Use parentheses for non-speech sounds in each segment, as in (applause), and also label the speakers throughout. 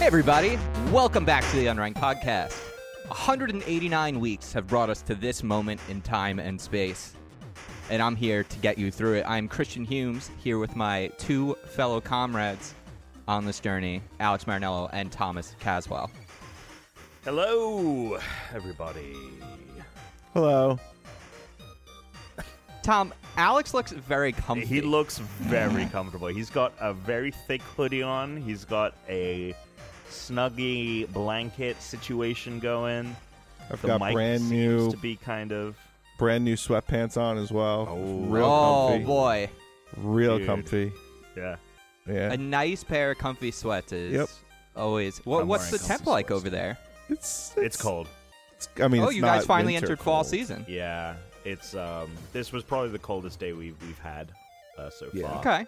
Speaker 1: everybody. Welcome back to the Unranked Podcast. 189 weeks have brought us to this moment in time and space, and I'm here to get you through it. I'm Christian Humes, here with my two fellow comrades on this journey, Alex Marinello and Thomas Caswell.
Speaker 2: Hello, everybody.
Speaker 3: Hello.
Speaker 1: Tom, Alex looks very comfy.
Speaker 2: He looks very comfortable. He's got a very thick hoodie on. He's got a snuggy blanket situation going.
Speaker 3: I've
Speaker 2: The
Speaker 3: got
Speaker 2: mic
Speaker 3: brand
Speaker 2: seems
Speaker 3: new
Speaker 2: to be kind of
Speaker 3: brand new sweatpants on as well.
Speaker 2: Oh.
Speaker 3: real
Speaker 1: oh
Speaker 3: comfy.
Speaker 1: boy,
Speaker 3: Real
Speaker 2: Dude.
Speaker 3: comfy.
Speaker 2: yeah.
Speaker 3: Yeah.
Speaker 1: a nice pair of comfy sweats is
Speaker 3: Yep.
Speaker 1: always. What,
Speaker 2: I'm
Speaker 1: what's the
Speaker 2: wearing
Speaker 1: temp
Speaker 2: comfy
Speaker 1: like
Speaker 2: sweats
Speaker 1: over there?
Speaker 3: it's,
Speaker 2: It's cold.
Speaker 3: it's- I mean,
Speaker 1: oh,
Speaker 3: it's
Speaker 1: you guys
Speaker 3: not
Speaker 1: finally
Speaker 3: winter
Speaker 1: entered fall
Speaker 3: cold.
Speaker 1: season.
Speaker 2: Yeah, it's um. This was probably the coldest day we've we've had uh, so
Speaker 3: Yeah.
Speaker 2: far.
Speaker 1: Okay.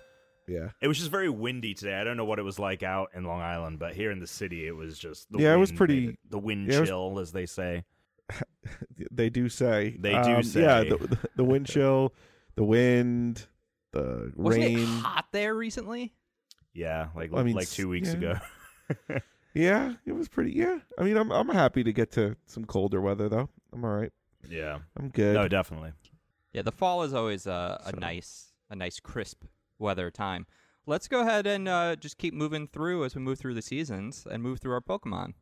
Speaker 3: Yeah.
Speaker 2: It was just very windy today. I don't know what it was like out in Long Island, but here in the city, it was just the
Speaker 3: Yeah, it
Speaker 2: Wind
Speaker 3: was pretty-
Speaker 2: made the wind
Speaker 3: yeah, it was-
Speaker 2: chill, as they say.
Speaker 3: They do say.
Speaker 2: They do
Speaker 3: um,
Speaker 2: say.
Speaker 3: Yeah. The, the, the wind chill, the wind, the
Speaker 1: Wasn't
Speaker 3: rain.
Speaker 1: it hot there recently?
Speaker 2: Yeah, like
Speaker 3: I mean,
Speaker 2: like two weeks
Speaker 3: yeah.
Speaker 2: ago. (laughs)
Speaker 3: Yeah. It was pretty. Yeah. I mean, I'm I'm happy to get to some colder weather though. I'm all right.
Speaker 2: yeah.
Speaker 3: I'm good.
Speaker 2: No, definitely.
Speaker 1: Yeah, the fall is always uh, a
Speaker 3: So-
Speaker 1: nice, a nice crisp weather time. Let's go ahead and uh, just keep moving through as we move through the seasons and move through our Pokemon.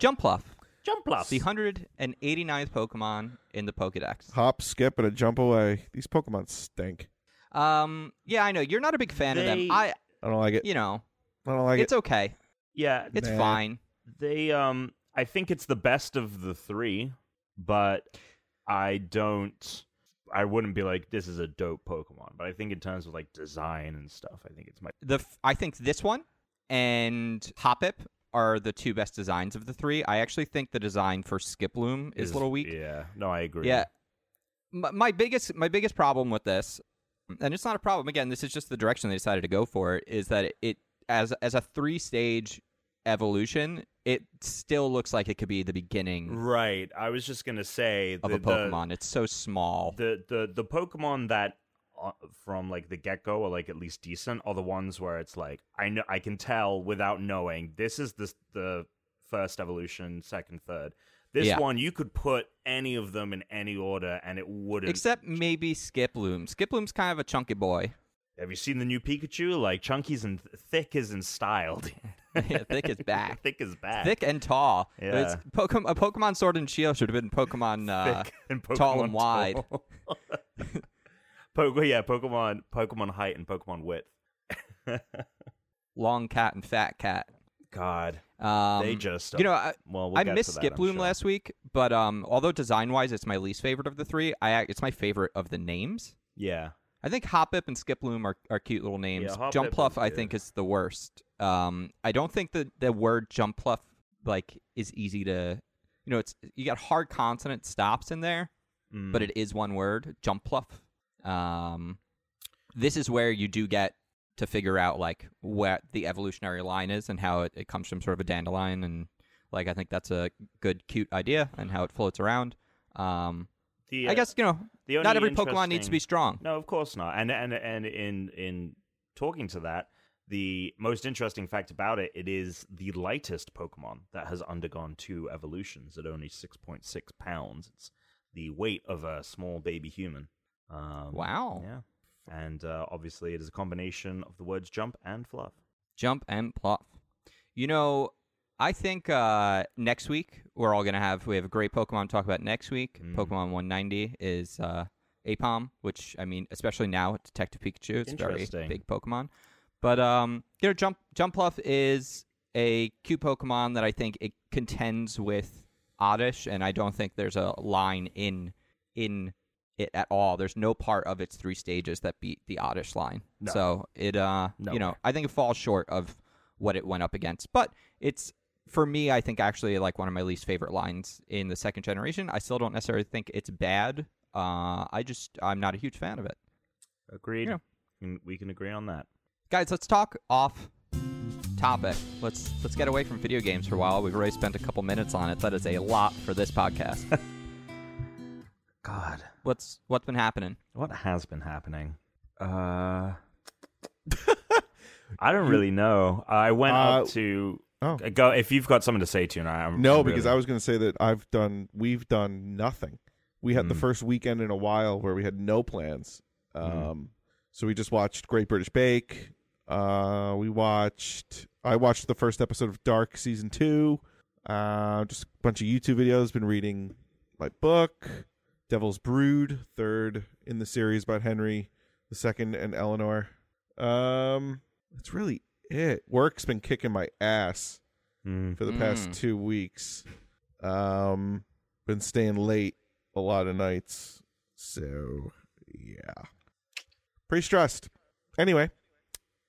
Speaker 1: Jumpluff,
Speaker 2: Jump
Speaker 1: it's the 189th Pokemon in the Pokedex.
Speaker 3: Hop, skip, and a jump away. These Pokemon stink.
Speaker 1: Um, yeah, I know you're not a big fan of them.
Speaker 2: They-
Speaker 1: I,
Speaker 3: I don't like it.
Speaker 1: you know,
Speaker 3: I don't like
Speaker 1: it's okay,
Speaker 2: Yeah,
Speaker 1: it's
Speaker 3: Nah.
Speaker 1: fine.
Speaker 2: they um I think it's the best of the 3, but I don't I wouldn't be like this is a dope Pokemon, but I think in terms of like design and stuff, I think it's my
Speaker 1: the f- I think this one and Hoppip are the two best designs of the three. I actually think the design for Skiploom is, a little weak.
Speaker 2: Yeah. No, I agree.
Speaker 1: Yeah. My, my biggest my biggest problem with this, and it's not a problem. Again, this is just the direction they decided to go for. Is that it, as as a three stage evolution, it still looks like it could be the beginning
Speaker 2: Right. I was just going to say
Speaker 1: of
Speaker 2: the,
Speaker 1: a Pokemon. it's so small.
Speaker 2: The, the the the Pokemon that uh, from like the get-go are like at least decent are the ones where it's like I know I can tell without knowing this is the the first evolution, second, third. This
Speaker 1: Yeah.
Speaker 2: one you could put any of them in any order and it wouldn't
Speaker 1: Except maybe Skiploom. Skiploom's kind of a chunky boy. (laughs)
Speaker 2: (laughs) Have you seen the new Pikachu? Like Chunky's and thick is in style. dude.
Speaker 1: (laughs) Thick is back.
Speaker 2: (laughs) thick is back.
Speaker 1: thick and tall.
Speaker 2: Yeah.
Speaker 1: It's Pokemon, a Pokemon Sword and Shield should have been Pokemon. Uh,
Speaker 2: (laughs) Thick and
Speaker 1: tall and wide.
Speaker 2: tall. (laughs) Po- yeah, Pokemon, Pokemon height and Pokemon width.
Speaker 1: long cat and fat cat.
Speaker 2: God,
Speaker 1: Um,
Speaker 2: they just
Speaker 1: you know, I,
Speaker 2: Well, we'll
Speaker 1: I
Speaker 2: get to
Speaker 1: missed
Speaker 2: that, I'm
Speaker 1: Skip Bloom
Speaker 2: sure.
Speaker 1: last week, but um, although design wise it's my least favorite of the three, I ac- it's my favorite of the names.
Speaker 2: Yeah,
Speaker 1: I think Hoppip and Skip Bloom are, are cute little names.
Speaker 2: Hoppip
Speaker 1: Jump Pluff
Speaker 2: is
Speaker 1: I
Speaker 2: good.
Speaker 1: think is the worst. Um, I don't think that the word Jump Pluff like is easy to, you know, it's you got hard consonant stops in there.
Speaker 2: Mm.
Speaker 1: but it is one word, jump pluff. Um, this is where you do get to figure out like what the evolutionary line is and how it, it comes from sort of a dandelion and like I think that's a good cute idea and how it floats around. Um,
Speaker 2: the,
Speaker 1: I
Speaker 2: uh,
Speaker 1: guess you know
Speaker 2: the
Speaker 1: not
Speaker 2: only
Speaker 1: every Pokemon needs to be
Speaker 2: interesting-
Speaker 1: strong.
Speaker 2: No, of course not. And and and in in talking to that, the most interesting fact about it, it is the lightest Pokemon that has undergone two evolutions at only six point six pounds. It's the weight of a small baby human. Um,
Speaker 1: Wow,
Speaker 2: Yeah. And uh, obviously, it is a combination of the words jump and fluff.
Speaker 1: jump and pluff. You know, I think uh, next week we're all gonna have we have a great Pokemon to talk about next week.
Speaker 2: Mm.
Speaker 1: Pokemon 190 is uh, Apom, which I mean, especially now Detective Pikachu, it's a very
Speaker 2: Interesting.
Speaker 1: big Pokemon. But um, you know, Jump Jumpluff is a cute Pokemon that I think it contends with Oddish, and I don't think there's a line in in it at all. There's no part of its three stages that beat the Oddish line.
Speaker 2: No.
Speaker 1: So it uh you know,
Speaker 2: Nowhere.
Speaker 1: I think it falls short of what it went up against. But it's for me, I think actually like one of my least favorite lines in the second generation. I still don't necessarily think it's bad. Uh, I just I'm not a huge fan of it.
Speaker 2: Agreed.
Speaker 1: Yeah.
Speaker 2: And we can agree on that.
Speaker 1: Guys, let's talk off topic. Let's let's get away from video games for a while. We've already spent a couple minutes on it. That is a lot for this podcast.
Speaker 2: God,
Speaker 1: what's what's been happening?
Speaker 2: what has been happening? Uh, I don't really know. I went up
Speaker 3: Uh,
Speaker 2: to
Speaker 3: oh.
Speaker 2: go if you've got something to say to you. I'm
Speaker 3: No,
Speaker 2: I'm
Speaker 3: because
Speaker 2: really-
Speaker 3: I was going to say that I've done, we've done nothing. We had the
Speaker 2: Mm.
Speaker 3: first weekend in a while where we had no plans. Um, So we just watched Great British Bake. Uh, we watched, I watched the first episode of Dark season two. Uh, just a bunch of YouTube videos. Been reading my book, Devil's Brood, third in the series about Henry the second and Eleanor. Um, that's really it. Work's been kicking my ass
Speaker 2: Mm.
Speaker 3: for the past
Speaker 1: Mm.
Speaker 3: two weeks. Um, been staying late a lot of nights, so yeah, pretty stressed. Anyway,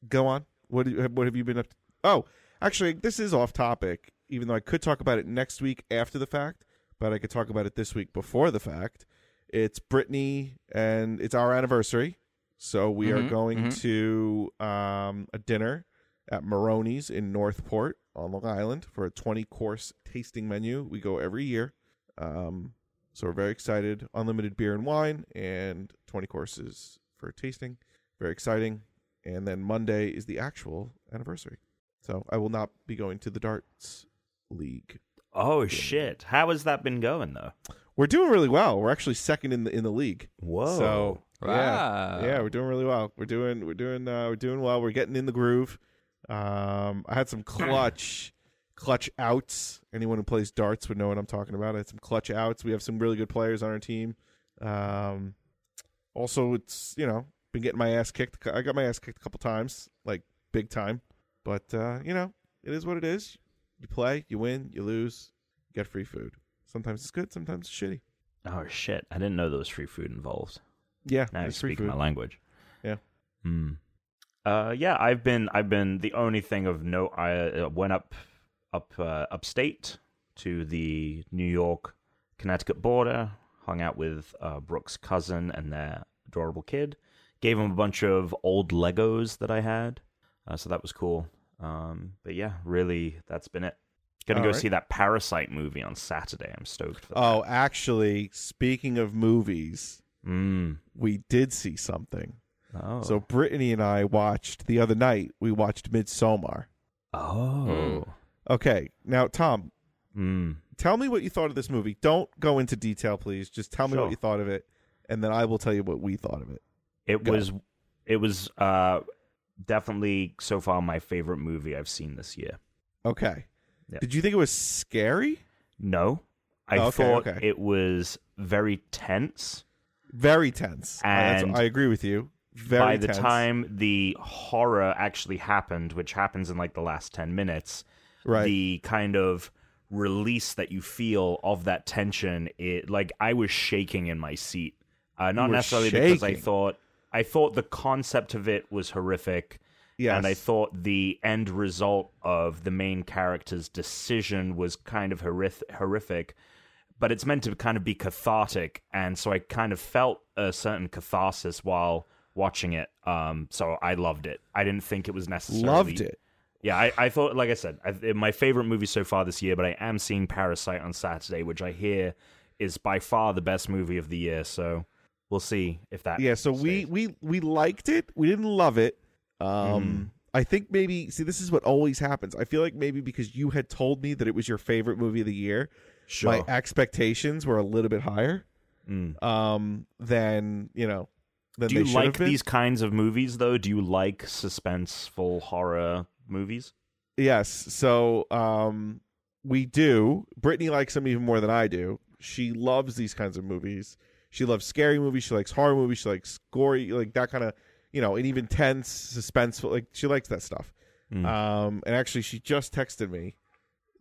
Speaker 3: go on. What do you, what have you been up? to? Oh, actually, this is off topic. Even though I could talk about it next week after the fact, but I could talk about it this week before the fact. It's Brittany, and it's our anniversary, so we are
Speaker 1: Mhm,
Speaker 3: going
Speaker 1: mhm.
Speaker 3: to um, a dinner at Maroney's in Northport on Long Island for a 20 course tasting menu. We go every year. Um, so we're very excited. Unlimited beer and wine and 20 courses for tasting. Very exciting. And then Monday is the actual anniversary. So I will not be going to the darts league.
Speaker 2: Oh shit! How has that been going though?
Speaker 3: We're doing really well. We're actually second in the in the league.
Speaker 2: Whoa!
Speaker 3: So yeah.
Speaker 1: Wow. (laughs)
Speaker 3: Yeah, we're doing really well. We're doing we're doing uh, we're doing well. We're getting in the groove. Um, I had some clutch clutch outs. Anyone who plays darts would know what I'm talking about. I had some clutch outs. We have some really good players on our team. Um, also, it's you know been getting my ass kicked. I got my ass kicked a couple times, like big time. But uh, you know it is what it is. You play, you win, you lose, you get free food. Sometimes it's good, sometimes it's shitty.
Speaker 2: oh shit! I didn't know there was free food involved.
Speaker 3: Yeah,
Speaker 2: Now you're
Speaker 3: it's free
Speaker 2: speaking
Speaker 3: food.
Speaker 2: my language.
Speaker 3: Yeah.
Speaker 2: Hmm. Uh, yeah, I've been, I've been. The only thing of note, I uh, went up, up, uh, upstate to the New York, Connecticut border. Hung out with uh, Brooke's cousin and their adorable kid. Gave him a bunch of old Legos that I had, uh, so that was cool. Um, but yeah, really, that's been it. Gonna go
Speaker 3: Alright.
Speaker 2: see that Parasite movie on Saturday. I'm stoked for that.
Speaker 3: Oh, actually, speaking of movies,
Speaker 2: Mm.
Speaker 3: we did see something.
Speaker 2: Oh.
Speaker 3: So Brittany and I watched the other night. We watched Midsommar.
Speaker 2: Oh.
Speaker 3: Okay, now Tom,
Speaker 2: Mm.
Speaker 3: tell me what you thought of this movie. Don't go into detail, please. Just tell me
Speaker 2: Sure.
Speaker 3: what you thought of it, and then I will tell you what we thought of it.
Speaker 2: It
Speaker 3: Go.
Speaker 2: was it was uh definitely so far my favorite movie I've seen this year.
Speaker 3: Okay.
Speaker 2: Yeah.
Speaker 3: Did you think it was scary?
Speaker 2: No. I
Speaker 3: Okay,
Speaker 2: thought
Speaker 3: okay.
Speaker 2: it was very tense.
Speaker 3: Very tense. I- that's-
Speaker 2: And
Speaker 3: I, agree with you. Very
Speaker 2: By the
Speaker 3: tense.
Speaker 2: time the horror actually happened, which happens in like the last 10 minutes,
Speaker 3: right?
Speaker 2: the kind of release that you feel of that tension it like i was shaking in my seat uh, not
Speaker 3: were
Speaker 2: necessarily because i
Speaker 3: shaking.
Speaker 2: thought i thought the concept of it was horrific
Speaker 3: yes.
Speaker 2: and i thought the end result of the main character's decision was kind of horrific horrific but it's meant to kind of be cathartic and so i kind of felt a certain catharsis while watching it um so i loved it i didn't think it was necessarily
Speaker 3: loved it.
Speaker 2: yeah, I, I thought, like I said, I, it- my favorite movie so far this year, but I am seeing Parasite on Saturday, which I hear is by far the best movie of the year. So we'll see if that.
Speaker 3: yeah so we
Speaker 2: stays.
Speaker 3: we we liked it we didn't love it um
Speaker 2: Mm-hmm.
Speaker 3: i think maybe see this is what always happens i feel like maybe because you had told me that it was your favorite movie of the year
Speaker 2: sure.
Speaker 3: my expectations were a little bit higher
Speaker 2: Mm.
Speaker 3: um than you know than
Speaker 2: Do
Speaker 3: they
Speaker 2: you
Speaker 3: should
Speaker 2: like
Speaker 3: have been.
Speaker 2: these kinds of movies though? Do you like suspenseful horror movies?
Speaker 3: yes so um we do brittany likes them even more than i do she loves these kinds of movies she loves scary movies she likes horror movies she likes gory like that kind of you know and even tense suspenseful like she likes that stuff
Speaker 2: Mm.
Speaker 3: Um, and actually, she just texted me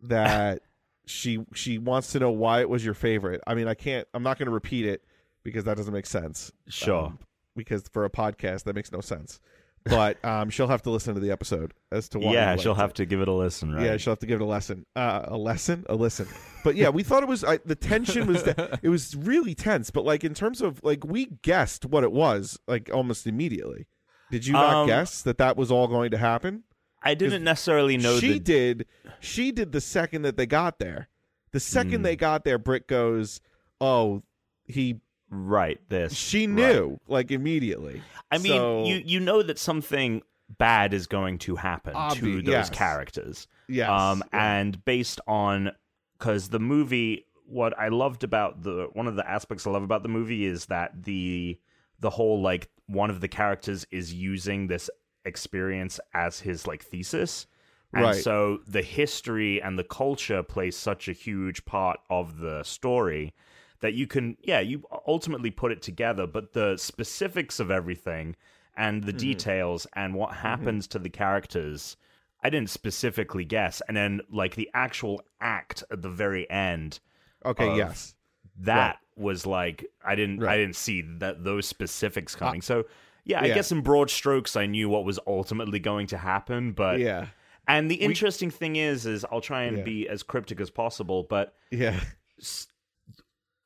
Speaker 3: that (laughs) she she wants to know why it was your favorite. I mean, I can't. I'm not going to repeat it because that doesn't make sense.
Speaker 2: sure.
Speaker 3: um, because for a podcast that makes no sense. But (laughs) um, she'll have to listen to the episode as to why. you
Speaker 2: yeah,
Speaker 3: liked
Speaker 2: she'll
Speaker 3: it.
Speaker 2: have to give it a listen, right?
Speaker 3: Yeah, she'll have to give it a lesson. Uh, a lesson, a listen. But yeah, we thought it was I, the tension was that it was really tense. But like in terms of like we guessed what it was like almost immediately. Did you not
Speaker 2: Um,
Speaker 3: guess that that was all going to happen?
Speaker 2: I didn't necessarily know
Speaker 3: she
Speaker 2: the
Speaker 3: did. She did the second that they got there. The second
Speaker 2: Mm.
Speaker 3: they got there, Britt goes, "Oh, he."
Speaker 2: right this.
Speaker 3: She
Speaker 2: right.
Speaker 3: knew like immediately.
Speaker 2: I mean,
Speaker 3: So-
Speaker 2: you you know that something bad is going to happen to
Speaker 3: Obvi-
Speaker 2: those
Speaker 3: yes.
Speaker 2: characters.
Speaker 3: Yes.
Speaker 2: Um,
Speaker 3: yeah.
Speaker 2: and based on because the movie, what I loved about the one of the aspects I love about the movie is that the the whole like one of the characters is using this experience as his like thesis. And
Speaker 3: Right.
Speaker 2: so the history and the culture plays such a huge part of the story that you can yeah you ultimately put it together but the specifics of everything and the details and what happens to the characters i didn't specifically guess and then like the actual act at the very end
Speaker 3: okay.
Speaker 2: of-
Speaker 3: yes.
Speaker 2: that was like i didn't i
Speaker 3: Right. Uh,
Speaker 2: didn't see that those specifics coming so yeah, I
Speaker 3: yeah.
Speaker 2: guess in broad strokes, I knew what was ultimately going to happen, but
Speaker 3: Yeah.
Speaker 2: and the interesting thing is, is I'll try and
Speaker 3: Yeah.
Speaker 2: be as cryptic as possible, but
Speaker 3: Yeah.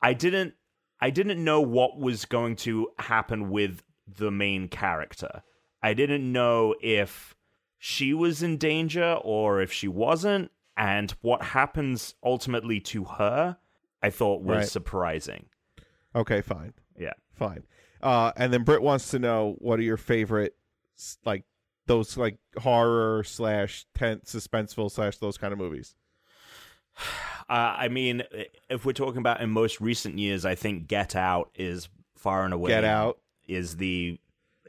Speaker 2: I didn't I didn't know what was going to happen with the main character. I didn't know if she was in danger or if she wasn't and what happens ultimately to her I thought was
Speaker 3: Right.
Speaker 2: surprising.
Speaker 3: Okay. Fine.
Speaker 2: Yeah.
Speaker 3: Fine. Uh, and then Britt wants to know what are your favorite s- like those like horror slash tense suspenseful slash those kind of movies.
Speaker 2: Uh, I mean, if we're talking about in most recent years, I think Get Out is far and away
Speaker 3: Get Out.
Speaker 2: is the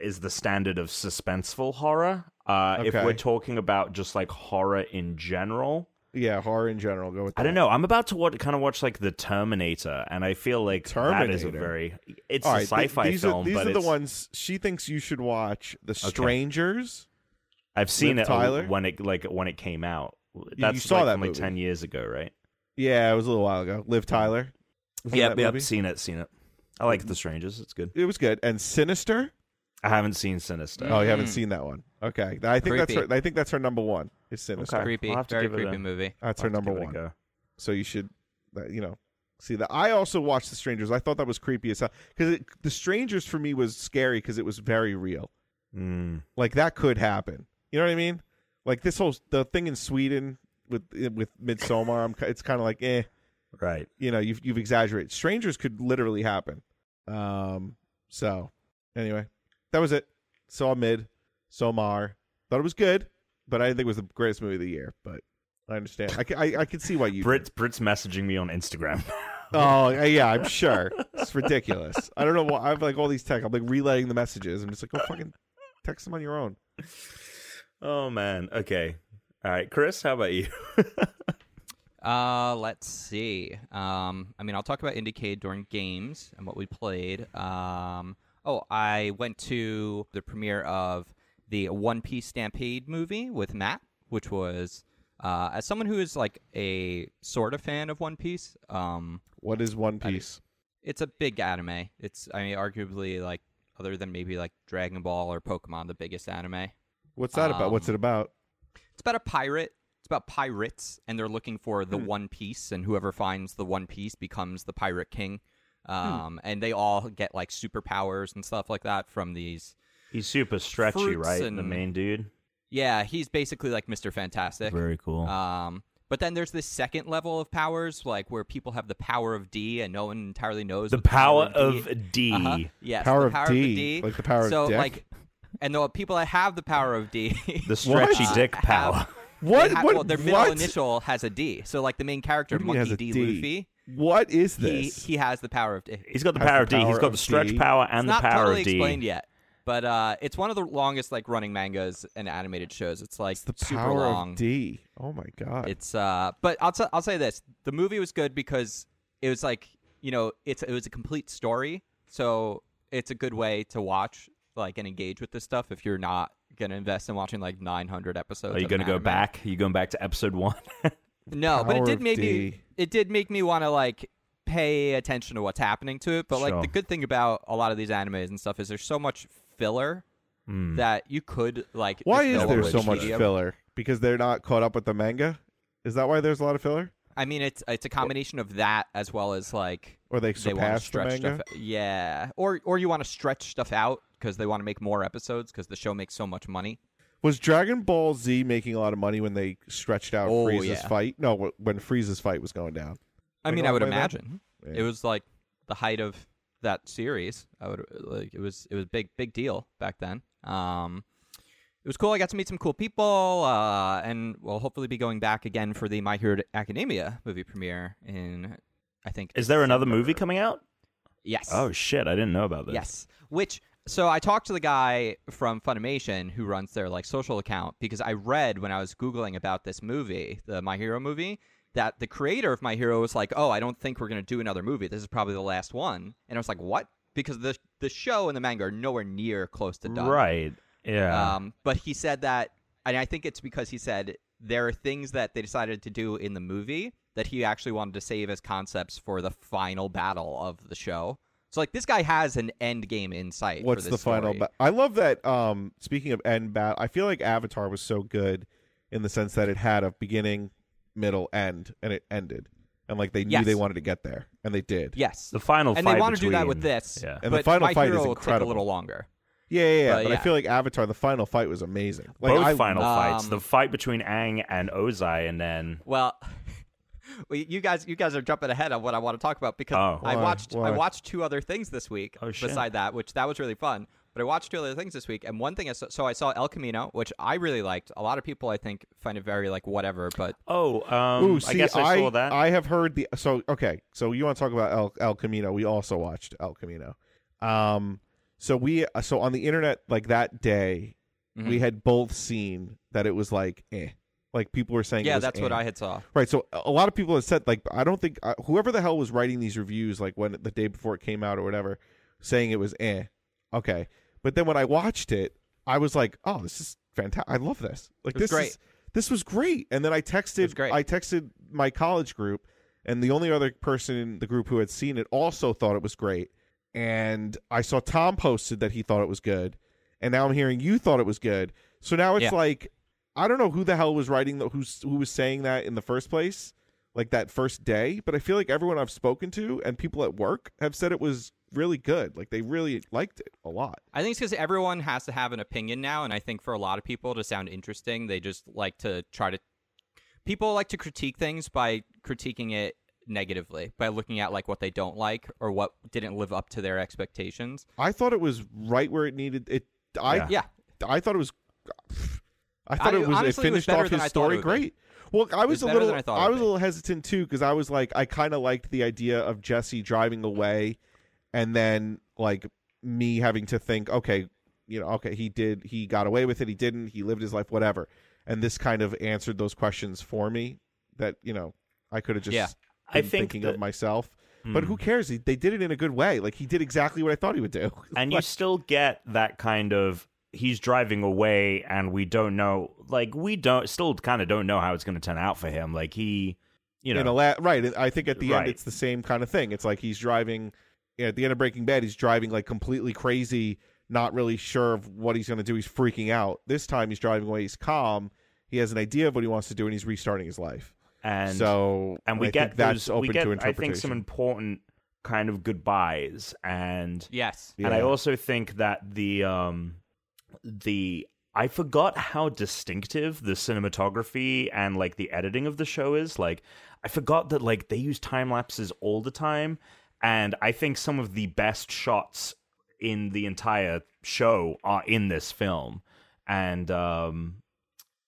Speaker 2: is the standard of suspenseful horror. Uh, If
Speaker 3: Okay.
Speaker 2: we're talking about just like horror in general,
Speaker 3: Yeah, horror in general. Go with.
Speaker 2: I don't know. I'm about to watch, kind of watch like the Terminator, and I feel like that is a
Speaker 3: Terminator?
Speaker 2: very it's
Speaker 3: All
Speaker 2: a
Speaker 3: right, th-
Speaker 2: sci-fi
Speaker 3: these
Speaker 2: film.
Speaker 3: Are, these
Speaker 2: but
Speaker 3: are the
Speaker 2: it's-
Speaker 3: ones she thinks you should watch. The Strangers.
Speaker 2: I've seen
Speaker 3: with
Speaker 2: it
Speaker 3: Tyler?
Speaker 2: when it like when it came out.
Speaker 3: you
Speaker 2: That's
Speaker 3: saw
Speaker 2: like
Speaker 3: that
Speaker 2: only
Speaker 3: movie.
Speaker 2: ten years ago, right?
Speaker 3: Yeah, it was a little while ago. Liv Tyler. was in
Speaker 2: Yeah,
Speaker 3: that
Speaker 2: yeah,
Speaker 3: movie.
Speaker 2: seen it, seen it. I like The Strangers. It's good.
Speaker 3: It was good. And Sinister.
Speaker 2: I haven't seen Sinister.
Speaker 3: Oh, you haven't
Speaker 1: Mm.
Speaker 3: seen that one. Okay, I think that's
Speaker 1: Creepy.
Speaker 3: her. I think that's her number one. Is Sinister.
Speaker 2: Okay.
Speaker 1: creepy,
Speaker 2: I'll have to
Speaker 1: very
Speaker 2: give it
Speaker 1: creepy
Speaker 2: a-
Speaker 1: movie.
Speaker 3: That's
Speaker 2: I'll
Speaker 3: her
Speaker 2: have to
Speaker 3: number
Speaker 2: give it a
Speaker 3: one.
Speaker 2: go.
Speaker 3: So you should, that- you know, see that. I also watched The Strangers. I thought that was creepy as hell because The Strangers for me was scary because it was very real.
Speaker 2: Mm.
Speaker 3: Like that could happen. You know what I mean? Like this whole the thing in Sweden with with Midsommar. I'm, ki- it's kind of like eh.
Speaker 2: Right.
Speaker 3: you know you've you've exaggerated. Strangers could literally happen. Um. So anyway, that was it. Saw mid. Saw Mar. Thought it was good, but I didn't think it was the greatest movie of the year. But I understand. I can, I, I can see why you.
Speaker 2: Brit Brit's messaging me on Instagram. (laughs)
Speaker 1: (laughs)
Speaker 3: Oh yeah, I'm sure. It's ridiculous. I don't know why. I have like all these texts. I'm like relaying the messages. I'm just like, go fucking text them on your own.
Speaker 2: oh man. Okay. All right, Chris. How about you?
Speaker 1: Uh, let's see. Um, I mean, I'll talk about Indiecade during games and what we played. Um, oh, I went to the premiere of the One Piece Stampede movie with Matt, which was uh, as someone who is like a sort of fan of One Piece. Um,
Speaker 3: What is One Piece?
Speaker 1: it's a big anime. It's I mean, arguably like other than maybe like Dragon Ball or Pokemon, the biggest anime.
Speaker 3: What's that about? What's
Speaker 1: Um,
Speaker 3: it about?
Speaker 1: It's about a pirate. It's about pirates, and they're looking for
Speaker 3: Hmm.
Speaker 1: the One Piece, and whoever finds the One Piece becomes the Pirate King.
Speaker 3: Hmm.
Speaker 1: Um, And they all get like superpowers and stuff like that from these.
Speaker 2: He's super stretchy,
Speaker 1: Fruits
Speaker 2: right? The
Speaker 1: and-
Speaker 2: main dude.
Speaker 1: Yeah, he's basically like Mr. Fantastic.
Speaker 2: Very cool.
Speaker 1: Um, but then there's this second level of powers, like where people have the power of D, and no one entirely knows
Speaker 2: the
Speaker 1: what
Speaker 2: power
Speaker 1: D-
Speaker 2: of D.
Speaker 1: Uh-huh. Yes,
Speaker 3: Power
Speaker 1: the
Speaker 3: of
Speaker 1: power
Speaker 3: D,
Speaker 1: of the D.
Speaker 3: like the power of
Speaker 1: so,
Speaker 3: dick?
Speaker 1: like, and the people that have the power of D, (laughs)
Speaker 2: The stretchy
Speaker 1: Uh,
Speaker 2: dick
Speaker 1: have-
Speaker 2: power.
Speaker 3: What?
Speaker 1: they ha-
Speaker 3: what?
Speaker 1: well, their middle
Speaker 3: what?
Speaker 1: initial has a D. So, like, the main character,
Speaker 3: What do you mean
Speaker 1: Monkey
Speaker 3: it has a
Speaker 1: D.
Speaker 3: D?
Speaker 1: Luffy,
Speaker 3: What is
Speaker 1: he,
Speaker 3: this?
Speaker 1: he has the power of D. It's
Speaker 2: He's got the
Speaker 3: Has
Speaker 2: power
Speaker 3: the
Speaker 2: of D. He's
Speaker 3: power
Speaker 2: got
Speaker 3: of
Speaker 2: the stretch
Speaker 3: D.
Speaker 2: power and
Speaker 1: not
Speaker 2: the power
Speaker 1: totally
Speaker 2: of D.
Speaker 1: explained yet, but uh, it's one of the longest, like, running mangas and animated shows. It's, like,
Speaker 3: the
Speaker 1: super
Speaker 3: power
Speaker 1: long.
Speaker 3: of D. Oh my god.
Speaker 1: It's, uh, but I'll, t- I'll say this. The movie was good because it was, like, you know, it's it was a complete story. So, it's a good way to watch, like, and engage with this stuff if you're not going to invest in watching, like, 900 episodes.
Speaker 2: Are you
Speaker 1: going
Speaker 2: gonna
Speaker 1: to
Speaker 2: go back? Are you going back to
Speaker 1: (laughs)
Speaker 2: episode one?
Speaker 1: No, but it
Speaker 3: Power
Speaker 1: did
Speaker 3: of
Speaker 1: maybe
Speaker 3: D.
Speaker 1: it did make me want to like pay attention to what's happening to it. But like
Speaker 2: Sure.
Speaker 1: the good thing about a lot of these animes and stuff is there's so much filler that you could like.
Speaker 3: Hmm. why
Speaker 1: just
Speaker 3: is
Speaker 1: go
Speaker 3: there
Speaker 1: over
Speaker 3: so
Speaker 1: each
Speaker 3: much
Speaker 1: medium.
Speaker 3: filler? Because they're not caught up with the manga. Is that why there's a lot of filler?
Speaker 1: I mean, it's it's a combination of that as well as like
Speaker 3: Or they
Speaker 1: they want to
Speaker 3: surpass the
Speaker 1: stretch
Speaker 3: manga?
Speaker 1: stuff. Yeah, or or you want to stretch stuff out because they want to make more episodes because the show makes so much money.
Speaker 3: Was Dragon Ball Z making a lot of money when they stretched out
Speaker 1: Oh,
Speaker 3: Frieza's
Speaker 1: yeah.
Speaker 3: fight? No, wh- when Frieza's fight was going down.
Speaker 1: I
Speaker 3: Like
Speaker 1: mean, I
Speaker 3: all the
Speaker 1: would
Speaker 3: way back?
Speaker 1: imagine
Speaker 3: Yeah.
Speaker 1: it was like the height of that series. I would like it was it was a big big deal back then. Um, it was cool. I got to meet some cool people, uh, and we'll hopefully be going back again for the My Hero Academia movie premiere in, I think.
Speaker 2: Is there another
Speaker 1: December.
Speaker 2: movie coming out?
Speaker 1: Yes.
Speaker 2: Oh shit, I didn't know about this.
Speaker 1: Yes. Which so I talked to the guy from Funimation who runs their like social account because I read when I was googling about this movie, the My Hero movie, that the creator of My Hero was like, "Oh, I don't think we're going to do another movie. This is probably the last one." And I was like, "What?" Because the the show and the manga are nowhere near close to done.
Speaker 2: Right. Yeah.
Speaker 1: Um, but he said that, and I think it's because he said there are things that they decided to do in the movie that he actually wanted to save as concepts for the final battle of the show. So, like, this guy has an end game in sight. for
Speaker 3: What's
Speaker 1: this
Speaker 3: the final?
Speaker 1: story.
Speaker 3: Ba- I love that. Um, speaking of end battle, I feel like Avatar was so good in the sense that it had a beginning, middle, end, and it ended, and like they knew
Speaker 1: Yes.
Speaker 3: they wanted to get there, and they did.
Speaker 1: yes,
Speaker 2: the final
Speaker 1: and
Speaker 2: fight
Speaker 1: they want to do that with
Speaker 2: between-
Speaker 1: this.
Speaker 2: Yeah.
Speaker 3: And the
Speaker 1: but
Speaker 3: final
Speaker 1: My
Speaker 3: fight is
Speaker 1: Hero will take a
Speaker 3: incredible.
Speaker 1: little longer.
Speaker 3: yeah, yeah. yeah.
Speaker 1: But
Speaker 3: But,
Speaker 1: yeah.
Speaker 3: I feel like Avatar, the final fight was amazing. Like
Speaker 2: Both
Speaker 3: I,
Speaker 2: final fights.
Speaker 1: Um,
Speaker 2: The fight between Aang and Ozai and then
Speaker 1: Well, (laughs) well, you guys, you guys are jumping ahead of what I want to talk about because
Speaker 2: Oh.
Speaker 1: I
Speaker 3: Why?
Speaker 1: watched
Speaker 3: Why?
Speaker 1: I watched two other things this week
Speaker 2: Oh, shit.
Speaker 1: beside that, which that was really fun. But I watched two other things this week, and one thing I saw, so I saw El Camino, which I really liked. A lot of people I think find it very like whatever, but
Speaker 2: Oh, um
Speaker 3: Ooh, see,
Speaker 2: I guess I, saw that.
Speaker 3: I have heard the so okay. So you want to talk about El, El Camino? We also watched El Camino. Um, so we uh, so on the internet like that day,
Speaker 1: Mhm.
Speaker 3: we had both seen that it was like eh, like people were saying it
Speaker 1: yeah,
Speaker 3: was
Speaker 1: that's what
Speaker 3: eh.
Speaker 1: I had saw.
Speaker 3: Right. So a lot of people had said like I don't think uh, whoever the hell was writing these reviews like when the day before it came out or whatever, saying it was eh, okay. But then when I watched it, I was like, oh, this is fantastic. I love this. Like
Speaker 1: It was
Speaker 3: this
Speaker 1: great.
Speaker 3: is this was great. And then I texted
Speaker 1: great.
Speaker 3: I texted my college group, and the only other person in the group who had seen it also thought it was great. And I saw Tom posted that he thought it was good, and now I'm hearing you thought it was good. So now it's
Speaker 1: Yeah.
Speaker 3: like I don't know who the hell was writing the, who's who was saying that in the first place, like that first day. But I feel like everyone I've spoken to and people at work have said it was really good. Like they really liked it a lot.
Speaker 1: I think it's because everyone has to have an opinion now, and I think for a lot of people to sound interesting, they just like to try to. People like to critique things by critiquing it negatively, by looking at like what they don't like or what didn't live up to their expectations.
Speaker 3: I thought it was right where it needed it. I
Speaker 2: Yeah.
Speaker 1: Yeah,
Speaker 3: I thought it was. I thought
Speaker 1: I-
Speaker 3: it was.
Speaker 1: honestly, it was
Speaker 3: it finished
Speaker 1: better
Speaker 3: off
Speaker 1: than
Speaker 3: his
Speaker 1: I thought it
Speaker 3: story
Speaker 1: would be.
Speaker 3: great. Well, I
Speaker 1: was
Speaker 3: was, a
Speaker 1: better
Speaker 3: little.
Speaker 1: than I
Speaker 3: I,
Speaker 1: thought it would
Speaker 3: was a little hesitant too because I was like, I kind of liked the idea of Jesse driving away, and then like me having to think, okay, you know, okay, he did, he got away with it, he didn't, he lived his life, whatever. And this kind of answered those questions for me that you know I could have just
Speaker 1: Yeah.
Speaker 2: I
Speaker 3: been
Speaker 2: think
Speaker 3: thinking
Speaker 2: that-
Speaker 3: of myself.
Speaker 2: Hmm.
Speaker 3: But who cares? He- They did it in a good way. Like he did exactly what I thought he would do.
Speaker 2: and you still get that kind of he's driving away and we don't know like we don't still kind of don't know how it's going to turn out for him like he you know
Speaker 3: in a la- right. and I think at the
Speaker 2: Right.
Speaker 3: end it's the same kind of thing. It's like he's driving you know, at the end of Breaking Bad, he's driving like completely crazy, not really sure of what he's going to do. He's freaking out. This time he's driving away. He's calm. He has an idea of what he wants to do, and he's restarting his life.
Speaker 2: and
Speaker 3: so
Speaker 2: and we
Speaker 3: I
Speaker 2: get
Speaker 3: think that's
Speaker 2: those,
Speaker 3: open
Speaker 2: we get,
Speaker 3: to
Speaker 2: I
Speaker 3: interpretation.
Speaker 2: think some important kind of goodbyes and
Speaker 1: yes.
Speaker 2: and I
Speaker 3: Yeah.
Speaker 2: also think that the um the I forgot how distinctive the cinematography and like the editing of the show is. Like I forgot that like they use time lapses all the time and I think some of the best shots in the entire show are in this film. And um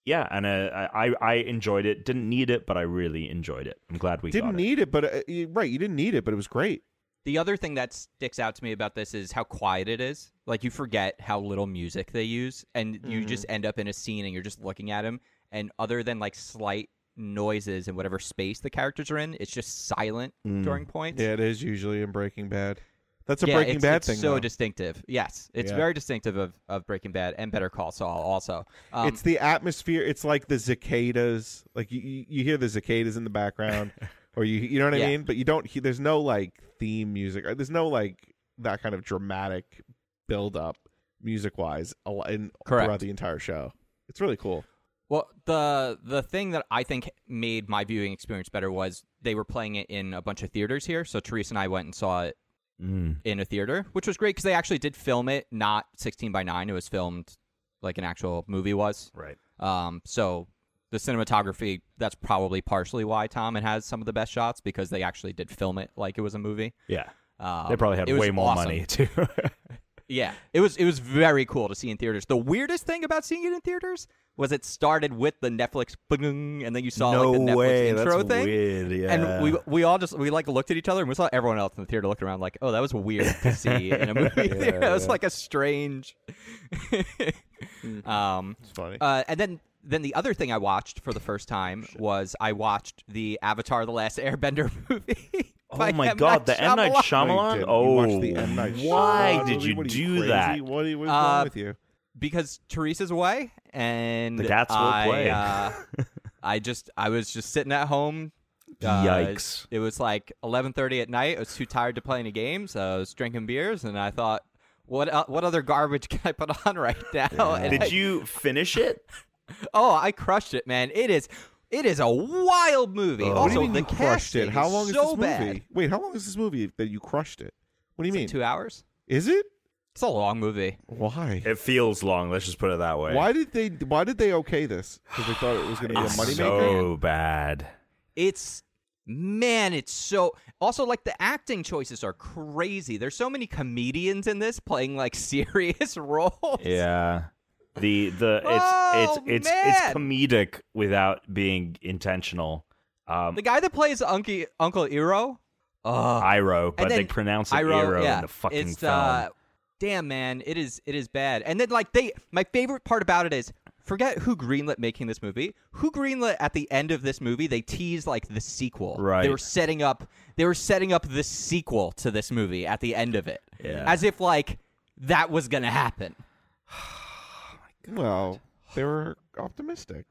Speaker 2: yeah, and uh, I I- I enjoyed it. Didn't need it, but I really enjoyed it. I'm glad we
Speaker 3: didn't
Speaker 2: got
Speaker 3: need it, but uh, you- right, you didn't need it, but it was great.
Speaker 1: The other thing that sticks out to me about this is how quiet it is. Like you forget how little music they use, and you just end up in a scene and you're just looking at him, and other than like slight noises and whatever space the characters are in, it's just silent during points.
Speaker 3: Yeah, it is usually in Breaking Bad. That's a
Speaker 1: Yeah,
Speaker 3: Breaking
Speaker 1: it's,
Speaker 3: Bad
Speaker 1: it's
Speaker 3: thing.
Speaker 1: so
Speaker 3: though.
Speaker 1: distinctive. Yes, it's
Speaker 3: Yeah.
Speaker 1: very distinctive of, of Breaking Bad and Better Call Saul. Also, um,
Speaker 3: it's the atmosphere. It's like the cicadas. Like you- you, you hear the cicadas in the background,
Speaker 1: (laughs)
Speaker 3: or you you know what I
Speaker 1: Yeah.
Speaker 3: mean. But you don't. He, there's no like theme music. Or there's no like that kind of dramatic build up music wise in
Speaker 1: Correct.
Speaker 3: throughout the entire show. It's really cool.
Speaker 1: Well, the the thing that I think made my viewing experience better was they were playing it in a bunch of theaters here. So Teresa and I went and saw it
Speaker 2: it. Mm.
Speaker 1: in a theater, which was great because they actually did film it, not sixteen by nine. It was filmed like an actual movie was.
Speaker 2: Right.
Speaker 1: Um, so the cinematography that's probably partially why Tom it has some of the best shots because they actually did film it like it was a movie.
Speaker 2: Yeah.
Speaker 1: Um,
Speaker 2: They probably had
Speaker 1: it was
Speaker 2: way more
Speaker 1: awesome.
Speaker 2: money too. (laughs)
Speaker 1: Yeah, it was it was very cool to see in theaters. The weirdest thing about seeing it in theaters was it started with the Netflix bling, and then you saw Oh, like the Netflix intro thing.
Speaker 2: weird. Yeah,
Speaker 1: And we we all just we like looked at each other and we saw everyone else in the theater looked around like, oh, that was weird to see in
Speaker 2: (laughs)
Speaker 1: a movie. theater. (laughs) It was like a strange. (laughs)
Speaker 2: Hmm.
Speaker 1: um,
Speaker 3: It's funny.
Speaker 1: uh, and then then the other thing I watched for the first time was I watched the Avatar: The Last Airbender (laughs) movie. by
Speaker 2: oh my
Speaker 1: M.
Speaker 2: god,
Speaker 1: Night
Speaker 2: the M Night
Speaker 1: Shyamalan.
Speaker 3: No,
Speaker 2: Shyamalan. oh,
Speaker 3: you didn't. You watched the M. Night
Speaker 2: why
Speaker 3: Shyamalan
Speaker 2: did
Speaker 3: movie?
Speaker 2: you
Speaker 3: What are
Speaker 2: do
Speaker 3: crazy?
Speaker 2: that?
Speaker 3: What are- what's
Speaker 1: Uh,
Speaker 3: wrong with you?
Speaker 1: because Teresa's away and
Speaker 2: The cats will
Speaker 1: I,
Speaker 2: play.
Speaker 1: uh, I just I was just sitting at home. Uh,
Speaker 2: Yikes.
Speaker 1: It was like 11:30 at night. I was too tired to play any games. So I was drinking beers, and I thought, what uh, what other garbage (laughs) can I put on right now? And I-
Speaker 2: Did you finish it?
Speaker 1: Oh, I crushed it, man! It is it is a wild
Speaker 2: Oh.
Speaker 1: movie.
Speaker 3: What do
Speaker 1: also,
Speaker 3: you mean
Speaker 1: the
Speaker 3: you crushed
Speaker 1: casting
Speaker 3: it? How long
Speaker 1: is
Speaker 3: is
Speaker 1: so
Speaker 3: this movie?
Speaker 1: bad.
Speaker 3: Wait, how long is this movie that you crushed it? What do you mean?
Speaker 1: Two hours.
Speaker 3: Is it?
Speaker 1: It's a long movie.
Speaker 3: Why?
Speaker 2: It feels long. Let's just put it that way.
Speaker 3: Why did they? Why did they okay this? Because they thought it was going to be a
Speaker 1: It's
Speaker 3: moneymaker.
Speaker 2: So bad.
Speaker 1: It's man, it's so also like the acting choices are crazy. There's so many comedians in this playing like (laughs) serious roles.
Speaker 2: Yeah. The the it's
Speaker 1: Oh,
Speaker 2: it's it's
Speaker 1: man.
Speaker 2: it's comedic without being intentional. Um
Speaker 1: The guy that plays Unky, Uncle Iro, uh,
Speaker 2: Iro, but they
Speaker 1: then
Speaker 2: pronounce it
Speaker 1: Iroh,
Speaker 2: Iro
Speaker 1: yeah,
Speaker 2: in the fucking
Speaker 1: it's,
Speaker 2: film.
Speaker 1: Uh, damn man, it is it is bad. And then like they, my favorite part about it is. Forget who greenlit making this movie. Who greenlit at the end of this movie? They teased like the sequel. They
Speaker 2: Right.
Speaker 1: were setting up. They were setting up the sequel to this movie at the end of it.
Speaker 2: Yeah.
Speaker 1: As if like that was gonna happen.
Speaker 3: Well, they were optimistic.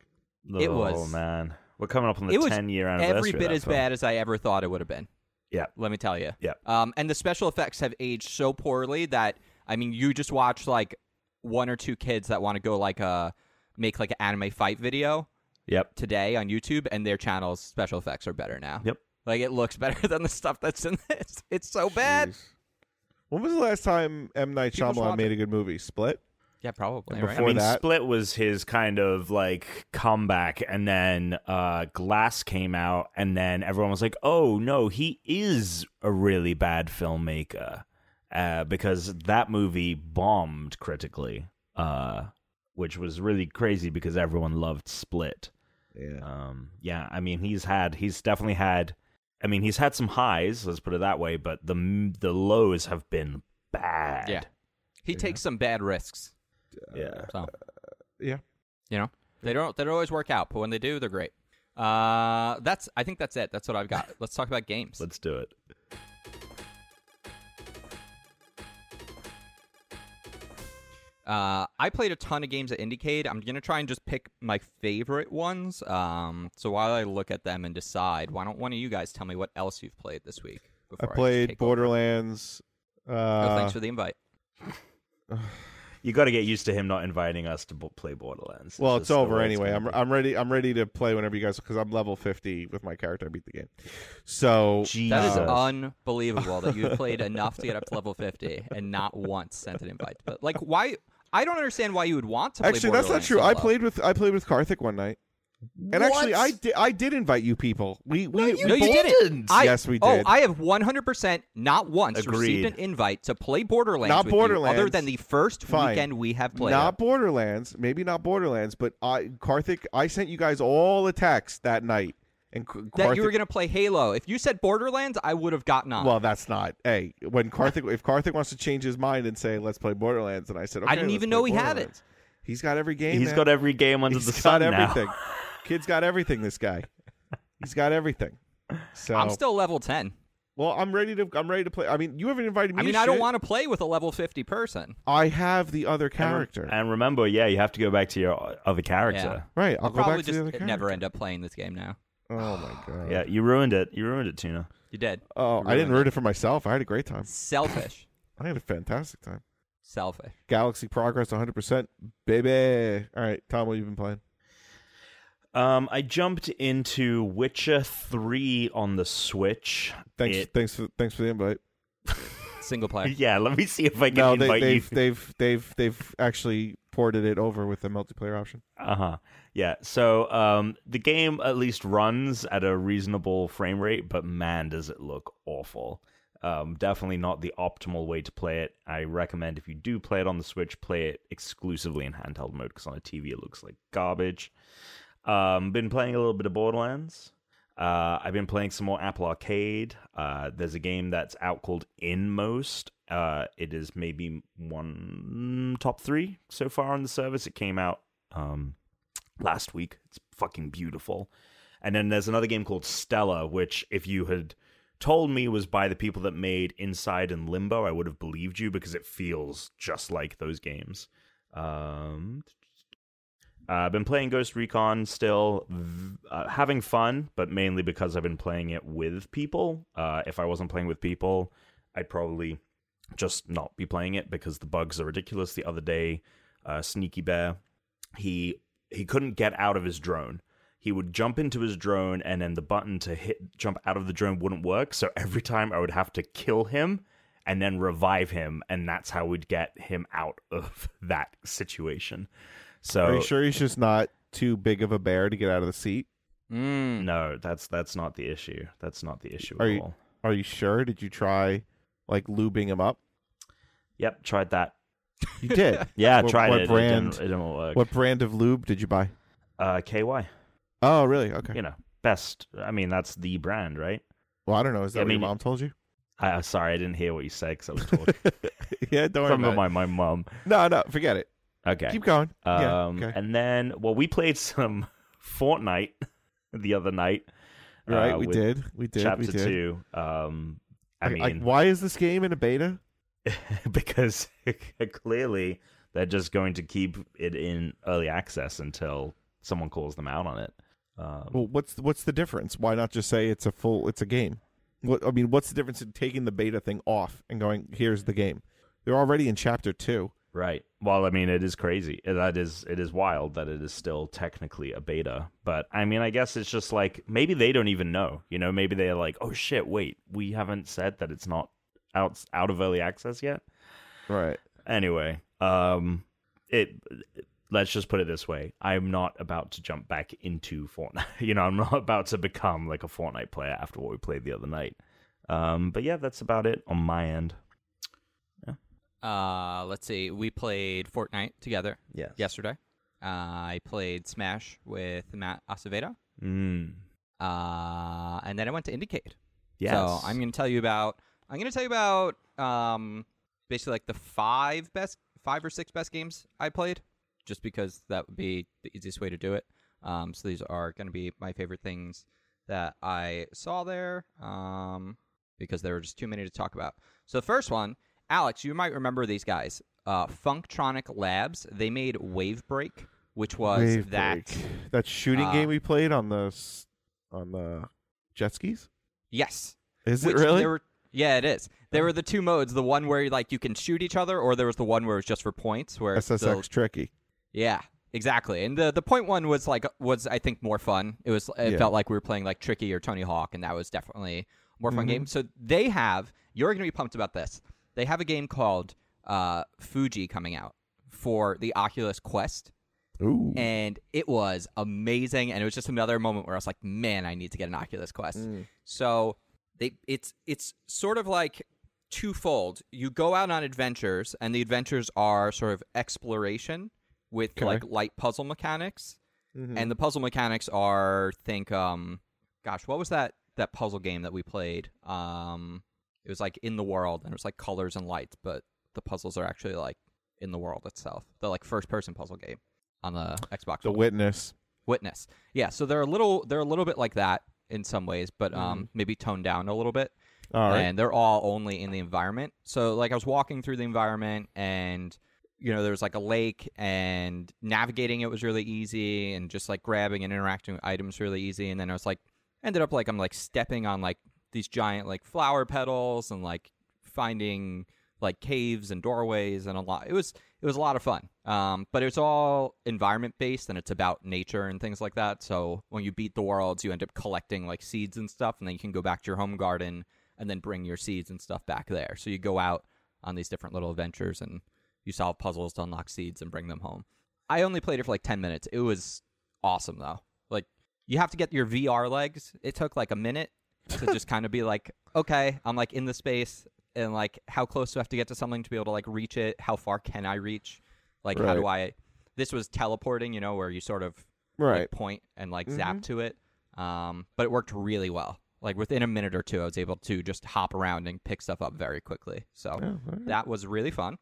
Speaker 1: it
Speaker 2: oh,
Speaker 1: was-
Speaker 2: man. We're coming up on
Speaker 1: it
Speaker 2: the
Speaker 1: was
Speaker 2: ten year anniversary.
Speaker 1: Every
Speaker 2: of
Speaker 1: bit
Speaker 2: that
Speaker 1: as
Speaker 2: film.
Speaker 1: bad as I ever thought it would have been.
Speaker 2: Yeah.
Speaker 1: Let me tell you.
Speaker 2: Yeah.
Speaker 1: Um, and the special effects have aged so poorly that I mean, you just watch like one or two kids that want to go like uh make like an anime fight video
Speaker 2: Yep.
Speaker 1: today on YouTube, and their channel's special effects are better now.
Speaker 2: Yep.
Speaker 1: Like it looks (laughs) better than the stuff that's in this. It's so Oh, bad.
Speaker 3: Jeez. When was the last time M Night
Speaker 1: People should
Speaker 3: Shyamalan
Speaker 1: watch
Speaker 3: made a good movie? Split.
Speaker 1: Yeah, probably.
Speaker 3: And
Speaker 1: Right?
Speaker 2: I
Speaker 3: before
Speaker 2: mean,
Speaker 3: that-
Speaker 2: Split was his kind of like comeback, and then uh, Glass came out, and then everyone was like, "Oh no, he is a really bad filmmaker," uh, because that movie bombed critically, uh, which was really crazy because everyone loved Split.
Speaker 3: Yeah.
Speaker 2: Um, yeah, I mean, he's had, he's definitely had, I mean, he's had some highs, let's put it that way, but the m- the lows have been bad.
Speaker 1: Yeah. He
Speaker 3: Yeah.
Speaker 1: takes some bad risks.
Speaker 2: yeah.
Speaker 1: So
Speaker 3: (laughs) yeah.
Speaker 1: You know, they don't they don't always work out, but when they do, they're great. Uh, that's I think that's it. That's what I've
Speaker 3: (laughs)
Speaker 1: got. Let's talk about games.
Speaker 2: Let's do it.
Speaker 1: Uh, I played a ton of games at Indiecade. I'm gonna try and just pick my favorite ones. Um, so while I look at them and decide, why don't one of you guys tell me what else you've played this week?
Speaker 3: I
Speaker 1: Before just
Speaker 3: played
Speaker 1: take
Speaker 3: Borderlands. Uh,
Speaker 1: over? Oh, thanks for the invite.
Speaker 2: You got to get used to him not inviting us to b- play Borderlands.
Speaker 3: well, it's
Speaker 2: just the
Speaker 3: over
Speaker 2: way
Speaker 3: anyway. I'm
Speaker 2: gonna
Speaker 3: I'm ready. I'm ready to play whenever you guys because I'm level fifty with my character. I beat the game. So
Speaker 2: be. Jesus.
Speaker 1: That is
Speaker 3: Jesus.
Speaker 1: unbelievable that you
Speaker 3: (laughs)
Speaker 1: played enough to get up to level 50 and not once sent an invite. But like, why? I don't understand why you would want to. play
Speaker 3: actually, that's not
Speaker 1: Borderlands
Speaker 3: true.
Speaker 1: so
Speaker 3: I
Speaker 1: low.
Speaker 3: played with I played with Karthik one night, and actually I did I did invite you people. We we we
Speaker 1: No,
Speaker 3: both-
Speaker 1: you didn't. I,
Speaker 3: Yes, we
Speaker 1: Oh,
Speaker 3: did.
Speaker 1: I have 100% not once
Speaker 2: Agreed.
Speaker 1: received an invite to play Borderlands.
Speaker 3: Not
Speaker 1: with you other
Speaker 3: Borderlands.
Speaker 1: than the first
Speaker 3: Fine.
Speaker 1: weekend we have played.
Speaker 3: not
Speaker 1: it.
Speaker 3: Borderlands, maybe not Borderlands, but I Karthik, I sent you guys all a text that night, and K- Karthik,
Speaker 1: that you were going to play Halo. If you said Borderlands, I would have gotten on.
Speaker 3: well, that's not. Hey, when Karthik, if Karthik wants to change his mind and say let's play Borderlands, and I said, okay,
Speaker 1: didn't
Speaker 3: let's
Speaker 1: even
Speaker 3: play
Speaker 1: know he had it.
Speaker 3: Borderlands." He's got every game.
Speaker 2: He's
Speaker 3: man.
Speaker 2: got every game under
Speaker 3: He's
Speaker 2: the
Speaker 3: got
Speaker 2: sun
Speaker 3: everything.
Speaker 2: now.
Speaker 3: Kid's got everything. This guy, he's got everything. So
Speaker 1: I'm still level 10.
Speaker 3: well. I'm ready to. I'm ready to play. I mean, you haven't invited me.
Speaker 1: I mean,
Speaker 3: to
Speaker 1: I don't
Speaker 3: shit.
Speaker 1: want to play with a level 50 person.
Speaker 3: I have the other character.
Speaker 2: (laughs) And remember, yeah, you have to go back to your other character.
Speaker 3: right. I'll,
Speaker 1: I'll
Speaker 3: go back
Speaker 1: probably
Speaker 3: to the other
Speaker 1: just
Speaker 3: character.
Speaker 1: never end up playing this game now.
Speaker 3: Oh
Speaker 2: (sighs)
Speaker 3: my god.
Speaker 2: Yeah. you ruined it. You ruined it, Tuna.
Speaker 1: You did.
Speaker 3: Oh, I didn't
Speaker 1: Ruined
Speaker 3: ruin it for myself. I had a great time.
Speaker 1: Selfish.
Speaker 3: I had a fantastic time.
Speaker 1: Selfish.
Speaker 3: Galaxy Progress 100%. Baby. All right, Tom, what have you been playing?
Speaker 2: Um, I jumped into Witcher Three on the Switch.
Speaker 3: Thanks
Speaker 2: It-
Speaker 3: thanks for thanks for the invite.
Speaker 1: Single (laughs)
Speaker 3: (laughs)
Speaker 1: player.
Speaker 2: yeah, let me see if I can
Speaker 3: No, they,
Speaker 2: invite you.
Speaker 3: they've they've they've they've actually ported it over with the multiplayer option.
Speaker 2: Uh-huh. Yeah. So um the game at least runs at a reasonable frame rate, but man does it look awful. Um, definitely not the optimal way to play it. I recommend if you do play it on the Switch, play it exclusively in handheld mode because on a TV it looks like garbage. Um, been playing a little bit of Borderlands. Uh, I've been playing some more Apple Arcade. Uh, there's a game that's out called Inmost. Uh, it is maybe one top three so far on the service. It came out um, last week. It's fucking beautiful. And then there's another game called Stella, which if you had told me was by the people that made Inside and Limbo, I would have believed you because it feels just like those games. Um, uh, I've been playing Ghost Recon still, v- uh, having fun, but mainly because I've been playing it with people. Uh, if I wasn't playing with people, I'd probably just not be playing it because the bugs are ridiculous. The other day, uh, Sneaky Bear, he he couldn't get out of his drone. He would jump into his drone, and then the button to hit jump out of the drone wouldn't work. So every time I would have to kill him and then revive him, and that's how we'd get him out of (laughs) that situation. So
Speaker 3: Are you sure he's just not too big of a bear to get out of the seat?
Speaker 1: Mm.
Speaker 2: No, that's that's not the issue. That's not the issue
Speaker 3: Are
Speaker 2: at
Speaker 3: you-
Speaker 2: all.
Speaker 3: Are you sure? Did you try like lubing him up?
Speaker 2: Yep, tried that. (laughs)
Speaker 3: You did.
Speaker 2: Yeah,
Speaker 3: What-
Speaker 2: tried
Speaker 3: what
Speaker 2: it. It
Speaker 3: brand?
Speaker 2: didn't, it didn't work.
Speaker 3: what brand of lube did you buy?
Speaker 2: Uh, KY.
Speaker 3: Oh, really? Okay.
Speaker 2: You know, best. I mean, that's the brand, right?
Speaker 3: Well, I don't know. Is that
Speaker 2: I
Speaker 3: what
Speaker 2: mean-
Speaker 3: your mom told you?
Speaker 2: I, I'm sorry, I didn't hear what you said because I was talking
Speaker 3: (laughs) yeah, don't worry
Speaker 2: Something
Speaker 3: about
Speaker 2: about my my mum.
Speaker 3: it. No, no, forget it.
Speaker 2: Okay.
Speaker 3: Keep going. yeah.
Speaker 2: Um,
Speaker 3: Okay.
Speaker 2: and then well, we played some (laughs) Fortnite the other night. uh,
Speaker 3: Right, we
Speaker 2: with
Speaker 3: did. We did.
Speaker 2: Chapter
Speaker 3: we did.
Speaker 2: two. Um, I
Speaker 3: Like-
Speaker 2: mean,
Speaker 3: like, why is this game in a beta?
Speaker 2: (laughs) because clearly they're just going to keep it in early access until someone calls them out on it. Um,
Speaker 3: Well, what's what's the difference? Why not just say it's a full it's a game? What I mean, what's the difference in taking the beta thing off and going here's the game? They're already in chapter two.
Speaker 2: right. Well, I mean, it is crazy. That is, it is wild that it is still technically a beta. But I mean, I guess it's just like maybe they don't even know. You know, maybe they're like, oh shit, wait, we haven't said that it's not out out of early access yet.
Speaker 3: Right.
Speaker 2: Anyway, um, it. Let's just put it this way: I'm not about to jump back into Fortnite. (laughs) You know, I'm not about to become like a Fortnite player after what we played the other night. Um, but yeah, that's about it on my end.
Speaker 1: Uh, let's see. We played Fortnite together
Speaker 2: Yeah.
Speaker 1: yesterday. Uh, I played Smash with Matt Acevedo.
Speaker 2: Mm.
Speaker 1: Uh, and then I went to Indicate.
Speaker 2: Yes.
Speaker 1: So I'm going to tell you about. I'm going to tell you about um, basically like the five best, five or six best games I played, just because that would be the easiest way to do it. Um, so these are going to be my favorite things that I saw there, um, because there were just too many to talk about. So the first one, Alex, you might remember these guys, uh, Funktronic Labs. They made Wave Break, which was
Speaker 3: Wave
Speaker 1: that.
Speaker 3: break. that shooting
Speaker 1: uh,
Speaker 3: game we played on the s- on the jet skis?
Speaker 1: Yes,
Speaker 3: Is it
Speaker 1: Which
Speaker 3: really? Oh.
Speaker 1: There were, yeah, it is. There were the two modes: the one where like you can shoot each other, or there was the one where it was just for points. Where it's
Speaker 3: SSX
Speaker 1: the-
Speaker 3: tricky.
Speaker 1: yeah, exactly. And the the point one was like was I think more fun. It was it
Speaker 3: Yeah.
Speaker 1: felt like we were playing like Tricky or Tony Hawk, and that was definitely a more fun
Speaker 3: Mhm.
Speaker 1: game. So they have you're going to be pumped about this. They have a game called uh, Fuji coming out for the Oculus Quest
Speaker 3: Ooh.
Speaker 1: and it was amazing and it was just another moment where i was like man i need to get an oculus quest
Speaker 3: Mm.
Speaker 1: so they it's it's sort of like twofold you go out on adventures and the adventures are sort of exploration with
Speaker 3: Okay.
Speaker 1: like light puzzle mechanics
Speaker 3: Mhm.
Speaker 1: and the puzzle mechanics are think um gosh what was that that puzzle game that we played um it was like in the world and it was like colors and lights but the puzzles are actually like in the world itself the like first person puzzle game on the xbox
Speaker 3: the
Speaker 1: One.
Speaker 3: witness.
Speaker 1: witness yeah so they're a little they're a little bit like that in some ways but um maybe toned down a little bit
Speaker 3: All right.
Speaker 1: and they're all only in the environment. So like I was walking through the environment and you know there was like a lake and navigating it was really easy and just like grabbing and interacting with items really easy and then I was like ended up like I'm like stepping on like these giant like flower petals and like finding like caves and doorways and a lot it was it was a lot of fun um, but it's all environment based and it's about nature and things like that so when you beat the worlds you end up collecting like seeds and stuff and then you can go back to your home garden and then bring your seeds and stuff back there so you go out on these different little adventures and you solve puzzles to unlock seeds and bring them home i only played it for like 10 minutes it was awesome though like you have to get your vr legs it took like a minute to just kind of be like, okay, I'm like in the space, and like how close do I have to get to something to be able to like reach it? How far can I reach? Like how do I? This was teleporting, you know, where you sort of like,
Speaker 3: Right.
Speaker 1: point and like zap to it. Um, but it worked really well. Like within a minute or two, I was able to just hop around and pick stuff up very quickly. So that was really fun.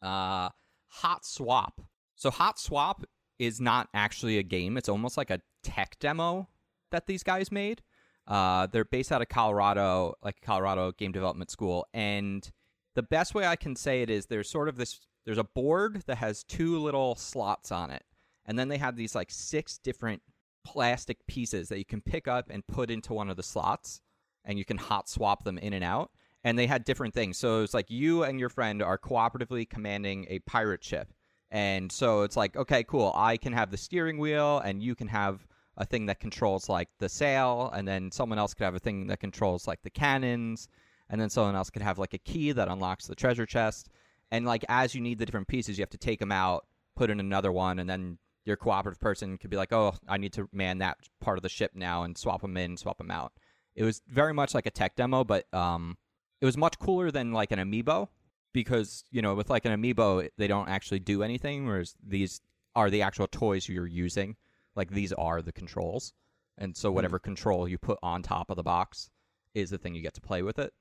Speaker 1: Uh, Hot Swap. So Hot Swap is not actually a game. It's almost like a tech demo that these guys made. Uh, they're based out of Colorado, like Colorado Game Development School, and the best way I can say it is there's sort of this there's a board that has two little slots on it, and then they have these like six different plastic pieces that you can pick up and put into one of the slots, and you can hot swap them in and out. And they had different things. So it's like you and your friend are cooperatively commanding a pirate ship. And so it's like, okay, cool. I can have the steering wheel, and you can have a thing that controls like the sail, and then someone else could have a thing that controls like the cannons, and then someone else could have like a key that unlocks the treasure chest. And like as you need the different pieces, you have to take them out, put in another one, and then your cooperative person could be like, oh, I need to man that part of the ship now and swap them in, swap them out. It was very much like a tech demo, but um, it was much cooler than like an amiibo because you know with like an amiibo they don't actually do anything whereas these are the actual toys you're using like these are the controls and so whatever control you put on top of the box is the thing you get to play with it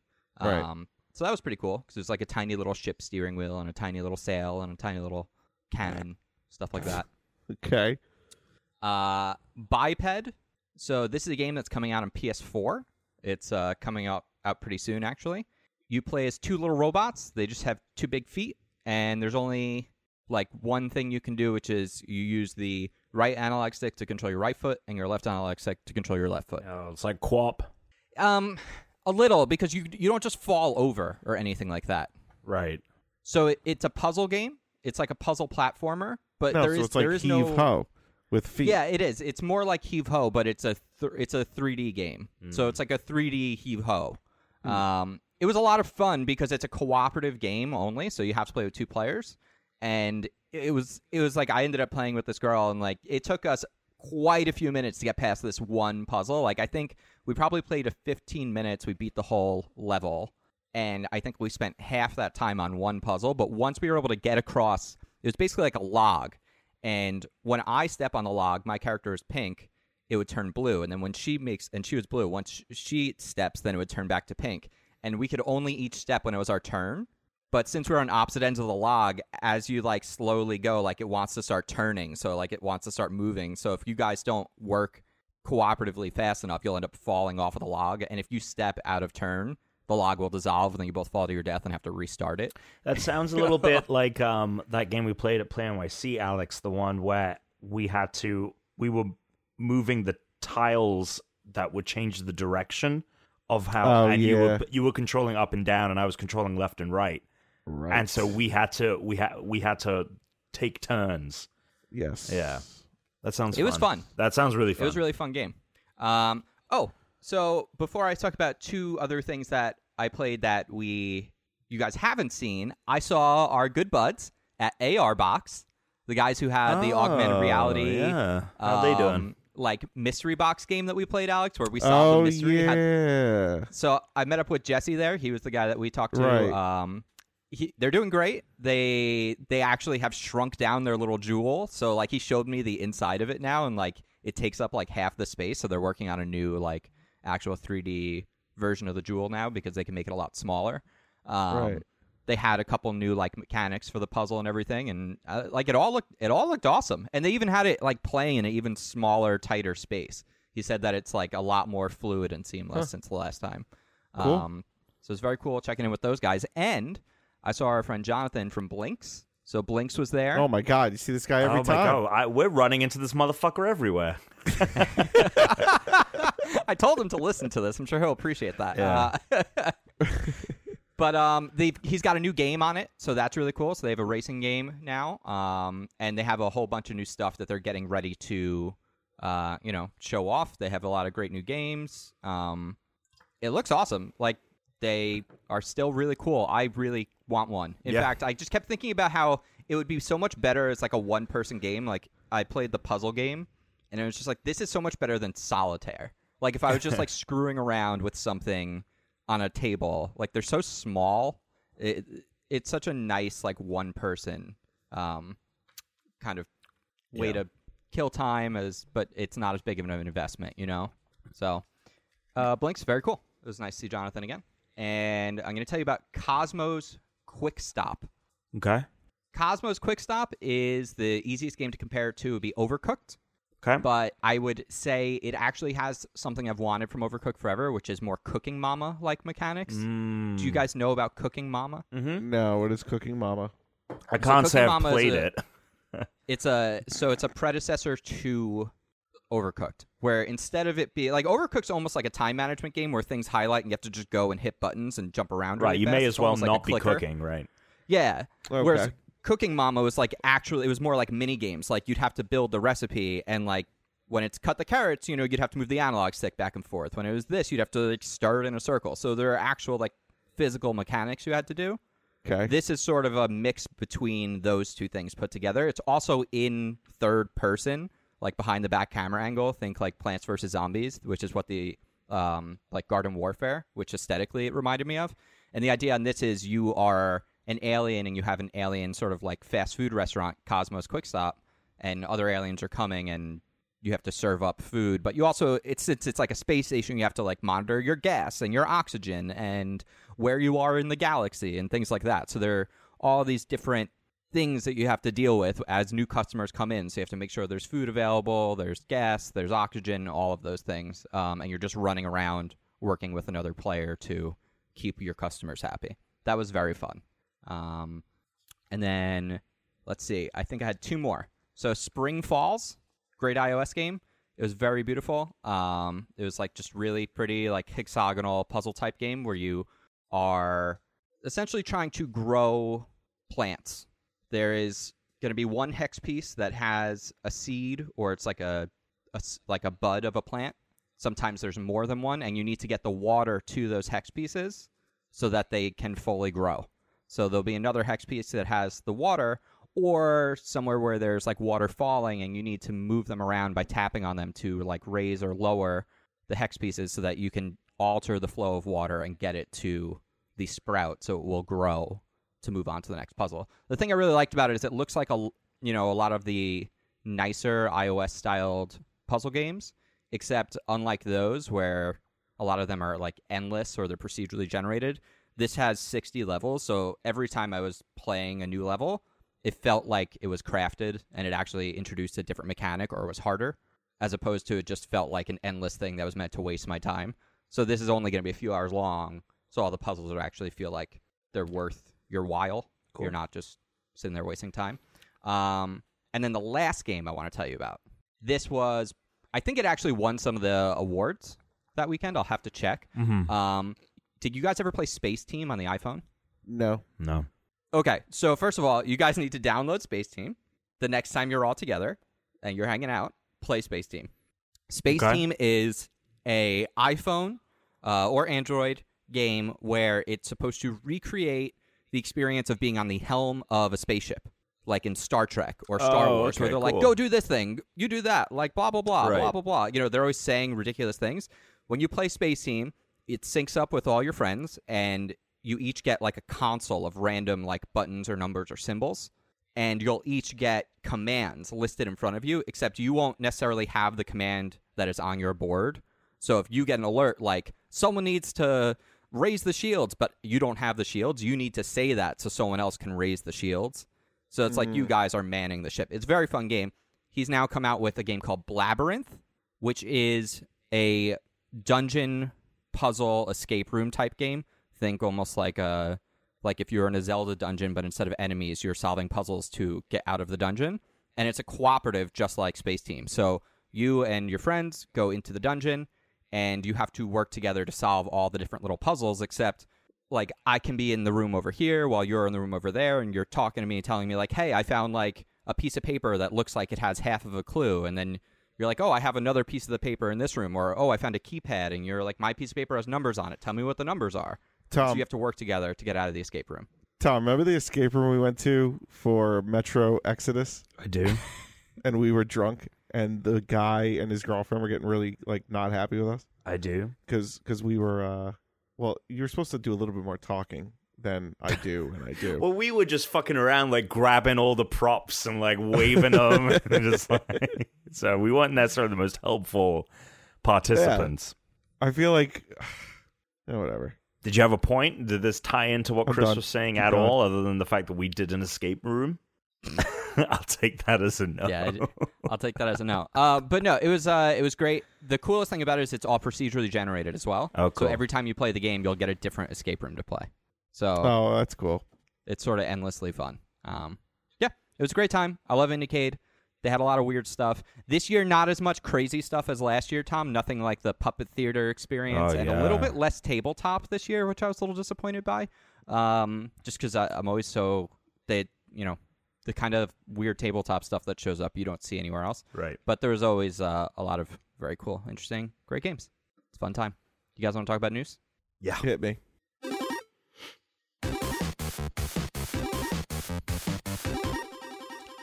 Speaker 3: Right.
Speaker 1: um, so that was pretty cool because it's like a tiny little ship steering wheel and a tiny little sail and a tiny little cannon stuff like that
Speaker 3: Okay.
Speaker 1: uh, Biped. So this is a game that's coming out on PS4. It's uh, coming out out pretty soon, actually. You play as two little robots. They just have two big feet, and there's only like one thing you can do, which is you use the right analog stick to control your right foot and your left analog stick to control your left foot.
Speaker 2: Oh, it's like quap.
Speaker 1: Um, a little because you you don't just fall over or anything like that.
Speaker 2: Right.
Speaker 1: So it, it's a puzzle game. It's like a puzzle platformer, but
Speaker 3: No,
Speaker 1: there
Speaker 3: so
Speaker 1: is
Speaker 3: it's like
Speaker 1: there is
Speaker 3: heave
Speaker 1: no
Speaker 3: ho with feet.
Speaker 1: yeah, it is. It's more like Heave Ho, but it's a th- it's a 3D game. So it's like a 3D Heave Ho. Um, it was a lot of fun because it's a cooperative game only, so you have to play with two players. And it was it was like I ended up playing with this girl, and like it took us quite a few minutes to get past this one puzzle. Like I think we probably played a 15 minutes. We beat the whole level and I think we spent half that time on one puzzle. But once we were able to get across, it was basically like a log. And when I step on the log, my character is pink, it would turn blue. And then when she makes, and she was blue, once sh- she steps, then it would turn back to pink. And we could only each step when it was our turn. But since we're on opposite ends of the log, as you like slowly go, like it wants to start turning. So like it wants to start moving. So if you guys don't work cooperatively fast enough, you'll end up falling off of the log. And if you step out of turn, the log will dissolve, and then you both fall to your death and have to restart it.
Speaker 2: That sounds a
Speaker 3: (laughs)
Speaker 2: little bit like um that game we played at Play NYC, Alex, the one where we had to we were moving the tiles that would change the direction of how
Speaker 3: Oh,
Speaker 2: and you were
Speaker 3: yeah.
Speaker 2: you were controlling up and down and I was controlling left and right.
Speaker 3: Right.
Speaker 2: And so we had to we had we had to take turns.
Speaker 3: yes.
Speaker 2: Yeah. That sounds
Speaker 1: It was fun.
Speaker 2: That sounds really fun.
Speaker 1: It was a really fun game. Um, oh, so before I talk about two other things that I played that we you guys haven't seen, I saw our good buds at AR Box, the guys who had the augmented
Speaker 2: Oh,
Speaker 1: reality.
Speaker 2: Yeah. How they doing?
Speaker 1: um, Like mystery box game that we played, Alex, where we solved
Speaker 3: Oh
Speaker 1: a mystery. had-
Speaker 3: yeah.
Speaker 1: (laughs) so I met up with Jesse there. He was the guy that we talked to.
Speaker 3: Right.
Speaker 1: Um, he, they're doing great. They they actually have shrunk down their little jewel. So like he showed me the inside of it now, and like it takes up like half the space. So they're working on a new like actual 3D version of the jewel now because they can make it a lot smaller. Um,
Speaker 3: Right.
Speaker 1: They had a couple new like mechanics for the puzzle and everything, and uh, like it all looked it all looked awesome. And they even had it like playing in an even smaller, tighter space. He said that it's like a lot more fluid and seamless since the last time.
Speaker 3: Cool.
Speaker 1: Um, so it's very cool checking in with those guys. And I saw our friend Jonathan from Blinks. So Blinks was there.
Speaker 3: Oh my god, you see this guy every
Speaker 2: oh my
Speaker 3: time.
Speaker 2: god, I, we're running into this motherfucker everywhere.
Speaker 1: (laughs) I told him to listen to this. I'm sure he'll appreciate that.
Speaker 2: Yeah.
Speaker 1: Uh, (laughs) but um, they he's got a new game on it, so that's really cool. So they have a racing game now, um, and they have a whole bunch of new stuff that they're getting ready to, uh, you know, show off. They have a lot of great new games. Um, it looks awesome. Like they are still really cool. I really want one. In
Speaker 2: Yeah.
Speaker 1: fact, I just kept thinking about how it would be so much better as like a one person game. Like I played the puzzle game and it was just like this is so much better than solitaire. Like if I was
Speaker 2: (laughs)
Speaker 1: just like screwing around with something on a table, like they're so small. It, it's such a nice like one person um, kind of way
Speaker 2: Yeah.
Speaker 1: to kill time as, but it's not as big of an investment, you know. So, uh, Blink's very cool. It was nice to see Jonathan again, and I'm going to tell you about Cosmos Quick Stop.
Speaker 2: Okay.
Speaker 1: Cosmos Quick Stop is the easiest game to compare it to would be Overcooked,
Speaker 2: Okay.
Speaker 1: but I would say it actually has something I've wanted from Overcooked forever, which is more Cooking Mama like mechanics.
Speaker 2: mm,
Speaker 1: Do you guys know about Cooking Mama?
Speaker 2: Mm-hmm.
Speaker 3: No, it is Cooking Mama.
Speaker 2: I can't say
Speaker 1: Cooking
Speaker 2: I've
Speaker 1: Mama is
Speaker 2: played
Speaker 1: a-
Speaker 2: it.
Speaker 1: It's a so it's a predecessor to Overcooked, where instead of it be like Overcooked's almost like a time management game where things highlight and you have to just go and hit buttons and jump around.
Speaker 2: Right.
Speaker 1: really
Speaker 2: You
Speaker 1: fast.
Speaker 2: may
Speaker 1: It's
Speaker 2: as well
Speaker 1: almost like a
Speaker 2: not be
Speaker 1: clicker.
Speaker 2: cooking. Right.
Speaker 1: Yeah.
Speaker 3: Okay.
Speaker 1: Whereas Cooking Mama was like actually, it was more like mini games. Like you'd have to build the recipe, and like when it's cut the carrots, you know, you'd have to move the analog stick back and forth. When it was this, you'd have to like start in a circle. So there are actual like physical mechanics you had to do.
Speaker 3: Okay.
Speaker 1: This is sort of a mix between those two things put together. It's also in third person, like behind the back camera angle. Think like Plants vs Zombies, which is what the um, like Garden Warfare, which aesthetically it reminded me of. And the idea on this is you are an alien and you have an alien sort of like fast food restaurant, Cosmos Quick Stop, and other aliens are coming and you have to serve up food, but you also it's it's it's like a space station. You have to like monitor your gas and your oxygen and where you are in the galaxy and things like that. So there are all these different things that you have to deal with as new customers come in. So you have to make sure there's food available, there's gas, there's oxygen, all of those things, um, and you're just running around working with another player to keep your customers happy. That was very fun. Um, and then let's see, I think I had two more. So Spring Falls great iOS game. It was very beautiful. Um, it was like just really pretty, like hexagonal puzzle type game where you are essentially trying to grow plants. There is going to be one hex piece that has a seed or it's like a, a s- like a bud of a plant. Sometimes there's more than one, and you need to get the water to those hex pieces so that they can fully grow. So there'll be another hex piece that has the water, or somewhere where there's like water falling, and you need to move them around by tapping on them to like raise or lower the hex pieces so that you can alter the flow of water and get it to the sprout so it will grow to move on to the next puzzle. The thing I really liked about it is it looks like a l- you know a lot of the nicer iOS styled puzzle games, except unlike those where a lot of them are like endless or they're procedurally generated. This has 60 levels, so every time I was playing a new level, it felt like it was crafted and it actually introduced a different mechanic or was harder, as opposed to it just felt like an endless thing that was meant to waste my time. So this is only going to be a few hours long, so all the puzzles are actually feel like they're worth your while. You're not just sitting there wasting time. Um, and then the last game I want to tell you about. This was, I think it actually won some of the awards that weekend. I'll have to check. Um, did you guys ever play Space Team on the iPhone?
Speaker 3: no.
Speaker 2: No.
Speaker 1: Okay, so first of all, you guys need to download Space Team. The next time you're all together and you're hanging out, play Space Team. Space
Speaker 2: Okay.
Speaker 1: Team is a iPhone uh, or Android game where it's supposed to recreate the experience of being on the helm of a spaceship, like in Star Trek or Star
Speaker 2: Oh,
Speaker 1: Wars, where
Speaker 2: okay,
Speaker 1: they're like,
Speaker 2: cool.
Speaker 1: "Go do this thing, you do that," like blah blah blah
Speaker 2: Right.
Speaker 1: blah blah blah. You know, they're always saying ridiculous things. When you play Space Team, it syncs up with all your friends, and you each get like a console of random like buttons or numbers or symbols, and you'll each get commands listed in front of you. Except you won't necessarily have the command that is on your board. So if you get an alert like someone needs to raise the shields, but you don't have the shields, you need to say that so someone else can raise the shields. So it's like you guys are manning the ship. It's a very fun game. He's now come out with a game called Blabyrinth, which is a dungeon puzzle escape room type game. Think almost like a like if you're in a Zelda dungeon, but instead of enemies, you're solving puzzles to get out of the dungeon. And it's a cooperative, just like Space Team. So you and your friends go into the dungeon, and you have to work together to solve all the different little puzzles. Except, like, I can be in the room over here while you're in the room over there, and you're talking to me and telling me, like, hey, I found, like, a piece of paper that looks like it has half of a clue. And then you're like, oh, I have another piece of the paper in this room. Or, oh, I found a keypad. And you're like, my piece of paper has numbers on it. Tell me what the numbers are. so
Speaker 3: Tom,
Speaker 1: you have to work together to get out of the escape room.
Speaker 3: Tom, remember the escape room we went to for Metro Exodus,
Speaker 2: I do.
Speaker 3: and we were drunk, and the guy and his girlfriend were getting really like not happy with us
Speaker 2: I do.
Speaker 3: because because we were uh well you're supposed to do a little bit more talking than I do and I (laughs) do.
Speaker 2: Well, we were just fucking around, like grabbing all the props and like waving them. (laughs) and just, like, so we weren't necessarily the most helpful participants.
Speaker 3: I feel like (sighs) oh, whatever.
Speaker 2: Did you have a point? Did this tie into what
Speaker 3: I'm
Speaker 2: Chris
Speaker 3: done.
Speaker 2: was saying
Speaker 3: I'm
Speaker 2: at
Speaker 3: done.
Speaker 2: all, other than the fact that we did an escape (laughs) room? I'll take that as a no. Oh,
Speaker 1: Yeah,
Speaker 2: (laughs)
Speaker 1: I d- I'll take that as a no. Uh, but no, it was uh, it was great. The coolest thing about it is it's all procedurally generated as well.
Speaker 2: Oh, cool.
Speaker 1: So every time you play the game, you'll get a different escape room to play. So
Speaker 3: Oh, that's cool.
Speaker 1: it's sort of endlessly fun. Um, yeah, it was a great time. I love Indicade. They had a lot of weird stuff this year. Not as much crazy stuff as last year, Tom. Nothing like the puppet theater experience,
Speaker 2: Oh,
Speaker 1: and a
Speaker 2: yeah.
Speaker 1: little bit less tabletop this year, which I was a little disappointed by. Um, just because I'm always so they, you know, the kind of weird tabletop stuff that shows up you don't see anywhere else.
Speaker 2: right.
Speaker 1: But there was always uh, a lot of very cool, interesting, great games. It's a fun time. You guys want to talk about news?
Speaker 2: Yeah.
Speaker 3: Hit me.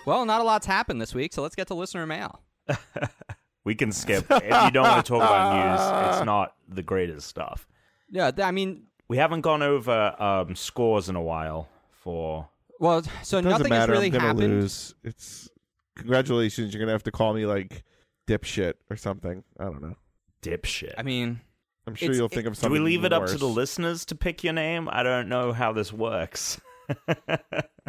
Speaker 1: Well, not a lot's happened this week, so let's get to listener mail.
Speaker 2: We can (laughs) skip. if you don't want to talk about news, it's not the greatest stuff.
Speaker 1: Yeah, th- I mean,
Speaker 2: We haven't gone over um, scores in a while for.
Speaker 1: well, so
Speaker 3: Doesn't
Speaker 1: nothing has
Speaker 3: matter.
Speaker 1: really
Speaker 3: I'm gonna
Speaker 1: happened.
Speaker 3: lose. It's congratulations. You're gonna have to call me like dipshit or something. I don't know.
Speaker 2: Dipshit.
Speaker 1: I mean,
Speaker 3: I'm sure
Speaker 1: It's-
Speaker 3: you'll
Speaker 1: it-
Speaker 3: think of
Speaker 2: Do
Speaker 3: something.
Speaker 2: we leave it up to the
Speaker 3: worse.
Speaker 2: listeners to pick your name? I don't know how this works.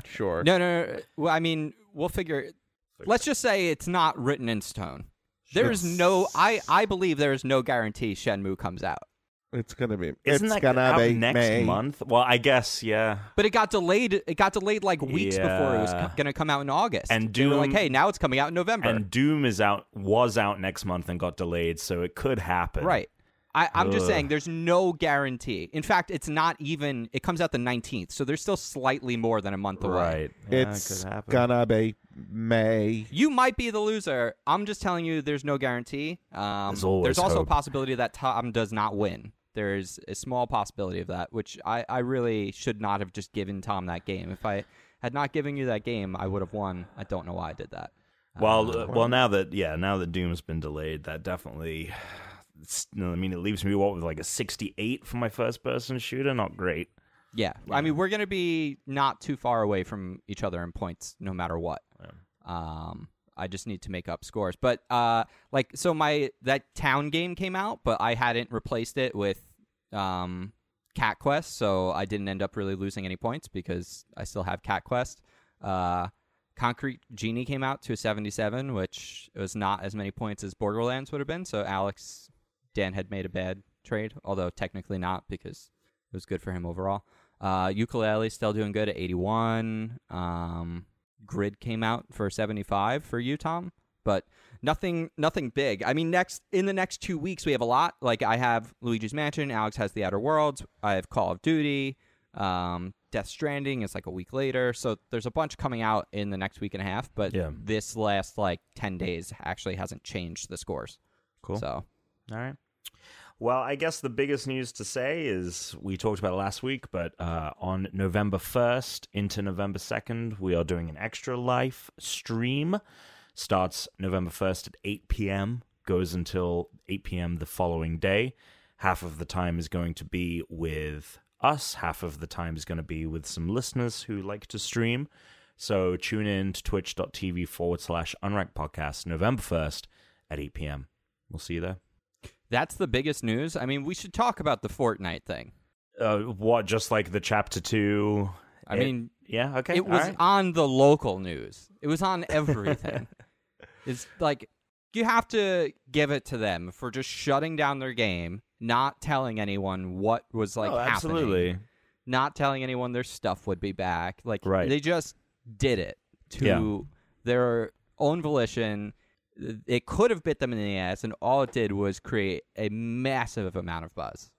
Speaker 3: Sure.
Speaker 1: no, no, no. Well, I mean, we'll figure. (laughs) Let's just say it's not written in stone. There is
Speaker 3: It's-
Speaker 1: no. I I believe there is no guarantee Shenmue comes out,
Speaker 3: It's gonna be.
Speaker 2: Isn't
Speaker 3: it's
Speaker 2: that
Speaker 3: gonna
Speaker 2: out
Speaker 3: be
Speaker 2: next
Speaker 3: me.
Speaker 2: month? Well, I guess yeah.
Speaker 1: but it got delayed. It got delayed like weeks before it was
Speaker 2: Yeah.
Speaker 1: co- going to come out in August.
Speaker 2: And
Speaker 1: They were like,
Speaker 2: Doom-
Speaker 1: hey, now it's coming out in November.
Speaker 2: And Doom is out, was out next month and got delayed, so it could happen.
Speaker 1: Right. I, I'm just
Speaker 2: Ugh.
Speaker 1: saying there's no guarantee. In fact, it's not even, it comes out the 19th, so there's still slightly more than a month away.
Speaker 2: Right. Yeah, it
Speaker 3: It's
Speaker 2: could happen.
Speaker 3: gonna be May.
Speaker 1: You might be the loser. I'm just telling you there's no guarantee. Um,
Speaker 2: There's always
Speaker 1: there's also
Speaker 2: hope.
Speaker 1: a possibility that Tom does not win. There's a small possibility of that, which I, I really should not have just given Tom that game. If I had not given you that game, I would have won. I don't know why I did that.
Speaker 2: Well, uh, well, now that yeah, now that Doom's been delayed, that definitely. (sighs) it's- no, I mean, it leaves me what with like a sixty-eight for my first-person shooter. Not great.
Speaker 1: Yeah. I mean, we're going to be not too far away from each other in points no matter what. Um, I just need to make up scores. But uh, like, so my that town game came out, but I hadn't replaced it with um, Cat Quest, so I didn't end up really losing any points because I still have Cat Quest. Uh, Concrete Genie came out to a 77, which was not as many points as Borderlands would have been. So Alex Dan had made a bad trade, although technically not because it was good for him overall. Uh, ukulele still doing good at 81. Um, Grid came out for 75 for you, Tom, but nothing, nothing big. I mean, next in the next two weeks we have a lot. Like I have Luigi's Mansion. Alex has The Outer Worlds. I have Call of Duty. Um, Death Stranding is like a week later, so there's a bunch coming out in the next week and a half. But
Speaker 2: Yeah.
Speaker 1: this last like 10 days actually hasn't changed the scores.
Speaker 2: Cool.
Speaker 1: So
Speaker 2: All right. Well, I guess the biggest news to say is we talked about it last week, but uh, on November 1st into November 2nd, we are doing an extra life stream. Starts November 1st at 8 p.m., goes until 8 p.m. the following day. Half of the time is going to be with us, half of the time is going to be with some listeners who like to stream. So tune in to twitch.tv forward slash unranked podcast November 1st at 8 p.m. We'll see you there.
Speaker 1: that's the biggest news. I mean, we should talk about the Fortnite thing.
Speaker 2: Uh, what? Just like the chapter two?
Speaker 1: I
Speaker 2: It-
Speaker 1: mean,
Speaker 2: yeah. Okay.
Speaker 1: it was
Speaker 2: alright.
Speaker 1: on the local news. It was on
Speaker 2: (laughs)
Speaker 1: everything. it's like you have to give it to them for just shutting down their game, not telling anyone what was like
Speaker 2: Oh,
Speaker 1: happening,
Speaker 2: absolutely.
Speaker 1: not telling anyone their stuff would be back. Like
Speaker 2: Right.
Speaker 1: they just did it to
Speaker 2: Yeah.
Speaker 1: their own volition. It could have bit them in the ass, and all it did was create a massive amount of buzz.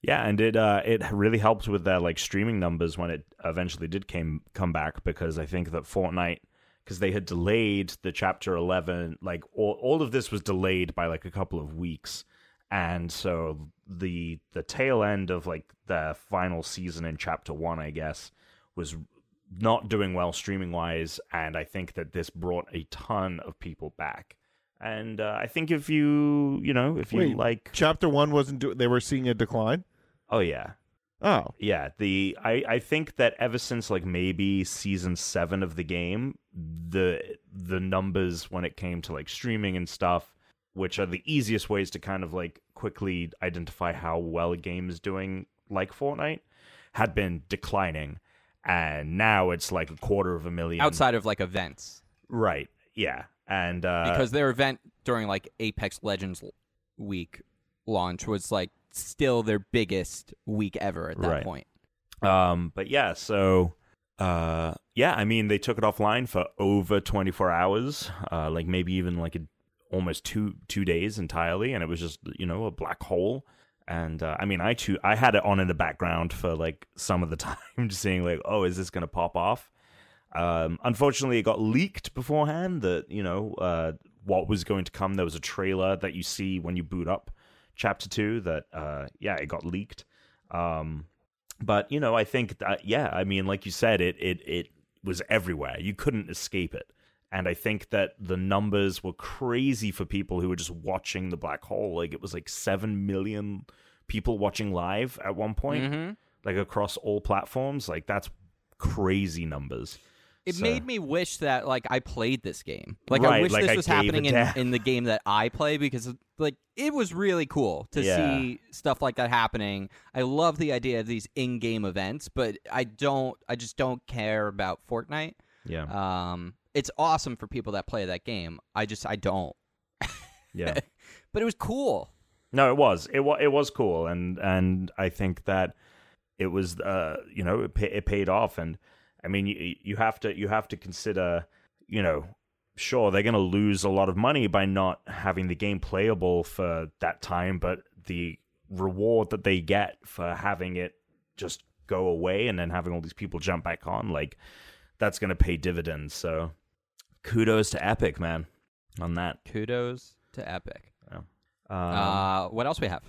Speaker 2: Yeah, and it uh, it really helped with their like streaming numbers when it eventually did came come back because I think that Fortnite because they had delayed the chapter eleven like all, all of this was delayed by like a couple of weeks, and so the the tail end of like the final season in chapter one I guess was not doing well streaming wise, and I think that this brought a ton of people back And uh, I think if you, you know, if you
Speaker 3: Wait.
Speaker 2: like,
Speaker 3: Chapter one wasn't doing. They were seeing a decline.
Speaker 2: oh yeah,
Speaker 3: Oh,
Speaker 2: yeah. The I I think that ever since like maybe season seven of the game, the the numbers when it came to like streaming and stuff, which are the easiest ways to kind of like quickly identify how well a game is doing, like Fortnite, had been declining, and now it's like a quarter of a million
Speaker 1: outside of like events
Speaker 2: Right. Yeah. And uh,
Speaker 1: because their event during like Apex Legends l- week launch was like still their biggest week ever at that
Speaker 2: Right.
Speaker 1: point.
Speaker 2: Um, but yeah, so uh, yeah, I mean, they took it offline for over 24 hours, uh, like maybe even like a, almost two two days entirely, and it was just you know a black hole. And uh, I mean, I too, I had it on in the background for like some of the (laughs) time, just seeing like, oh, is this gonna pop off? Um, unfortunately, it got leaked beforehand that you know uh, what was going to come. There was a trailer that you see when you boot up Chapter Two. That uh, yeah, it got leaked. Um, but you know i think that yeah i mean like you said it it it was everywhere you couldn't escape it and i think that the numbers were crazy for people who were just watching the black hole like it was like 7 million people watching live at one point
Speaker 1: Mhm.
Speaker 2: like across all platforms like that's crazy numbers
Speaker 1: It
Speaker 2: So-
Speaker 1: made me wish that like I played this game. Like I
Speaker 2: Right,
Speaker 1: wish
Speaker 2: like
Speaker 1: this
Speaker 2: I
Speaker 1: was
Speaker 2: gave a
Speaker 1: happening in,
Speaker 2: damn.
Speaker 1: in the game that I play because like it was really cool to
Speaker 2: Yeah.
Speaker 1: see stuff like that happening. I love the idea of these in-game events, but I don't I just don't care about Fortnite.
Speaker 2: yeah
Speaker 1: Um it's awesome for people that play that game. I just I don't.
Speaker 2: yeah
Speaker 1: But it was cool.
Speaker 2: No, it was it was it was cool, and and I think that it was uh you know it, pa- it paid off, and I mean you you have to you have to consider you know sure they're going to lose a lot of money by not having the game playable for that time, but the reward that they get for having it just go away and then having all these people jump back on like that's going to pay dividends. So kudos to Epic, man, on that.
Speaker 1: Kudos to Epic.
Speaker 2: Um,
Speaker 1: uh what else we have?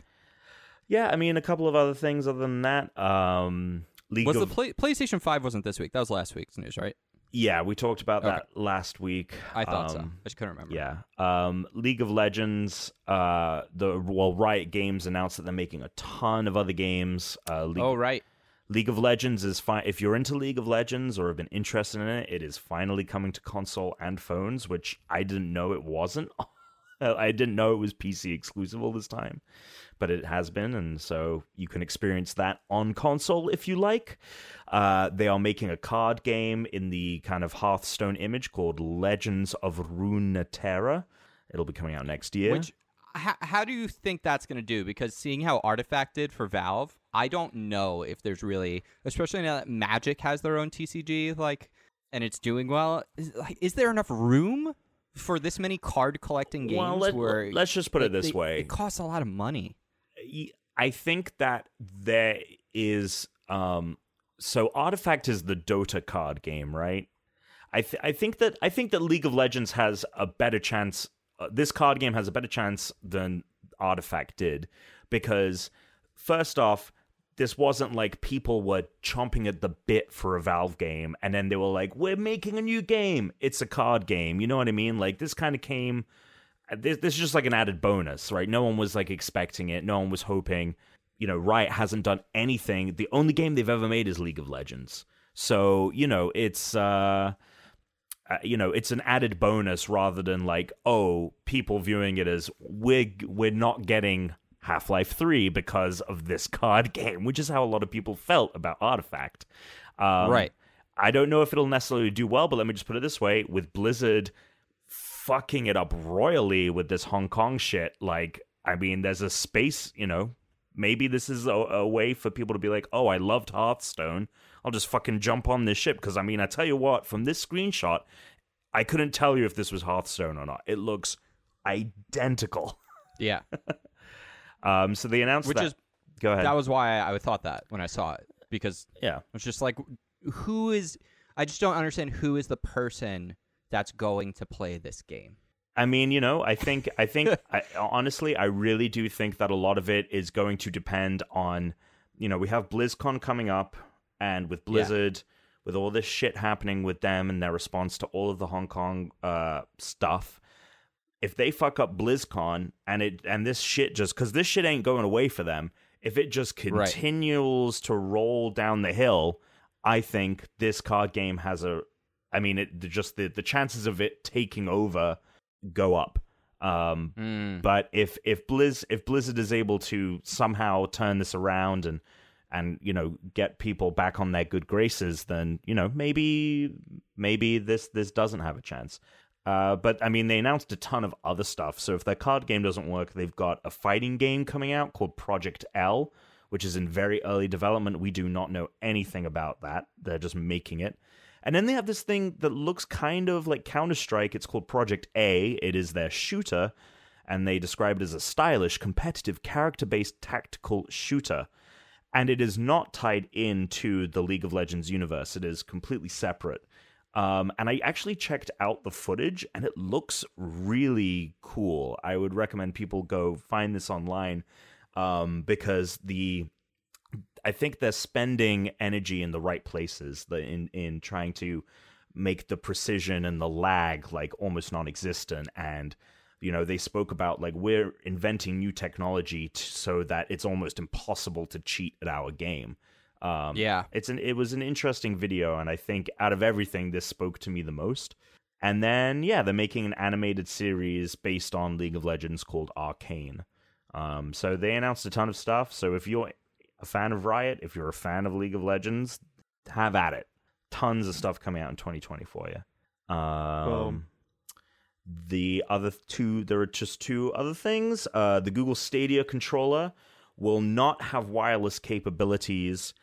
Speaker 2: Yeah, I mean a couple of other things other than that. Um League
Speaker 1: Was
Speaker 2: of
Speaker 1: the play- PlayStation 5 wasn't this week. That was last week's news, right?
Speaker 2: Yeah, we talked about
Speaker 1: Okay.
Speaker 2: that last week.
Speaker 1: I thought so.
Speaker 2: Um,
Speaker 1: I just couldn't remember.
Speaker 2: Yeah. Um League of Legends, uh the well Riot Games announced that they're making a ton of other games. Uh League,
Speaker 1: Oh right.
Speaker 2: League of Legends is fine if you're into League of Legends or have been interested in it, it is finally coming to console and phones, which I didn't know it wasn't. (laughs) I didn't know it was PC exclusive all this time, but it has been, and so you can experience that on console if you like. Uh, they are making a card game in the kind of Hearthstone image called Legends of Runeterra. It'll be coming out next year.
Speaker 1: Which how, how do you think that's going to do? Because seeing how Artifact did for Valve, I don't know if there's really, especially now that Magic has their own TCG, like, and it's doing well. Is, like, is there enough room for this many card collecting games?
Speaker 2: well, let,
Speaker 1: where
Speaker 2: us just put
Speaker 1: like,
Speaker 2: it this
Speaker 1: they-
Speaker 2: way:
Speaker 1: it costs a lot of money.
Speaker 2: I think that there is um so Artifact is the Dota card game, right? I th- I think that I think that League of Legends has a better chance uh, this card game has a better chance than Artifact did because first off this wasn't like people were chomping at the bit for a Valve game and then they were like we're making a new game. It's a card game. You know what I mean? Like this kind of came Uh, this, this is just like an added bonus, right? No one was like expecting it. No one was hoping. You know, Riot hasn't done anything. The only game they've ever made is League of Legends. So you know, it's uh, uh, you know, it's an added bonus rather than like, oh, people viewing it as we're we're not getting Half Life Three because of this (laughs) card game, which is how a lot of people felt about Artifact. Um,
Speaker 1: Right.
Speaker 2: I don't know if it'll necessarily do well, but let me just put it this way: with Blizzard fucking it up royally with this Hong Kong shit. Like, I mean, there's a space, you know. Maybe this is a, a way for people to be like, "Oh, I loved Hearthstone. I'll just fucking jump on this ship." Because I mean, I tell you what, from this screenshot, I couldn't tell you if this was Hearthstone or not. It looks identical.
Speaker 1: Yeah,
Speaker 2: Um, so they announced
Speaker 1: which
Speaker 2: that.
Speaker 1: is
Speaker 2: Go ahead.
Speaker 1: that was why I, I thought that when I saw it because
Speaker 2: yeah.
Speaker 1: I was just like, who is? I just don't understand who is the person that's going to play this game.
Speaker 2: I mean, you know, I think, I think, I, honestly, I really do think that a lot of it is going to depend on, you know, we have BlizzCon coming up, and with Blizzard, with all this shit happening with them and their response to all of the Hong Kong uh, stuff, if they fuck up BlizzCon and it and this shit just because this shit ain't going away for them, if it just
Speaker 1: Right.
Speaker 2: continues to roll down the hill, I think this card game has a. I mean, it just the the chances of it taking over go up. Um,
Speaker 1: Mm.
Speaker 2: but if if Blizz if Blizzard is able to somehow turn this around and and you know get people back on their good graces, then you know maybe maybe this this doesn't have a chance. Uh, but I mean, they announced a ton of other stuff. So if their card game doesn't work, they've got a fighting game coming out called Project L, which is in very early development. We do not know anything about that. They're just making it. And then they have this thing that looks kind of like Counter Strike. It's called Project A. It is their shooter, and they describe it as a stylish, competitive, character based tactical shooter. And it is not tied into the League of Legends universe, it is completely separate. Um, and I actually checked out the footage, and it looks really cool. I would recommend people go find this online um, because the I think they're spending energy in the right places the, in in trying to make the precision and the lag like almost non-existent and you know they spoke about like we're inventing new technology t- so that it's almost impossible to cheat at our game um
Speaker 1: Yeah.
Speaker 2: it's an it was an interesting video and i think out of everything this spoke to me the most and then yeah they're making an animated series based on league of legends called arcane um so they announced a ton of stuff so if you're a fan of riot if you're a fan of league of legends have at it tons of stuff coming out in 2020 for you um
Speaker 3: Boom.
Speaker 2: the other th- two there are just two other things uh the google stadia controller will not have wireless capabilities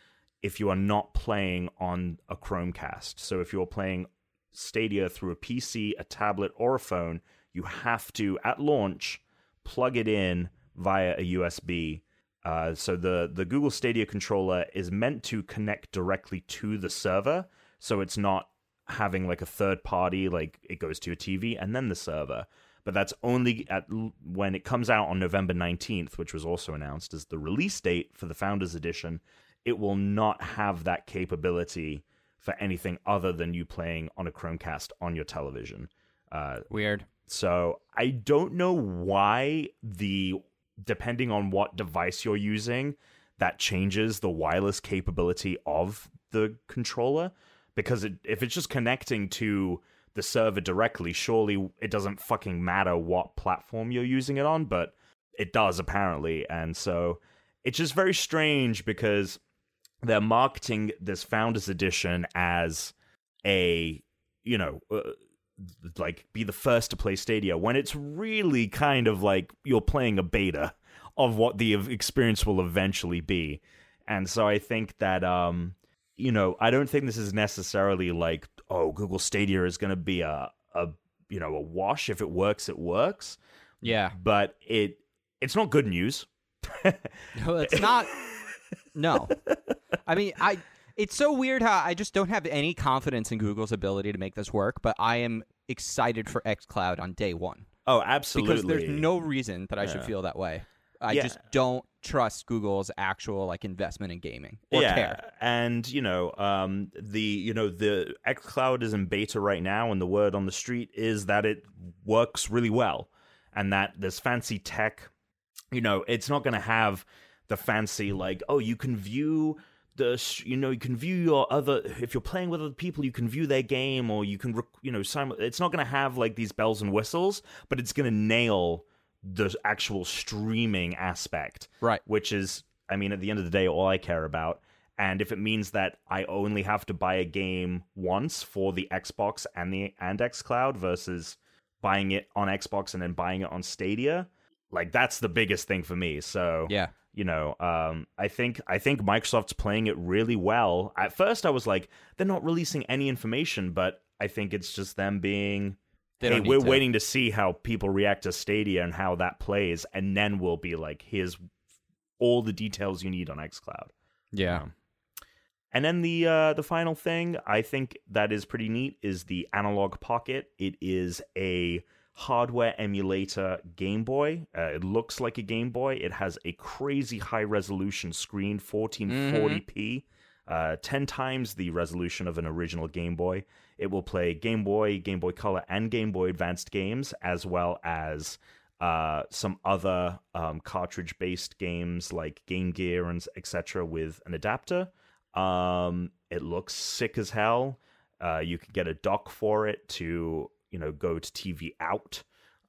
Speaker 2: if you are not playing on a Chromecast. So if you're playing Stadia through a PC, a tablet, or a phone, you have to at launch plug it in via a USB. Uh, so the the Google Stadia controller is meant to connect directly to the server, so it's not having like a third party like it goes to your TV and then the server. But that's only at l- when it comes out on November 19th, which was also announced as the release date for the Founders Edition it will not have that capability for anything other than you playing on a Chromecast on your television. Uh,
Speaker 1: Weird.
Speaker 2: so I don't know why the depending on what device you're using, that changes the wireless capability of the controller. Because it, if it's just connecting to the server directly, surely it doesn't fucking matter what platform you're using it on, but it does apparently. And so it's just very strange because they're marketing this Founders Edition as a, you know, uh, like be the first to play Stadia when it's really kind of like you're playing a beta of what the ev- experience will eventually be. And so I think that um you know, I don't think this is necessarily like oh Google Stadia is going to be a a you know, a wash if it works it works,
Speaker 1: (laughs) Yeah.
Speaker 2: but it it's not good news.
Speaker 1: No, it's not. No. I mean, I. It's so weird how I just don't have any confidence in Google's ability to make this work, but I am excited for xCloud on day one
Speaker 2: (laughs) Oh, absolutely.
Speaker 1: because there's no reason that I should
Speaker 2: Yeah.
Speaker 1: feel that way. I
Speaker 2: Yeah.
Speaker 1: just don't trust Google's actual like investment in gaming or
Speaker 2: yeah,
Speaker 1: care.
Speaker 2: and you know, um, the you know the xCloud is in beta right now, and the word on the street is that it works really well, and that this fancy tech, you know, it's not going to have the fancy like oh you can view the s- you know you can view your other if you're playing with other people you can view their game or you can rec- you know sim- it's not going to have like these bells and whistles, but it's going to nail the actual streaming aspect
Speaker 1: Right.
Speaker 2: which is i mean at the end of the day all i care about and if it means that i only have to buy a game once for the xbox and the and xcloud versus buying it on xbox and then buying it on stadia like that's the biggest thing for me so
Speaker 1: Yeah.
Speaker 2: you know um, i think i think microsoft's playing it really well at first i was like they're not releasing any information but i think it's just them being
Speaker 1: They
Speaker 2: hey
Speaker 1: don't need
Speaker 2: we're
Speaker 1: to.
Speaker 2: waiting to see how people react to stadia and how that plays and then we'll be like here's all the details you need on xcloud
Speaker 1: Yeah.
Speaker 2: Um, and then the uh, the final thing I think that is pretty neat is the Analog Pocket. It is a hardware emulator Game Boy. Uh, it looks like a Game Boy. It has a crazy high resolution screen, 1440p, uh, ten times the resolution of an original Game Boy. It will play Game Boy, Game Boy Color, and Game Boy Advanced games, as well as uh, some other um, cartridge-based games like Game Gear and etc. with an adapter. Um, it looks sick as hell. Uh, you can get a dock for it to you know go to TV out.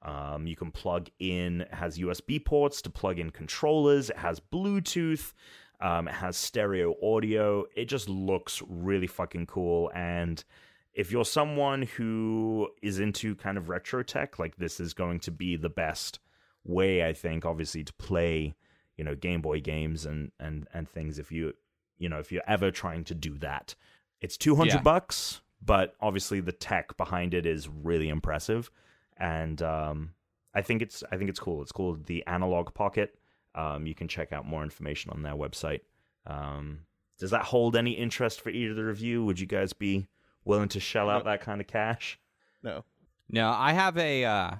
Speaker 2: Um, you can plug in. It has USB ports to plug in controllers. It has Bluetooth. Um, it has stereo audio. It just looks really fucking cool. And if you're someone who is into kind of retro tech, like this is going to be the best way, I think, obviously, to play, you know, Game Boy games and and and things. If you, you know, if you're ever trying to do that, it's two hundred
Speaker 1: Yeah.
Speaker 2: bucks, but obviously the tech behind it is really impressive, and um, I think it's I think it's cool. It's called the Analog Pocket. Um, you can check out more information on their website. Um, does that hold any interest for either of you? Would you guys be willing to shell out that kind of cash?
Speaker 3: No.
Speaker 1: No, I have a uh,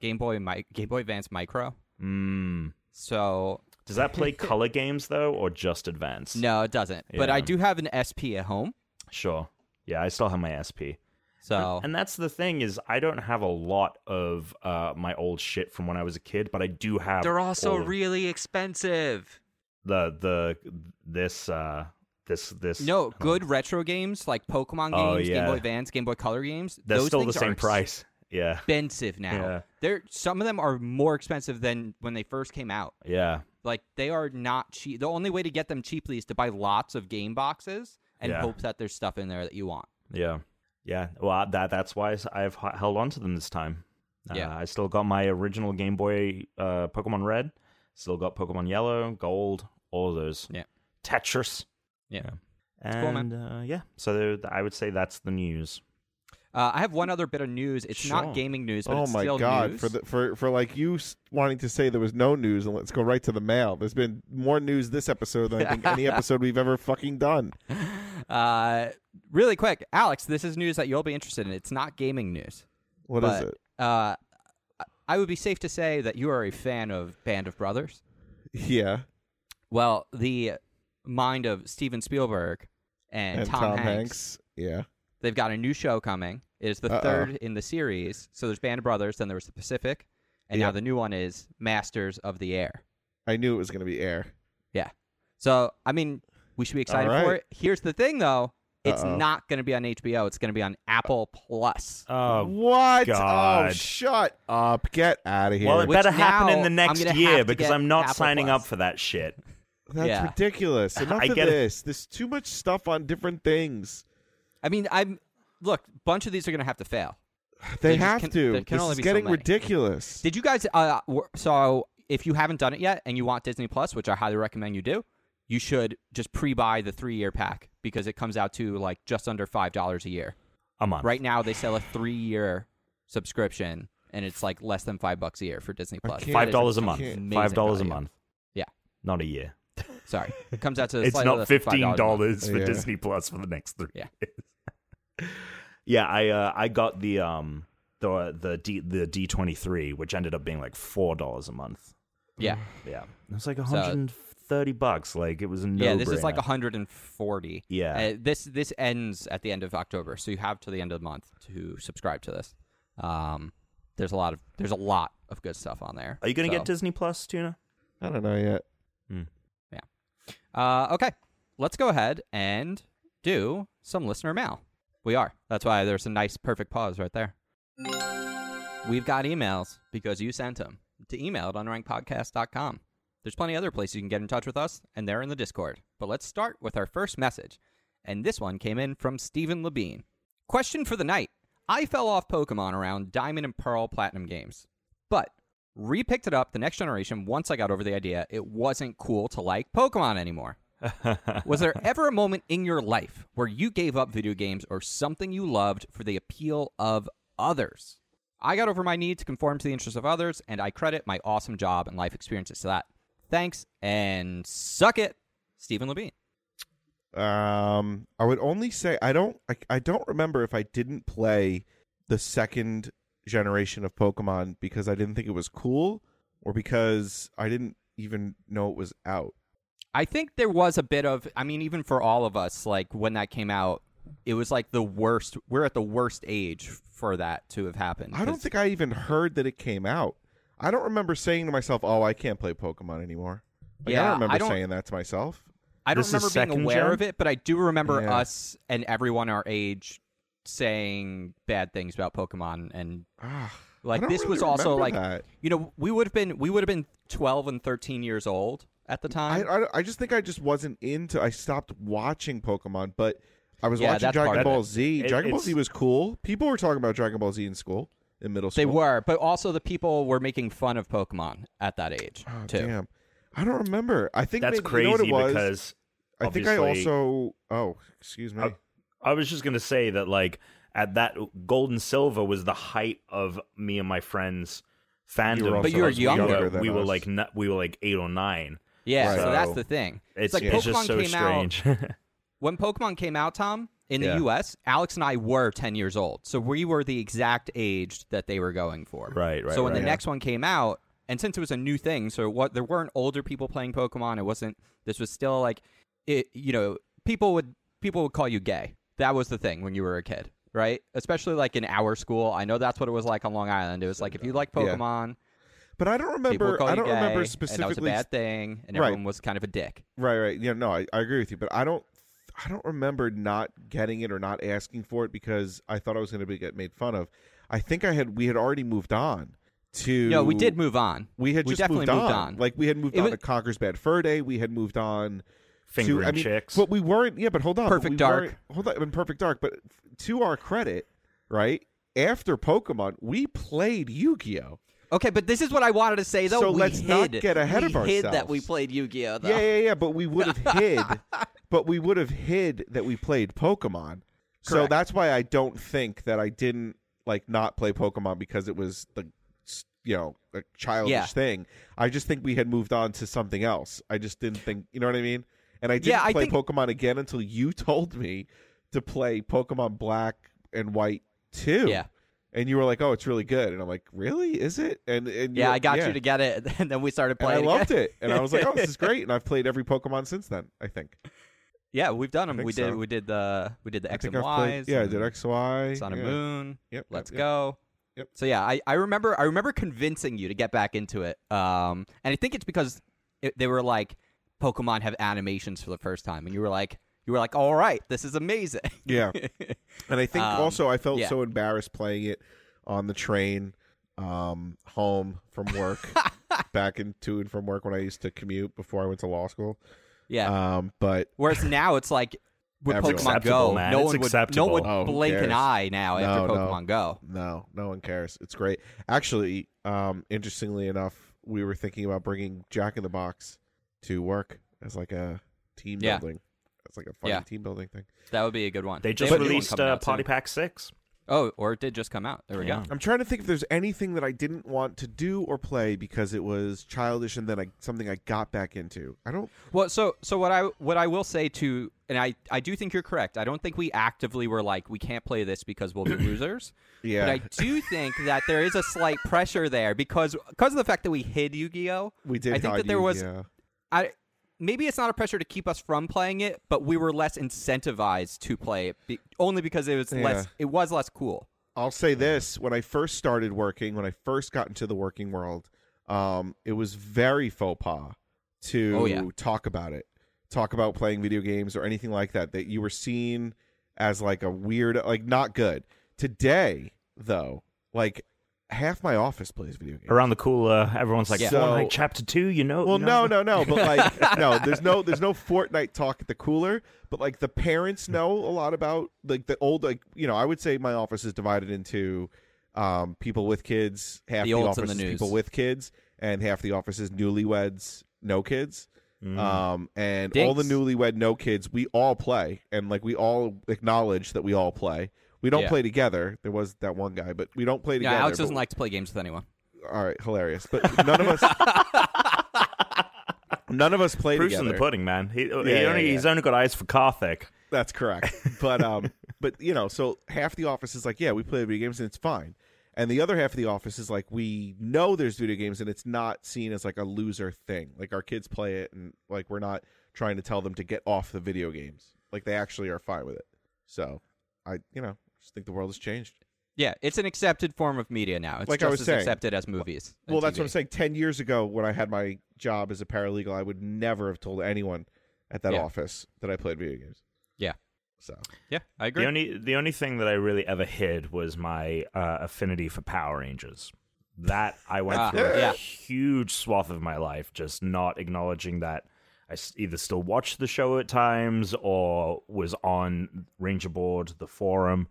Speaker 1: Game Boy Mi- Game Boy Advance Micro.
Speaker 2: Mm.
Speaker 1: So
Speaker 2: Does
Speaker 1: (laughs)
Speaker 2: that play color games though, or just advanced?
Speaker 1: no, it doesn't. But I
Speaker 2: Yeah.
Speaker 1: do have an SP at home.
Speaker 2: Sure. Yeah, I still have my SP.
Speaker 1: So
Speaker 2: And that's the thing is, I don't have a lot of uh, my old shit from when I was a kid, but I do have.
Speaker 4: They're also
Speaker 2: all of
Speaker 4: really expensive.
Speaker 2: the the this uh this this.
Speaker 1: no, good retro games like Pokemon games,
Speaker 2: Oh,
Speaker 1: Game Boy
Speaker 2: yeah.
Speaker 1: Advance, Game Boy Color games.
Speaker 2: They're
Speaker 1: those
Speaker 2: still the
Speaker 1: things
Speaker 2: same
Speaker 1: are
Speaker 2: price. (laughs) Yeah,
Speaker 1: Expensive now.
Speaker 2: Yeah.
Speaker 1: They're some of them are more expensive than when they first came out.
Speaker 2: yeah,
Speaker 1: Like they are not cheap. The only way to get them cheaply is to buy lots of game boxes and
Speaker 2: Yeah.
Speaker 1: hope that there's stuff in there that you want.
Speaker 2: yeah, yeah. Well, that that's why I've h- held on to them this time.
Speaker 1: Yeah.
Speaker 2: uh, I still got my original Game Boy uh Pokemon Red. Still got Pokemon Yellow, Gold, all of those.
Speaker 1: Yeah.
Speaker 2: Tetris.
Speaker 1: Yeah. It's cool, man.
Speaker 2: And uh, yeah, so there, I would say that's the news.
Speaker 1: Uh, I have one other bit of news. It's
Speaker 2: Sure.
Speaker 1: not gaming news, but
Speaker 3: Oh
Speaker 1: it's
Speaker 3: my
Speaker 1: still
Speaker 3: god!
Speaker 1: news.
Speaker 3: For the (laughs) for for like you s- wanting to say there was no news, and let's go right to the mail. There's been more news this episode than I
Speaker 1: (laughs)
Speaker 3: think any episode we've ever fucking done.
Speaker 1: (laughs) Uh, really quick, Alex, this is news that you'll be interested in. It's not gaming news.
Speaker 3: What is
Speaker 1: but,
Speaker 3: it?
Speaker 1: Uh, I would be safe to say that you are a fan of Band of Brothers.
Speaker 3: Yeah,
Speaker 1: Well, the mind of Steven Spielberg and,
Speaker 3: and
Speaker 1: Tom, Hanks,
Speaker 3: Yeah,
Speaker 1: they've got a new show coming. It is the
Speaker 3: Uh-oh.
Speaker 1: third in the series. So there's Band of Brothers, then there was The Pacific, and now
Speaker 3: Yep.
Speaker 1: the new one is Masters of the Air.
Speaker 3: I knew it was gonna be air.
Speaker 1: So, I mean, we should be excited
Speaker 3: All
Speaker 1: for
Speaker 3: right.
Speaker 1: it. Here's the thing, though. It's
Speaker 3: Uh-oh.
Speaker 1: not going to be on HBO. It's going to be on Apple Plus.
Speaker 2: Oh,
Speaker 3: what? Oh,
Speaker 2: God.
Speaker 3: shut up! Get out of here!
Speaker 2: well, it
Speaker 1: Which
Speaker 2: better happen
Speaker 1: now
Speaker 2: in the
Speaker 1: I'm
Speaker 2: next
Speaker 1: gonna
Speaker 2: year
Speaker 1: have to
Speaker 2: because
Speaker 1: get
Speaker 2: I'm not
Speaker 1: Apple
Speaker 2: signing
Speaker 1: Plus.
Speaker 2: up for that shit.
Speaker 3: That's
Speaker 1: yeah.
Speaker 3: ridiculous. Enough
Speaker 2: I
Speaker 3: of
Speaker 2: get it.
Speaker 3: this. There's too much stuff on different things.
Speaker 1: I mean, I'm look. Bunch of these are going to have to fail.
Speaker 3: They,
Speaker 1: They just
Speaker 3: have
Speaker 1: can-
Speaker 3: to.
Speaker 1: there can
Speaker 3: this
Speaker 1: only
Speaker 3: is
Speaker 1: be so
Speaker 3: getting
Speaker 1: many.
Speaker 3: ridiculous.
Speaker 1: Did you guys? Uh, wor- so if you haven't done it yet and you want Disney Plus, which I highly recommend you do, you should just pre-buy the three-year pack because it comes out to like just under five dollars a year.
Speaker 2: A month.
Speaker 1: Right now, they sell a three-year subscription, and it's like less than five bucks a year for Disney Plus.
Speaker 3: can't-
Speaker 2: Five dollars a
Speaker 3: Amazing
Speaker 2: month.
Speaker 3: value.
Speaker 2: Five dollars a month.
Speaker 1: Yeah.
Speaker 2: Not a year.
Speaker 1: Sorry, it comes
Speaker 2: (laughs)
Speaker 1: out to
Speaker 2: It's
Speaker 1: slightly
Speaker 2: not
Speaker 1: less than $5 a
Speaker 2: fifteen
Speaker 1: month.
Speaker 2: dollars for
Speaker 3: Yeah.
Speaker 2: Disney Plus for the next three
Speaker 1: Yeah.
Speaker 2: years. (laughs) yeah, I uh, I got the um the the D the D twenty three, which ended up being like four dollars a month.
Speaker 1: Yeah,
Speaker 2: Yeah. It was like hundred and thirty bucks. Like it was a no
Speaker 1: yeah. This is like hundred and forty.
Speaker 2: Yeah.
Speaker 1: Uh, this this ends at the end of October, so you have to the end of the month to subscribe to this. Um, there's a lot of there's a lot of good stuff on there.
Speaker 2: Are you gonna
Speaker 1: so-
Speaker 2: get Disney Plus, Tuna?
Speaker 3: (sighs) I don't know yet.
Speaker 1: Uh, okay, let's go ahead and do some listener mail. We are. That's why there's a nice perfect pause right there. We've got emails because you sent them to email at unrankedpodcast.com. There's plenty other places you can get in touch with us, and they're in the Discord. But let's start with our first message. And this one came in from Stephen Labine. Question for the night. I fell off Pokemon around Diamond and Pearl Platinum games, but re-picked it up the next generation once I got over the idea it wasn't cool to like Pokemon anymore. Was there ever a moment in your life where you gave up video games or something you loved for the appeal of others? I got over my need to conform to the interests of others, and I credit my awesome job and life experiences to that. Thanks, and suck it, Stephen Levine.
Speaker 3: Um, I would only say I don't. I, I don't remember if I didn't play the second generation of Pokemon because I didn't think it was cool, or because I didn't even know it was out.
Speaker 1: I think there was a bit of, I mean, even for all of us, like when that came out, it was like the worst. We're at the worst age for that to have happened.
Speaker 3: I don't
Speaker 1: 'cause
Speaker 3: think I even heard that it came out. I don't remember saying to myself, "Oh, I can't play Pokemon anymore." Like, I
Speaker 1: Yeah,
Speaker 3: don't remember
Speaker 1: I don't-
Speaker 3: saying that to myself.
Speaker 1: I don't
Speaker 2: This is
Speaker 1: remember being
Speaker 2: second
Speaker 1: aware
Speaker 2: gen?
Speaker 1: of it, but I do remember
Speaker 3: Yeah.
Speaker 1: us and everyone our age saying bad things about Pokemon and
Speaker 3: Ah, I
Speaker 1: like
Speaker 3: don't
Speaker 1: this
Speaker 3: really
Speaker 1: was also
Speaker 3: remember
Speaker 1: like
Speaker 3: that.
Speaker 1: you know we would have been we would have been 12 and 13 years old at the
Speaker 3: I,
Speaker 1: time.
Speaker 3: I I just think I just wasn't into. I stopped watching Pokemon, but I was
Speaker 1: Yeah,
Speaker 3: watching
Speaker 1: that's part
Speaker 3: Dragon
Speaker 1: of
Speaker 3: Ball
Speaker 2: it.
Speaker 3: Z.
Speaker 2: It-
Speaker 3: Dragon Ball
Speaker 2: it's-
Speaker 3: Z was cool. People were talking about Dragon Ball Z in school, in middle school.
Speaker 1: they were, but also the people were making fun of Pokemon at that age
Speaker 3: Oh,
Speaker 1: too.
Speaker 3: damn, I don't remember. I think
Speaker 2: That's
Speaker 3: maybe-
Speaker 2: crazy
Speaker 3: you know what it was?
Speaker 2: because
Speaker 3: I think I
Speaker 2: obviously-
Speaker 3: also. Oh, excuse me.
Speaker 2: Oh, I was just gonna say that like at that gold and silver was the height of me and my friends fandom.
Speaker 3: also
Speaker 1: But you were
Speaker 2: because we
Speaker 1: younger.
Speaker 2: were-
Speaker 3: than
Speaker 2: We were
Speaker 3: us.
Speaker 2: like nu- we were like eight or nine.
Speaker 1: Yeah,
Speaker 3: Right.
Speaker 1: so that's
Speaker 2: So-
Speaker 1: the thing.
Speaker 2: It's,
Speaker 1: like
Speaker 2: it's
Speaker 1: Pokemon
Speaker 2: just so
Speaker 1: came
Speaker 2: strange. (laughs)
Speaker 1: When Pokemon came out, Tom, in the
Speaker 2: Yeah.
Speaker 1: US, Alex and I were 10 years old. So we were the exact age that they were going for.
Speaker 2: Right, right,
Speaker 1: So when
Speaker 2: right.
Speaker 1: the
Speaker 2: Yeah.
Speaker 1: next one came out, and since it was a new thing, so what there weren't older people playing Pokemon, it wasn't this was still like it you know, people would people would call you gay. That was the thing when you were a kid, right? Especially like in our school. I know that's what it was like on Long Island. It was like if you like
Speaker 3: Yeah.
Speaker 1: Pokemon,
Speaker 3: but I don't
Speaker 1: people would
Speaker 3: remember.
Speaker 1: call
Speaker 3: I
Speaker 1: you
Speaker 3: don't
Speaker 1: gay,
Speaker 3: remember
Speaker 1: and that was a
Speaker 3: specifically
Speaker 1: bad thing, and
Speaker 3: Right.
Speaker 1: everyone was kind of a dick.
Speaker 3: Right, right. Yeah, no, I, I agree with you, but I don't I don't remember not getting it or not asking for it because I thought I was gonna be get made fun of. I think I had we had already moved on to
Speaker 1: No, we did move on.
Speaker 3: we had
Speaker 1: we
Speaker 3: just
Speaker 1: definitely
Speaker 3: moved, on.
Speaker 1: moved on.
Speaker 3: Like we had moved
Speaker 1: It
Speaker 3: on
Speaker 1: was-
Speaker 3: to Conquer's Bad Fur Day, we had moved on
Speaker 2: Fingering
Speaker 3: to, I mean,
Speaker 2: chicks.
Speaker 3: But we weren't yeah, but hold on. but
Speaker 1: Perfect
Speaker 3: we
Speaker 1: Dark.
Speaker 3: weren't- Hold on, I mean, perfect dark, but to our credit, right? After Pokemon, we played Yu-Gi-Oh!
Speaker 1: Okay, but this is what I wanted to say though.
Speaker 3: So
Speaker 1: we
Speaker 3: let's not
Speaker 1: hid-
Speaker 3: get ahead
Speaker 1: we
Speaker 3: of
Speaker 1: Hid that we
Speaker 3: ourselves.
Speaker 1: played Yu-Gi-Oh. Though.
Speaker 3: Yeah, yeah, yeah. But we
Speaker 1: (laughs)
Speaker 3: would have hid. But we would have hid that we played Pokemon. So
Speaker 1: Correct.
Speaker 3: that's why I don't think that I didn't like not play Pokemon because it was the s- you know a childish
Speaker 1: Yeah.
Speaker 3: thing. I just think we had moved on to something else. I just didn't think you know what I mean. And I didn't
Speaker 1: Yeah, I
Speaker 3: play
Speaker 1: think-
Speaker 3: Pokemon again until you (laughs) told me to play Pokemon Black and White two.
Speaker 1: Yeah.
Speaker 3: And you were like, "Oh, it's really good," and I'm like, "Really? Is it?" And, and
Speaker 1: Yeah,
Speaker 3: you're-
Speaker 1: I got
Speaker 3: yeah
Speaker 1: you to get it, (laughs) and then we started
Speaker 3: and I
Speaker 1: playing. again.
Speaker 3: loved it. And I was like, "Oh,
Speaker 1: (laughs)
Speaker 3: this is great!" And I've played every Pokemon since then. I think.
Speaker 1: Yeah, we've done them.
Speaker 3: think
Speaker 1: We did.
Speaker 3: so.
Speaker 1: We did the. We did the
Speaker 3: I
Speaker 1: X
Speaker 3: think
Speaker 1: and
Speaker 3: I've played-
Speaker 1: Y's.
Speaker 3: Yeah, I
Speaker 1: and
Speaker 3: did X Y.
Speaker 1: Sun and
Speaker 3: yeah.
Speaker 1: Moon.
Speaker 3: Yep.
Speaker 1: Let's
Speaker 3: yep, yep.
Speaker 1: go.
Speaker 3: Yep.
Speaker 1: So yeah, I, I remember I remember convincing you to get back into it. Um, and I think it's because it, they were like, Pokemon have animations for the first time, and you were like, you were like, all right, this is amazing. (laughs)
Speaker 3: Yeah, and I think
Speaker 1: Um,
Speaker 3: also I felt
Speaker 1: yeah.
Speaker 3: so embarrassed playing it on the train um, home from
Speaker 1: (laughs)
Speaker 3: work, back and to and from work when I used to commute before I went to law school.
Speaker 1: yeah.
Speaker 3: Um, but
Speaker 1: Whereas now it's like with
Speaker 3: Everyone.
Speaker 1: Pokemon
Speaker 2: Acceptable,
Speaker 1: Go,
Speaker 2: man.
Speaker 1: no
Speaker 2: It's
Speaker 1: one would
Speaker 2: acceptable.
Speaker 1: no one would
Speaker 3: Oh, who
Speaker 1: blink
Speaker 3: cares?
Speaker 1: an eye now after
Speaker 3: No, no.
Speaker 1: Pokemon Go.
Speaker 3: no, no one cares. It's great. Actually, um, interestingly enough, we were thinking about bringing Jack in the Box to work as like a team
Speaker 1: Yeah.
Speaker 3: building. It's like a funny
Speaker 1: Yeah.
Speaker 3: team building thing.
Speaker 1: That would be a good one.
Speaker 2: they
Speaker 1: have
Speaker 2: just
Speaker 1: a new one
Speaker 2: released
Speaker 1: coming
Speaker 2: uh,
Speaker 1: out soon.
Speaker 2: Party Pack Six.
Speaker 1: Oh, or it did just come out. There we
Speaker 2: Yeah.
Speaker 1: go.
Speaker 3: I'm trying to think if there's anything that I didn't want to do or play because it was childish and then I, something I got back into. I don't.
Speaker 1: Well, so so what I what I will say to, and I I do think you're correct. I don't think we actively were like we can't play this because we'll
Speaker 3: (coughs)
Speaker 1: be losers.
Speaker 3: Yeah,
Speaker 1: But I do think that there is a slight pressure there because because of the fact that we hid Yu-Gi-Oh.
Speaker 3: we did.
Speaker 1: I think
Speaker 3: hide
Speaker 1: that there was-
Speaker 3: Yu-Gi-Oh.
Speaker 1: I maybe it's not a pressure to keep us from playing it, but we were less incentivized to play it be, only because it was less
Speaker 3: Yeah.
Speaker 1: it was less cool.
Speaker 3: I'll say this: when I first started working, when I first got into the working world, um, it was very faux pas to
Speaker 1: Oh, yeah.
Speaker 3: talk about it, talk about playing video games or anything like that. That you were seen as like a weird, like not good. Today, though, like half my office plays video games.
Speaker 2: Around the cooler, everyone's like
Speaker 1: Yeah.
Speaker 3: So-
Speaker 2: Fortnite Chapter Two. You know?
Speaker 3: Well,
Speaker 2: you
Speaker 3: no,
Speaker 2: know?
Speaker 3: no, no. But
Speaker 2: (laughs)
Speaker 3: like, no, there's no, there's no Fortnite talk at the cooler. But like, the parents know a lot about like the old, like you know, I would say my office is divided into um, people with kids, half
Speaker 1: The
Speaker 3: the,
Speaker 1: olds
Speaker 3: office
Speaker 1: and the
Speaker 3: is
Speaker 1: news.
Speaker 3: people with kids, and half the office is newlyweds, no kids.
Speaker 2: Mm.
Speaker 3: Um, and all the
Speaker 1: Dinks.
Speaker 3: newlywed no kids, we all play, and like we all acknowledge that we all play. We don't
Speaker 1: Yeah.
Speaker 3: play together. There was that one guy, but we don't play
Speaker 1: Yeah,
Speaker 3: together.
Speaker 1: Alex
Speaker 3: but
Speaker 1: doesn't like to play games with anyone.
Speaker 3: all right, hilarious. But none of us,
Speaker 2: (laughs)
Speaker 3: none of us play
Speaker 2: Proof's
Speaker 3: together.
Speaker 2: in the pudding, man. He, he
Speaker 3: yeah,
Speaker 2: only
Speaker 3: yeah.
Speaker 2: he's only got eyes for Karthik.
Speaker 3: That's correct. But um, but you know, so half the office is like, yeah, we play video games and it's fine, and the other half of the office is like, we know there's video games and it's not seen as like a loser thing. Like our kids play it, and like we're not trying to tell them to get off the video games. Like they actually are fine with it. So I, you know, just think the world has changed.
Speaker 1: Yeah, it's an accepted form of media now. It's
Speaker 3: Like I
Speaker 1: just
Speaker 3: was
Speaker 1: as
Speaker 3: saying.
Speaker 1: accepted as movies. and
Speaker 3: Well, that's what I'm
Speaker 1: TV.
Speaker 3: saying. Ten years ago, when I had my job as a paralegal, I would never have told anyone at that
Speaker 1: Yeah.
Speaker 3: office that I played video games.
Speaker 1: Yeah.
Speaker 3: So
Speaker 1: Yeah, I
Speaker 2: The
Speaker 1: agree.
Speaker 2: only the only thing that I really ever hid was my uh, affinity for Power Rangers. That I went
Speaker 1: Ah,
Speaker 2: through a
Speaker 1: yeah.
Speaker 2: huge swath of my life just not acknowledging that I s- either still watched the show at times or was on Ranger Board, the forum.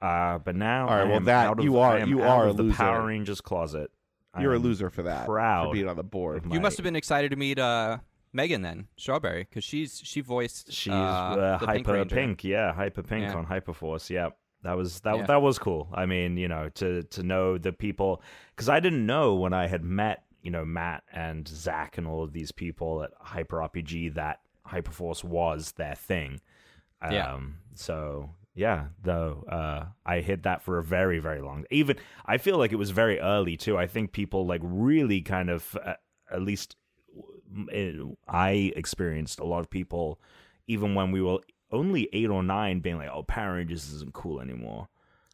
Speaker 2: Uh, but now,
Speaker 3: All right,
Speaker 2: I
Speaker 3: well,
Speaker 2: am
Speaker 3: that-
Speaker 2: out of,
Speaker 3: you are-
Speaker 2: I am
Speaker 3: you
Speaker 2: out
Speaker 3: are a
Speaker 2: of the
Speaker 3: loser.
Speaker 2: Power Rangers closet. I
Speaker 3: you're a
Speaker 2: am-
Speaker 3: loser for that.
Speaker 2: proud
Speaker 3: for being on the board.
Speaker 2: of my-
Speaker 1: you must have been excited to meet uh, Megan then, Strawberry, because she's she voiced
Speaker 2: She's
Speaker 1: uh,
Speaker 2: uh,
Speaker 1: the Pink
Speaker 2: hyper pink,
Speaker 1: Ranger.
Speaker 2: yeah, hyper pink
Speaker 1: Yeah.
Speaker 2: on Hyperforce, yeah. That was that
Speaker 1: Yeah.
Speaker 2: that was cool. I mean, you know, to to know the people because I didn't know when I had met you know Matt and Zach and all of these people at Hyper RPG that Hyperforce was their thing. Um,
Speaker 1: Yeah.
Speaker 2: So yeah, though uh, I hid that for a very very long. Even I feel like it was very early too. I think people like really kind of uh, at least w- I experienced a lot of people even when we were only eight or nine being like, "Oh, Power Rangers isn't cool anymore."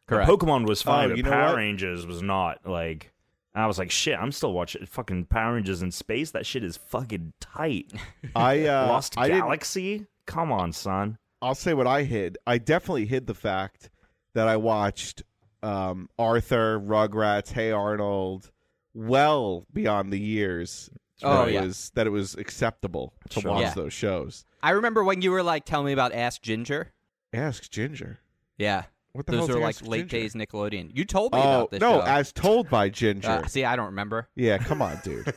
Speaker 2: Like,
Speaker 1: Correct.
Speaker 2: Pokemon was fine,
Speaker 3: Oh,
Speaker 2: but
Speaker 3: you know
Speaker 2: Power
Speaker 3: what?
Speaker 2: Rangers was not. Like, and I was like, "Shit, I'm still watching fucking Power Rangers in space. That shit is fucking tight."
Speaker 3: (laughs) I
Speaker 2: (laughs)
Speaker 3: uh,
Speaker 2: Lost
Speaker 3: I didn't-
Speaker 2: Galaxy. Come on, son.
Speaker 3: I'll say what I hid. I definitely hid the fact that I watched um, Arthur, Rugrats, Hey Arnold, well beyond the years.
Speaker 1: Oh,
Speaker 3: that it
Speaker 1: yeah.
Speaker 3: was that it was acceptable to
Speaker 2: Sure.
Speaker 3: watch
Speaker 1: Yeah.
Speaker 3: those shows.
Speaker 1: I remember when you were like, "Tell me about Ask Ginger."
Speaker 3: Ask Ginger.
Speaker 1: Yeah,
Speaker 3: What the
Speaker 1: those
Speaker 3: hell
Speaker 1: are like late days Nickelodeon. You told me
Speaker 3: Oh
Speaker 1: about this.
Speaker 3: no,
Speaker 1: show.
Speaker 3: as told by Ginger.
Speaker 1: Uh, see, I don't remember.
Speaker 3: yeah, come on,
Speaker 1: (laughs)
Speaker 3: dude.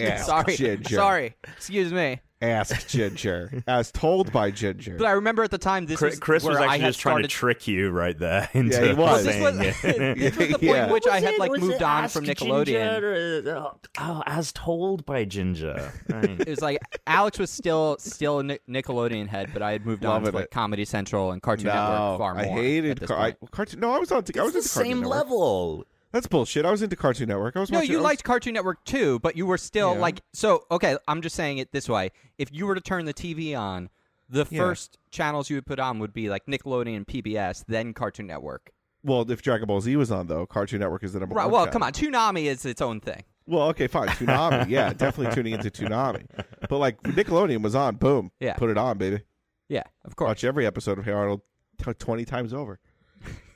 Speaker 3: Ask
Speaker 1: sorry,
Speaker 3: Ginger.
Speaker 1: sorry. Excuse me,
Speaker 3: Ask Ginger. as told by Ginger.
Speaker 1: but I remember at the time this
Speaker 2: Chris,
Speaker 1: was
Speaker 2: Chris was
Speaker 1: where I
Speaker 2: actually
Speaker 1: had
Speaker 2: just trying to
Speaker 1: started-
Speaker 2: trick you right there (laughs) into
Speaker 3: he was.
Speaker 1: This
Speaker 2: saying
Speaker 1: was,
Speaker 2: it.
Speaker 1: (laughs) this was the point
Speaker 3: Yeah.
Speaker 1: in which I
Speaker 3: (laughs)
Speaker 1: had like moved on from Nickelodeon.
Speaker 2: oh, as told
Speaker 1: (laughs)
Speaker 2: by Ginger.
Speaker 1: It was like Alex was still still a Nic- Nickelodeon head, but I had moved on
Speaker 3: Loving
Speaker 1: to like
Speaker 3: it.
Speaker 1: Comedy Central and Cartoon
Speaker 3: no,
Speaker 1: Network far more.
Speaker 3: I
Speaker 1: at
Speaker 3: hated
Speaker 1: this
Speaker 3: car-
Speaker 1: point.
Speaker 3: I, cartoon. No, I was on. I was into Cartoon Network.
Speaker 2: level.
Speaker 3: That's bullshit. I was into Cartoon Network. I was
Speaker 1: No,
Speaker 3: watching.
Speaker 1: you
Speaker 3: I was-
Speaker 1: liked Cartoon Network too, but you were still
Speaker 3: Yeah.
Speaker 1: like so. Okay, I'm just saying it this way: if you were to turn the TV on, the
Speaker 3: Yeah.
Speaker 1: first channels you would put on would be like Nickelodeon, PBS, then Cartoon Network.
Speaker 3: Well, if Dragon Ball Z was on though, Cartoon Network is the number
Speaker 1: Right?
Speaker 3: one.
Speaker 1: Well,
Speaker 3: channel.
Speaker 1: come on, Toonami is its own thing.
Speaker 3: Well, okay,
Speaker 1: (laughs)
Speaker 3: fine. Toonami, yeah, definitely tuning into Toonami. But like Nickelodeon was on, boom,
Speaker 1: Yeah.
Speaker 3: put it on, baby.
Speaker 1: Yeah, of course.
Speaker 3: Watch every episode of Hey Arnold t- twenty times over.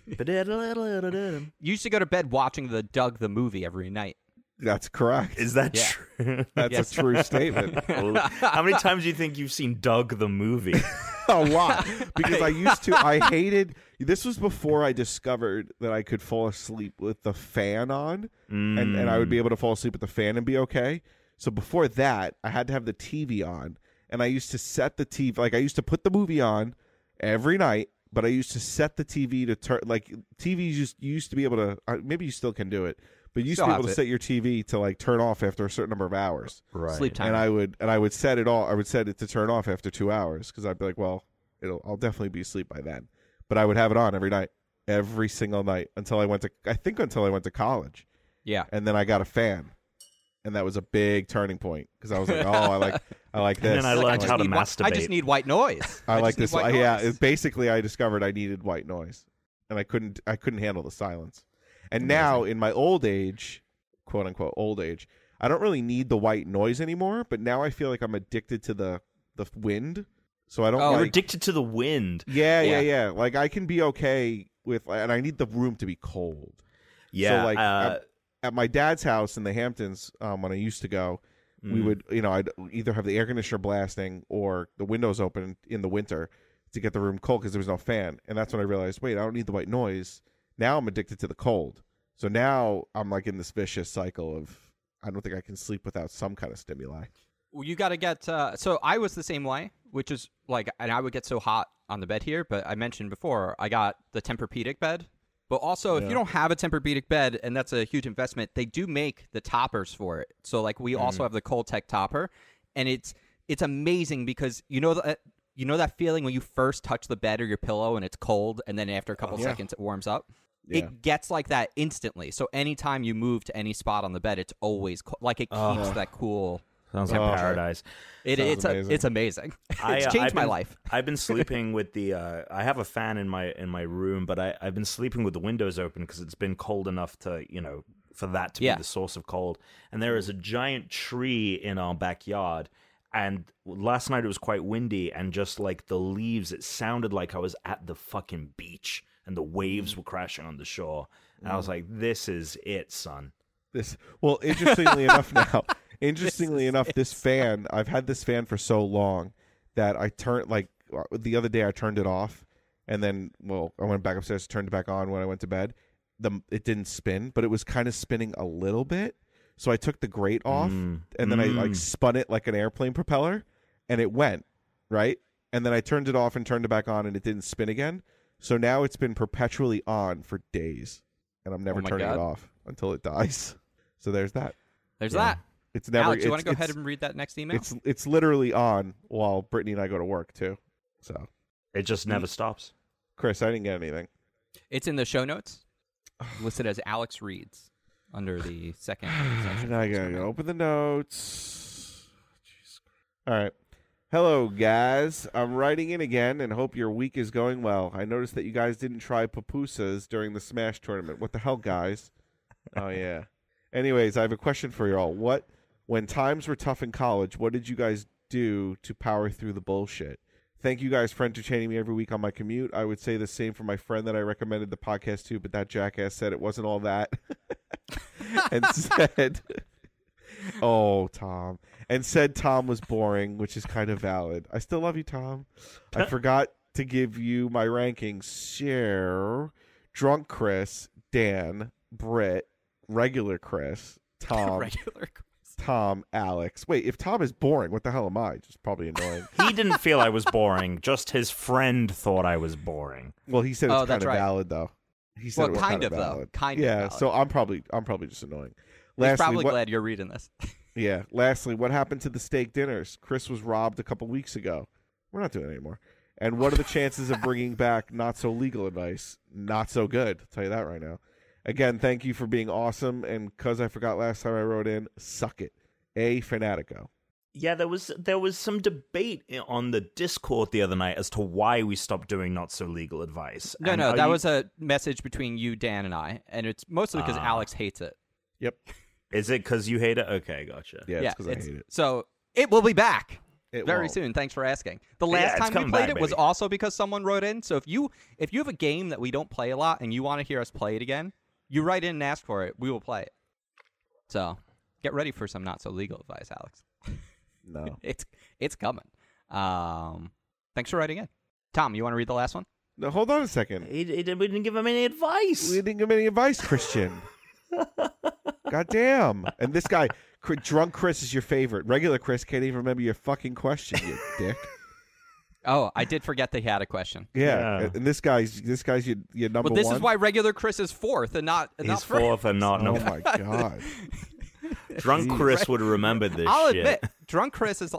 Speaker 1: You used to go to bed watching the Doug the movie every night. (laughs)
Speaker 3: That's correct.
Speaker 2: Is that
Speaker 1: Yeah.
Speaker 2: (laughs) true?
Speaker 3: That's
Speaker 1: Yes.
Speaker 3: a
Speaker 1: (laughs)
Speaker 3: true statement.
Speaker 2: How many times do you think you've seen Doug the movie?
Speaker 3: (laughs)
Speaker 1: (laughs)
Speaker 3: a lot because I used to. I hated. This was before I discovered that I could fall asleep with the fan on, and and I would
Speaker 1: Mm.
Speaker 3: be able to fall asleep with the fan and be okay. So before that, I had to have the TV on, and I used to set the TV. Like I used to put the movie on every night, but I used to set the TV to turn. Like TVs used you used to be able to. uh, Maybe you still can do it, but you used
Speaker 1: Still
Speaker 3: to be
Speaker 1: have
Speaker 3: able to
Speaker 1: it.
Speaker 3: set your TV to like turn off after a certain number of hours
Speaker 2: (laughs) Right.
Speaker 1: Sleep time.
Speaker 3: and I would and I would set it all. I would set it to turn off after two hours because I'd be like, well, it'll I'll definitely be asleep by then. But I would have it on every night, every single night until I went to I think until I went to college,
Speaker 1: yeah.
Speaker 3: and then I got a fan, and that was a big turning point because I was like, oh, I like I like this.
Speaker 2: (laughs) And then I learned
Speaker 1: I just
Speaker 2: how to
Speaker 1: need whi- I just
Speaker 2: masturbate.
Speaker 1: need white noise.
Speaker 3: I,
Speaker 1: just
Speaker 3: like
Speaker 1: need
Speaker 3: this.
Speaker 1: white
Speaker 3: yeah,
Speaker 1: noise.
Speaker 3: it- basically, I discovered I needed white noise, and I couldn't. I couldn't handle the silence. And now, in my old age, quote unquote old age, I don't really need the white noise anymore. But now I feel like I'm addicted to the the wind, so I don't.
Speaker 1: Oh,
Speaker 2: You're
Speaker 3: like,
Speaker 2: addicted to the wind.
Speaker 3: yeah, yeah,
Speaker 1: Yeah.
Speaker 3: yeah, Like I can be okay with, and I need the room to be cold.
Speaker 2: Yeah.
Speaker 3: So like
Speaker 2: uh,
Speaker 3: at, at my dad's house in the Hamptons, um, when I used to go, we
Speaker 2: Mm.
Speaker 3: would you know I'd either have the air conditioner blasting or the windows open in the winter to get the room cold because there was no fan, and that's when I realized, wait, I don't need the white noise. Now I'm addicted to the cold. So now I'm like in this vicious cycle of I don't think I can sleep without some kind of stimuli.
Speaker 1: Well, you got to get. Uh, so I was the same way, which is like, and I would get so hot on the bed here. But I mentioned before, I got the Tempur-Pedic bed. But also, if you don't have a Tempur-Pedic bed, and that's a huge investment, they do make the toppers for it. So like, we
Speaker 3: Mm-hmm.
Speaker 1: also have the Coltech topper, and it's it's amazing because you know that you know that feeling when you first touch the bed or your pillow and it's cold, and then after a couple
Speaker 3: Yeah.
Speaker 1: seconds it warms up.
Speaker 3: Yeah.
Speaker 1: It gets like that
Speaker 3: Uh-huh.
Speaker 1: instantly. So anytime you move to any spot on the bed, it's always co- like it keeps that cool
Speaker 2: Sounds like
Speaker 3: Oh.
Speaker 2: paradise.
Speaker 1: It,
Speaker 3: Sounds
Speaker 1: it's amazing.
Speaker 3: amazing.
Speaker 1: it's amazing. (laughs) it's
Speaker 2: I, uh,
Speaker 1: changed
Speaker 2: I've
Speaker 1: my
Speaker 2: been-
Speaker 1: life.
Speaker 2: I've been sleeping with the. Uh, I have a fan in my in my room, but I I've been sleeping with the windows open because it's been cold enough to you know for that to
Speaker 1: Yeah.
Speaker 2: be the source of cold. And there is a giant tree in our backyard. And last night it was quite windy, and just like the leaves, it sounded like I was at the fucking beach, and the waves were crashing on the shore. And I was like, "This is it, son."
Speaker 3: This well, interestingly enough, now interestingly enough, this fan I've had this fan for so long that I turned like uh, the other day I turned it off, and then well I went back upstairs, turned it back on when I went to bed. The it didn't spin, but it was kind of spinning a little bit. So I took the grate off,
Speaker 2: Mm.
Speaker 3: and then I like
Speaker 2: Mm.
Speaker 3: spun it like an airplane propeller, and it went right. And then I turned it off and turned it back on, and it didn't spin again. So now it's been perpetually on for days, and I'm never
Speaker 1: Oh my
Speaker 3: turning
Speaker 1: God.
Speaker 3: it off until it (laughs) dies. So there's that.
Speaker 1: There's
Speaker 2: Yeah.
Speaker 1: that.
Speaker 3: It's never.
Speaker 1: Alex,
Speaker 3: it's,
Speaker 1: you want to go
Speaker 3: it's-
Speaker 1: ahead and read that next email?
Speaker 3: It's it's literally on while Brittany and I go to work too. So
Speaker 2: It just never stops.
Speaker 3: Chris, I didn't get anything.
Speaker 1: It's in the show notes, listed as Alex reads under the second. section.
Speaker 3: now (sighs) I gotta go open the notes. Jeez. All right. Hello guys, I'm writing in again and hope your week is going well. I noticed that you guys didn't try pupusas during the Smash tournament. What the hell, guys? oh yeah. Anyways, I have a question for y'all. What when times were tough in college, what did you guys do to power through the bullshit? Thank you guys for entertaining me every week on my commute. I would say the same for my friend that I recommended the podcast to, but that jackass said it wasn't all that (laughs) and said, (laughs) "Oh, Tom," and said Tom was boring, which is kind of valid. I still love you, Tom. I forgot to give you my rankings. Share, drunk Chris, Dan, Britt, regular Chris, Tom, (laughs)
Speaker 1: Regular.
Speaker 3: Tom, Alex. Wait, if Tom is boring, what the hell am I? Just probably annoying.
Speaker 2: He didn't feel I was boring. Just his friend thought I was boring.
Speaker 3: well, he said it's
Speaker 1: Oh,
Speaker 3: kind
Speaker 1: that's
Speaker 3: of
Speaker 1: right.
Speaker 3: valid though. He said
Speaker 1: Well,
Speaker 3: it was
Speaker 1: kind
Speaker 3: kind
Speaker 1: of, though.
Speaker 3: valid.
Speaker 1: Kind of
Speaker 3: yeah.
Speaker 1: valid.
Speaker 3: So I'm probably I'm probably just annoying.
Speaker 1: He's
Speaker 3: Lastly,
Speaker 1: probably
Speaker 3: what,
Speaker 1: glad you're reading
Speaker 2: (laughs)
Speaker 1: this.
Speaker 3: Yeah. Lastly, what happened to the steak dinners? Chris was robbed a couple weeks ago. We're not doing it anymore. And what are the chances of bringing back not so legal advice? Not so good. I'll tell you that right now. Again, thank you for being awesome. And because I forgot last time I wrote in, suck it. A Fanatico.
Speaker 2: Yeah, there was there was some debate i- on the Discord the other night as to why we stopped doing not so legal advice.
Speaker 1: No,
Speaker 2: And
Speaker 1: no,
Speaker 2: are
Speaker 1: that
Speaker 2: you-
Speaker 1: was a message between you, Dan, and I, and it's mostly because
Speaker 2: Ah.
Speaker 1: Alex hates it.
Speaker 2: Is it because you hate it? Okay, gotcha.
Speaker 3: Yeah,
Speaker 1: yeah,
Speaker 3: it's because I
Speaker 1: it's-
Speaker 3: hate it.
Speaker 1: So it will be back
Speaker 3: It
Speaker 1: very
Speaker 3: won't.
Speaker 1: soon. Thanks for asking. The
Speaker 2: Yeah,
Speaker 1: last
Speaker 2: it's
Speaker 1: time we
Speaker 2: coming
Speaker 1: played
Speaker 2: back,
Speaker 1: it was
Speaker 2: baby.
Speaker 1: also because someone wrote in. So if you if you have a game that we don't play a lot and you want to hear us play it again, you write in and ask for it. We will play it. So get ready for some not so legal advice, Alex.
Speaker 3: No.
Speaker 2: Oh.
Speaker 1: (laughs) It's it's coming. Um, thanks for writing in, Tom. You want to read the last one?
Speaker 3: No, hold on a second.
Speaker 2: He, he didn't, we didn't give him any advice.
Speaker 3: We didn't give any advice, Christian. God damn. And this guy, Cr- drunk Chris is your favorite. Regular Chris can't even remember your fucking question, you (laughs) dick.
Speaker 1: Oh, I did forget that he had a question.
Speaker 3: Yeah,
Speaker 2: Yeah.
Speaker 3: and- and this guy's this guy's your, your number
Speaker 1: Well, this
Speaker 3: one.
Speaker 1: is why regular Chris is fourth and not and
Speaker 2: He's
Speaker 1: not (laughs) first.
Speaker 2: fourth and not
Speaker 3: (laughs) Oh
Speaker 2: no.
Speaker 3: my god!
Speaker 2: Drunk Chris would have remembered this.
Speaker 1: I'll
Speaker 2: shit. (laughs)
Speaker 1: admit, drunk Chris is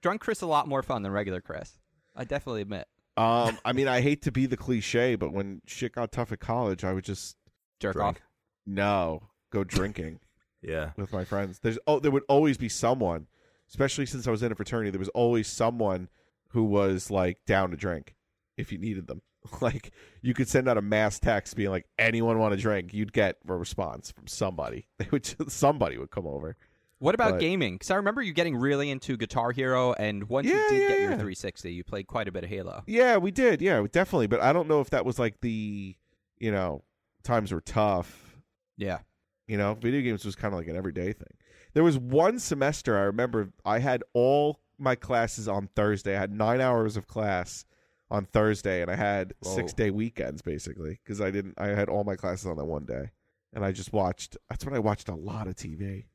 Speaker 1: drunk Chris a lot more fun than regular Chris. I definitely admit.
Speaker 3: Um, I mean, I hate to be the cliche, but when shit got tough at college, I would just
Speaker 1: Jerk
Speaker 2: Drunk.
Speaker 1: off.
Speaker 3: no go drinking
Speaker 2: Yeah,
Speaker 3: with my friends. There's oh, there would always be someone, especially since I was in a fraternity. There was always someone who was like down to drink if you needed them. (laughs) Like you could send out a mass text being like, "Anyone want a drink?" You'd get a response from somebody. (laughs) They would just, somebody would come over.
Speaker 1: What about
Speaker 3: But-
Speaker 1: gaming? Because I remember you getting really into Guitar Hero, and once you
Speaker 3: Yeah,
Speaker 1: did
Speaker 3: yeah,
Speaker 1: get your
Speaker 3: yeah.
Speaker 1: 360, you played quite a bit of Halo.
Speaker 3: Yeah, we did. Yeah, definitely. But I don't know if that was like the, you know, times were tough.
Speaker 1: Yeah.
Speaker 3: You know, video games was kind of like an everyday thing. There was one semester I remember I had all my classes on Thursday. I had nine hours of class on Thursday, and I had
Speaker 1: Whoa.
Speaker 3: six day weekends basically because I didn't. I had all my classes on that one day, and I just watched. That's when I watched a lot of TV.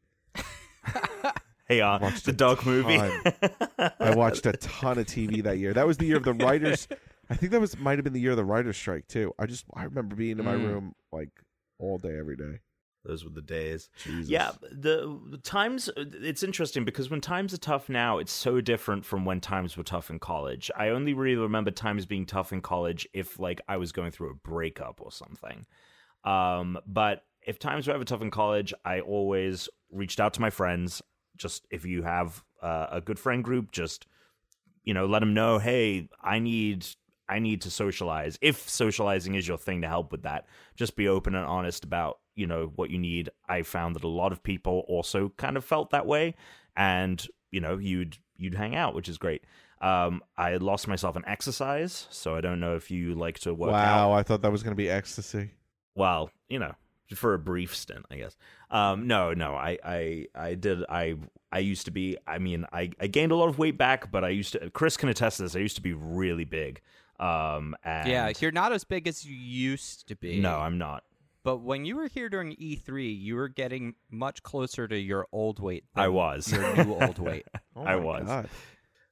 Speaker 2: hey, uh,
Speaker 3: Watched
Speaker 2: the
Speaker 3: a
Speaker 2: dog movie. (laughs)
Speaker 3: ton. I watched a ton of TV that year. That was the year of the writers. I think that was might have been the year of the writers' strike too. I just I remember being in my
Speaker 1: Mm.
Speaker 3: room like all day every day.
Speaker 2: Those were the days.
Speaker 3: Jesus.
Speaker 2: Yeah, the the times it's interesting because when times are tough now, it's so different from when times were tough in college. I only really remember times being tough in college if like I was going through a breakup or something. Um, but if times were ever tough in college, I always reached out to my friends, just if you have uh, a good friend group, just you know, let them know, hey, I need I need to socialize. If socializing is your thing to help with that, just be open and honest about, you know, what you need. I found that a lot of people also kind of felt that way and, you know, you'd you'd hang out, which is great. Um, I lost myself in exercise, so I don't know if you like to work out.
Speaker 3: Wow, I thought that was going to be ecstasy.
Speaker 2: Well, you know, for a brief stint, I guess. Um, no, no, I, I, I did. I, I used to be. I mean, I, I gained a lot of weight back, but I used to. Chris can attest to this. I used to be really big. Um, and
Speaker 1: yeah, you're not as big as you used to be.
Speaker 2: no, I'm not.
Speaker 1: But when you were here during E3, you were getting much closer to your old weight. Than
Speaker 2: I was.
Speaker 1: your new
Speaker 2: (laughs)
Speaker 1: old weight.
Speaker 3: Oh
Speaker 2: I
Speaker 3: my
Speaker 2: was.
Speaker 3: God.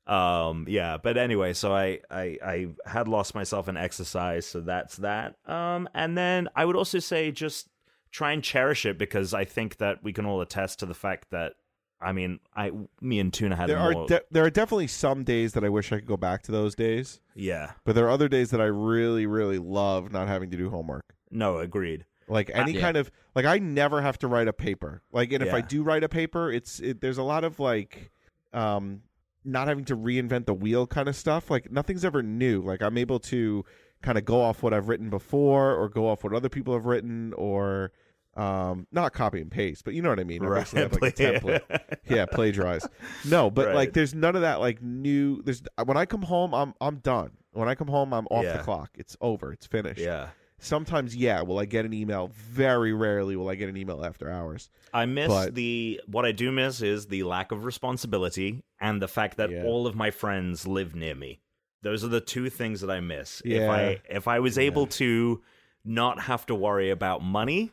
Speaker 2: um yeah but anyway so I, I i had lost myself in exercise so that's that um and then i would also say just try and cherish it because i think that we can all attest to the fact that i mean i me and tuna had
Speaker 3: There
Speaker 2: more
Speaker 3: are de- there are definitely some days that I wish I could go back to those days,
Speaker 2: yeah
Speaker 3: but there are other days that I really really love not having to do homework.
Speaker 2: no agreed
Speaker 3: Like any
Speaker 1: yeah.
Speaker 3: kind of like I never have to write a paper. Like and if I
Speaker 2: Yeah.
Speaker 3: do write a paper, it's it, there's a lot of like um not having to reinvent the wheel kind of stuff. Like nothing's ever new. Like I'm able to kind of go off what I've written before or go off what other people have written or um not copy and paste, but you know what I mean. I basically
Speaker 2: (laughs)
Speaker 3: have, like, a template yeah, plagiarize. No, but
Speaker 2: Right.
Speaker 3: like, there's none of that like new. There's when I come home, I'm I'm done. When I come home, I'm off
Speaker 2: Yeah.
Speaker 3: the clock. It's over. It's finished.
Speaker 2: yeah
Speaker 3: Sometimes, yeah, will I get an email? Very rarely will I get an email after
Speaker 2: (laughs)
Speaker 3: hours.
Speaker 2: I miss
Speaker 3: But-
Speaker 2: the what I do miss is the lack of responsibility and the fact that
Speaker 3: Yeah.
Speaker 2: all of my friends live near me. Those are the two things that I miss. If
Speaker 3: Yeah.
Speaker 2: I if I was
Speaker 3: Yeah.
Speaker 2: able to not have to worry about money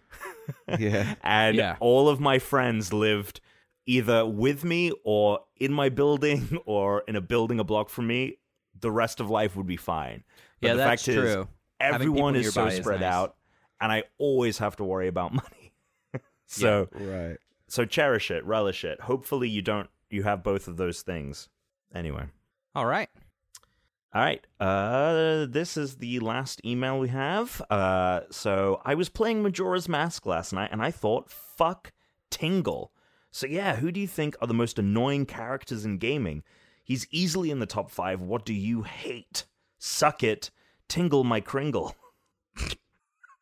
Speaker 3: Yeah,
Speaker 2: and
Speaker 1: Yeah.
Speaker 2: all of my friends lived either with me or in my building (laughs) or in a building a block from me, the rest of life would be fine. But
Speaker 1: yeah,
Speaker 2: the
Speaker 1: that's
Speaker 2: fact is,
Speaker 1: true. Having people
Speaker 2: everyone is so
Speaker 1: nearby is
Speaker 2: spread
Speaker 1: nice.
Speaker 2: out and I always have to worry about (laughs) money. so
Speaker 3: right.
Speaker 2: so cherish it, relish it. Hopefully you don't you have both of those things. Anyway.
Speaker 1: All right.
Speaker 2: All right. Uh this is the last email we have. Uh so I was playing Majora's Mask last night and I thought fuck Tingle. So yeah, who do you think are the most annoying characters in gaming? He's easily in the top 5. What do you hate? Suck it. Tingle my cringle. (laughs)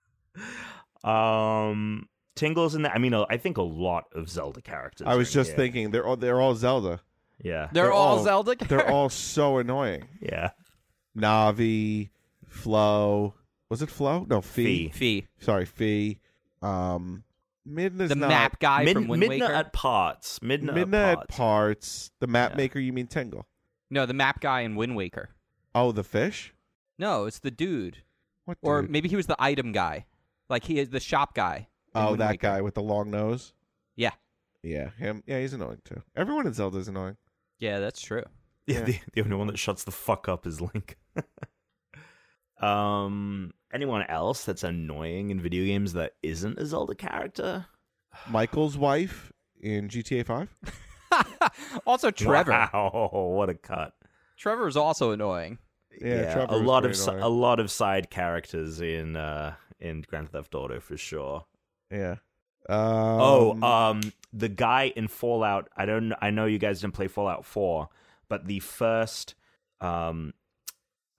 Speaker 2: um Tingle's in there. I mean, I think a lot of Zelda characters.
Speaker 3: I
Speaker 2: are
Speaker 3: was
Speaker 2: in
Speaker 3: just
Speaker 2: here.
Speaker 3: thinking they're all they're all Zelda.
Speaker 2: Yeah.
Speaker 1: They're,
Speaker 3: They're
Speaker 1: all,
Speaker 3: all-
Speaker 1: Zelda.
Speaker 3: They're
Speaker 2: (laughs)
Speaker 3: all so annoying.
Speaker 2: Yeah.
Speaker 3: Navi, Flo. Was it Flo? No, Fee.
Speaker 1: (laughs) Fee.
Speaker 3: Sorry, Fee. Um, Midna's
Speaker 1: The
Speaker 3: not-
Speaker 1: map guy
Speaker 2: Mid-
Speaker 1: from Wind
Speaker 2: Midna
Speaker 1: Waker.
Speaker 2: at parts. Midna, at
Speaker 3: Midna at
Speaker 2: parts.
Speaker 3: parts. The map
Speaker 2: Yeah.
Speaker 3: maker. You mean Tingle?
Speaker 1: no, the map guy in Wind Waker.
Speaker 3: Oh, the fish.
Speaker 1: No, it's the dude.
Speaker 3: What?
Speaker 1: Or
Speaker 3: dude?
Speaker 1: maybe he was the item guy. Like he is the shop guy. in
Speaker 3: Oh,
Speaker 1: Wind
Speaker 3: that
Speaker 1: Waker.
Speaker 3: guy with the long nose.
Speaker 1: Yeah.
Speaker 3: Yeah, him. Yeah, he's annoying too. Everyone in Zelda is annoying.
Speaker 1: Yeah, that's true.
Speaker 2: Yeah,
Speaker 3: Yeah.
Speaker 2: The, the only one that shuts the fuck up is Link. (laughs) um, anyone else that's annoying in video games that isn't a Zelda character?
Speaker 3: Michael's wife in GTA Five.
Speaker 1: (laughs) also, Trevor.
Speaker 2: Wow, (laughs) what a cut!
Speaker 1: Trevor's also annoying.
Speaker 3: Yeah, Trevor
Speaker 2: a
Speaker 3: was
Speaker 2: lot
Speaker 3: pretty
Speaker 2: of si-
Speaker 3: annoying.
Speaker 2: a lot of side characters in uh in Grand Theft Auto for sure.
Speaker 3: Yeah. Um,
Speaker 2: oh, um, the guy in Fallout. I don't. I know you guys didn't play Fallout Four, but the first, um,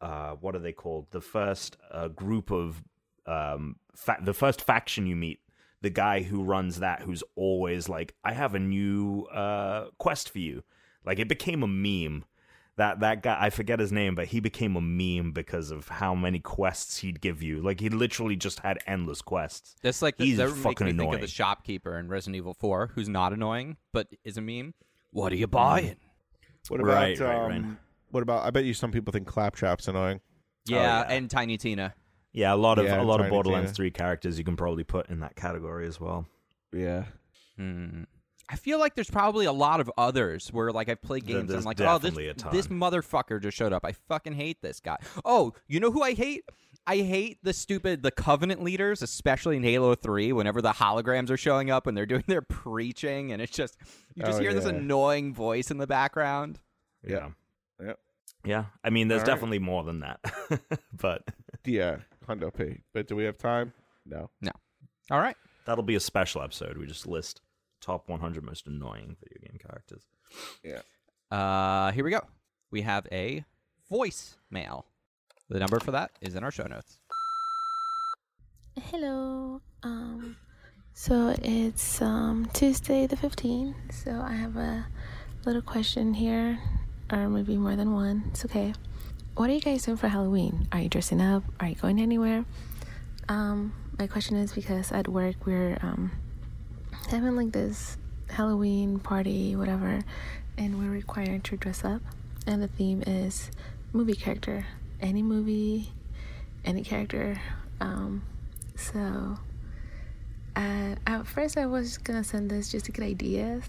Speaker 2: uh, what are they called? The first uh, group of, um, fa- the first faction you meet. The guy who runs that, who's always like, "I have a new uh quest for you." Like it became a meme. That that guy, I forget his name, but he became a meme because of how many quests he'd give you. Like he literally just had endless quests.
Speaker 1: That's like the,
Speaker 2: He's
Speaker 1: that would make
Speaker 2: fucking
Speaker 1: me think of the
Speaker 2: annoying.
Speaker 1: shopkeeper in Resident Evil 4, who's not annoying but is a meme. What are you buying?
Speaker 3: what about?
Speaker 2: right, right, right.
Speaker 3: um, What about? I bet you some people think Claptrap's annoying.
Speaker 1: Oh, Yeah,
Speaker 2: yeah.
Speaker 1: and Tiny Tina.
Speaker 2: Yeah, a lot of
Speaker 3: Yeah,
Speaker 2: a lot
Speaker 3: Tiny
Speaker 2: of Borderlands
Speaker 3: Tina.
Speaker 2: Three characters you can probably put in that category as well.
Speaker 3: Yeah.
Speaker 2: Mm-hmm.
Speaker 1: Hmm. I feel like there's probably a lot of others where like I've played
Speaker 2: There-
Speaker 1: games and I'm
Speaker 2: there's
Speaker 1: like, oh, this
Speaker 2: definitely a ton.
Speaker 1: this motherfucker just showed up. I fucking hate this guy. Oh, you know who I hate? I hate the stupid the covenant leaders, especially in Halo 3 whenever the holograms are showing up and they're doing (laughs) their preaching and it's just you just
Speaker 3: Oh,
Speaker 1: hear this
Speaker 3: yeah.
Speaker 1: annoying voice in the background.
Speaker 3: Yeah.
Speaker 2: yeah,
Speaker 3: Yeah.
Speaker 2: yeah. I mean, there's
Speaker 3: All right.
Speaker 2: definitely more than that, (laughs) but
Speaker 3: Yeah. Hundo P. But do we have time? No.
Speaker 2: (sighs)
Speaker 1: All right.
Speaker 2: that'll be a special episode. We just list top 100 most annoying video game characters.
Speaker 1: Uh, here we go. We have a voicemail. The number for that is in our show notes.
Speaker 4: Hello. Um, so it's um, Tuesday the 15th. So I have a little question here, or maybe more than one. It's okay. What are you guys doing for Halloween? Are you dressing up? Are you going anywhere? Um, my question is because at work we're um, having like this Halloween party, whatever, and we're required to dress up. And the theme is movie character. Any movie, any character. Um, so, uh, at first I was gonna send this just to get ideas.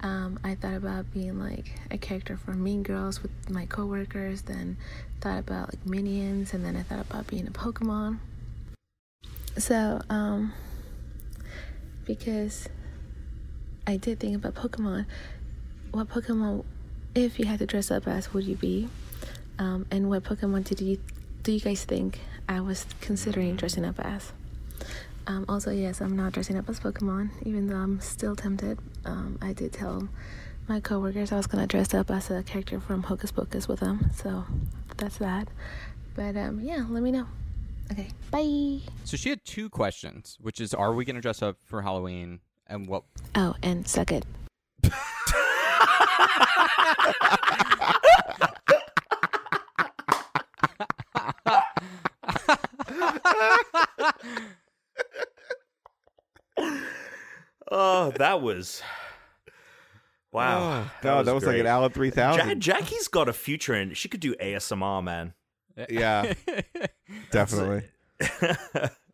Speaker 4: Um, I thought about being like a character for Mean Girls with my coworkers, then thought about like Minions, and then I thought about being a Pokemon. So, um, because I did think about Pokemon, what Pokemon, if you had to dress up as, would you be? Um, and what Pokemon did you do you guys think I was considering dressing up as? Um, also, yes, I'm not dressing up as Pokemon, even though I'm still tempted. Um, I did tell my coworkers I was gonna dress up as a character from Hocus Pocus with them, so that's that. But um, yeah, let me know. Okay, bye.
Speaker 1: So she had two questions, which is, are we going to dress up for Halloween, and what?
Speaker 4: Oh, and suck it.
Speaker 2: Oh, that was. (sighs) Wow.
Speaker 3: Oh, God, that was, like an
Speaker 2: great.
Speaker 3: Alan three
Speaker 2: Ja-
Speaker 3: thousand.
Speaker 2: Jackie's got a future in. She could do ASMR, man. (laughs)
Speaker 3: yeah, definitely.
Speaker 1: (laughs)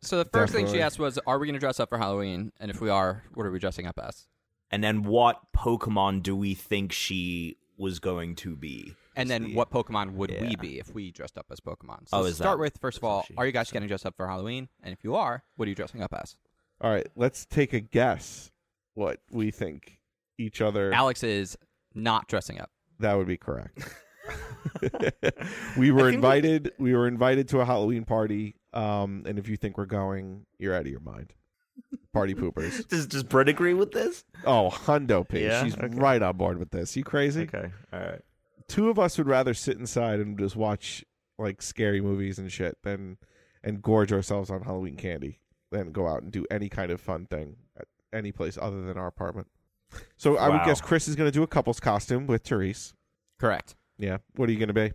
Speaker 1: so the first thing she
Speaker 3: Definitely.
Speaker 1: asked was, are we going to dress up for Halloween, and if we are, what are we dressing up as?
Speaker 2: and then what Pokemon do we think she was going to
Speaker 3: (laughs)
Speaker 2: be? (laughs)
Speaker 1: And then what Pokemon would we
Speaker 2: yeah.
Speaker 1: be if we dressed up as Pokemon? So
Speaker 2: Oh,
Speaker 1: let's
Speaker 2: is
Speaker 1: start
Speaker 2: that-
Speaker 1: with first of
Speaker 2: that's
Speaker 1: all,
Speaker 2: actually-
Speaker 1: are you guys getting dressed up for Halloween? And if you are, what are you dressing up as?
Speaker 3: All right, let's take a guess what we think each other.
Speaker 1: Alex is not dressing up.
Speaker 3: that would be correct. we were
Speaker 2: I think we-
Speaker 3: invited. We... were invited to a Halloween party. Um, and if you think we're going, you're out of your mind. Party poopers.
Speaker 2: Does does Britt agree with this?
Speaker 3: Oh, Hundo P.
Speaker 2: Yeah?
Speaker 3: She's
Speaker 2: Okay.
Speaker 3: right on board with this. You crazy?
Speaker 2: Okay, all right.
Speaker 3: Two of us would rather sit inside and just watch like scary movies and shit than and gorge ourselves on Halloween candy than go out and do any kind of fun thing at any place other than our apartment. So I would
Speaker 2: Wow.
Speaker 3: guess Chris is going to do a couple's costume with Therese.
Speaker 1: Correct.
Speaker 3: Yeah. What are you going to be?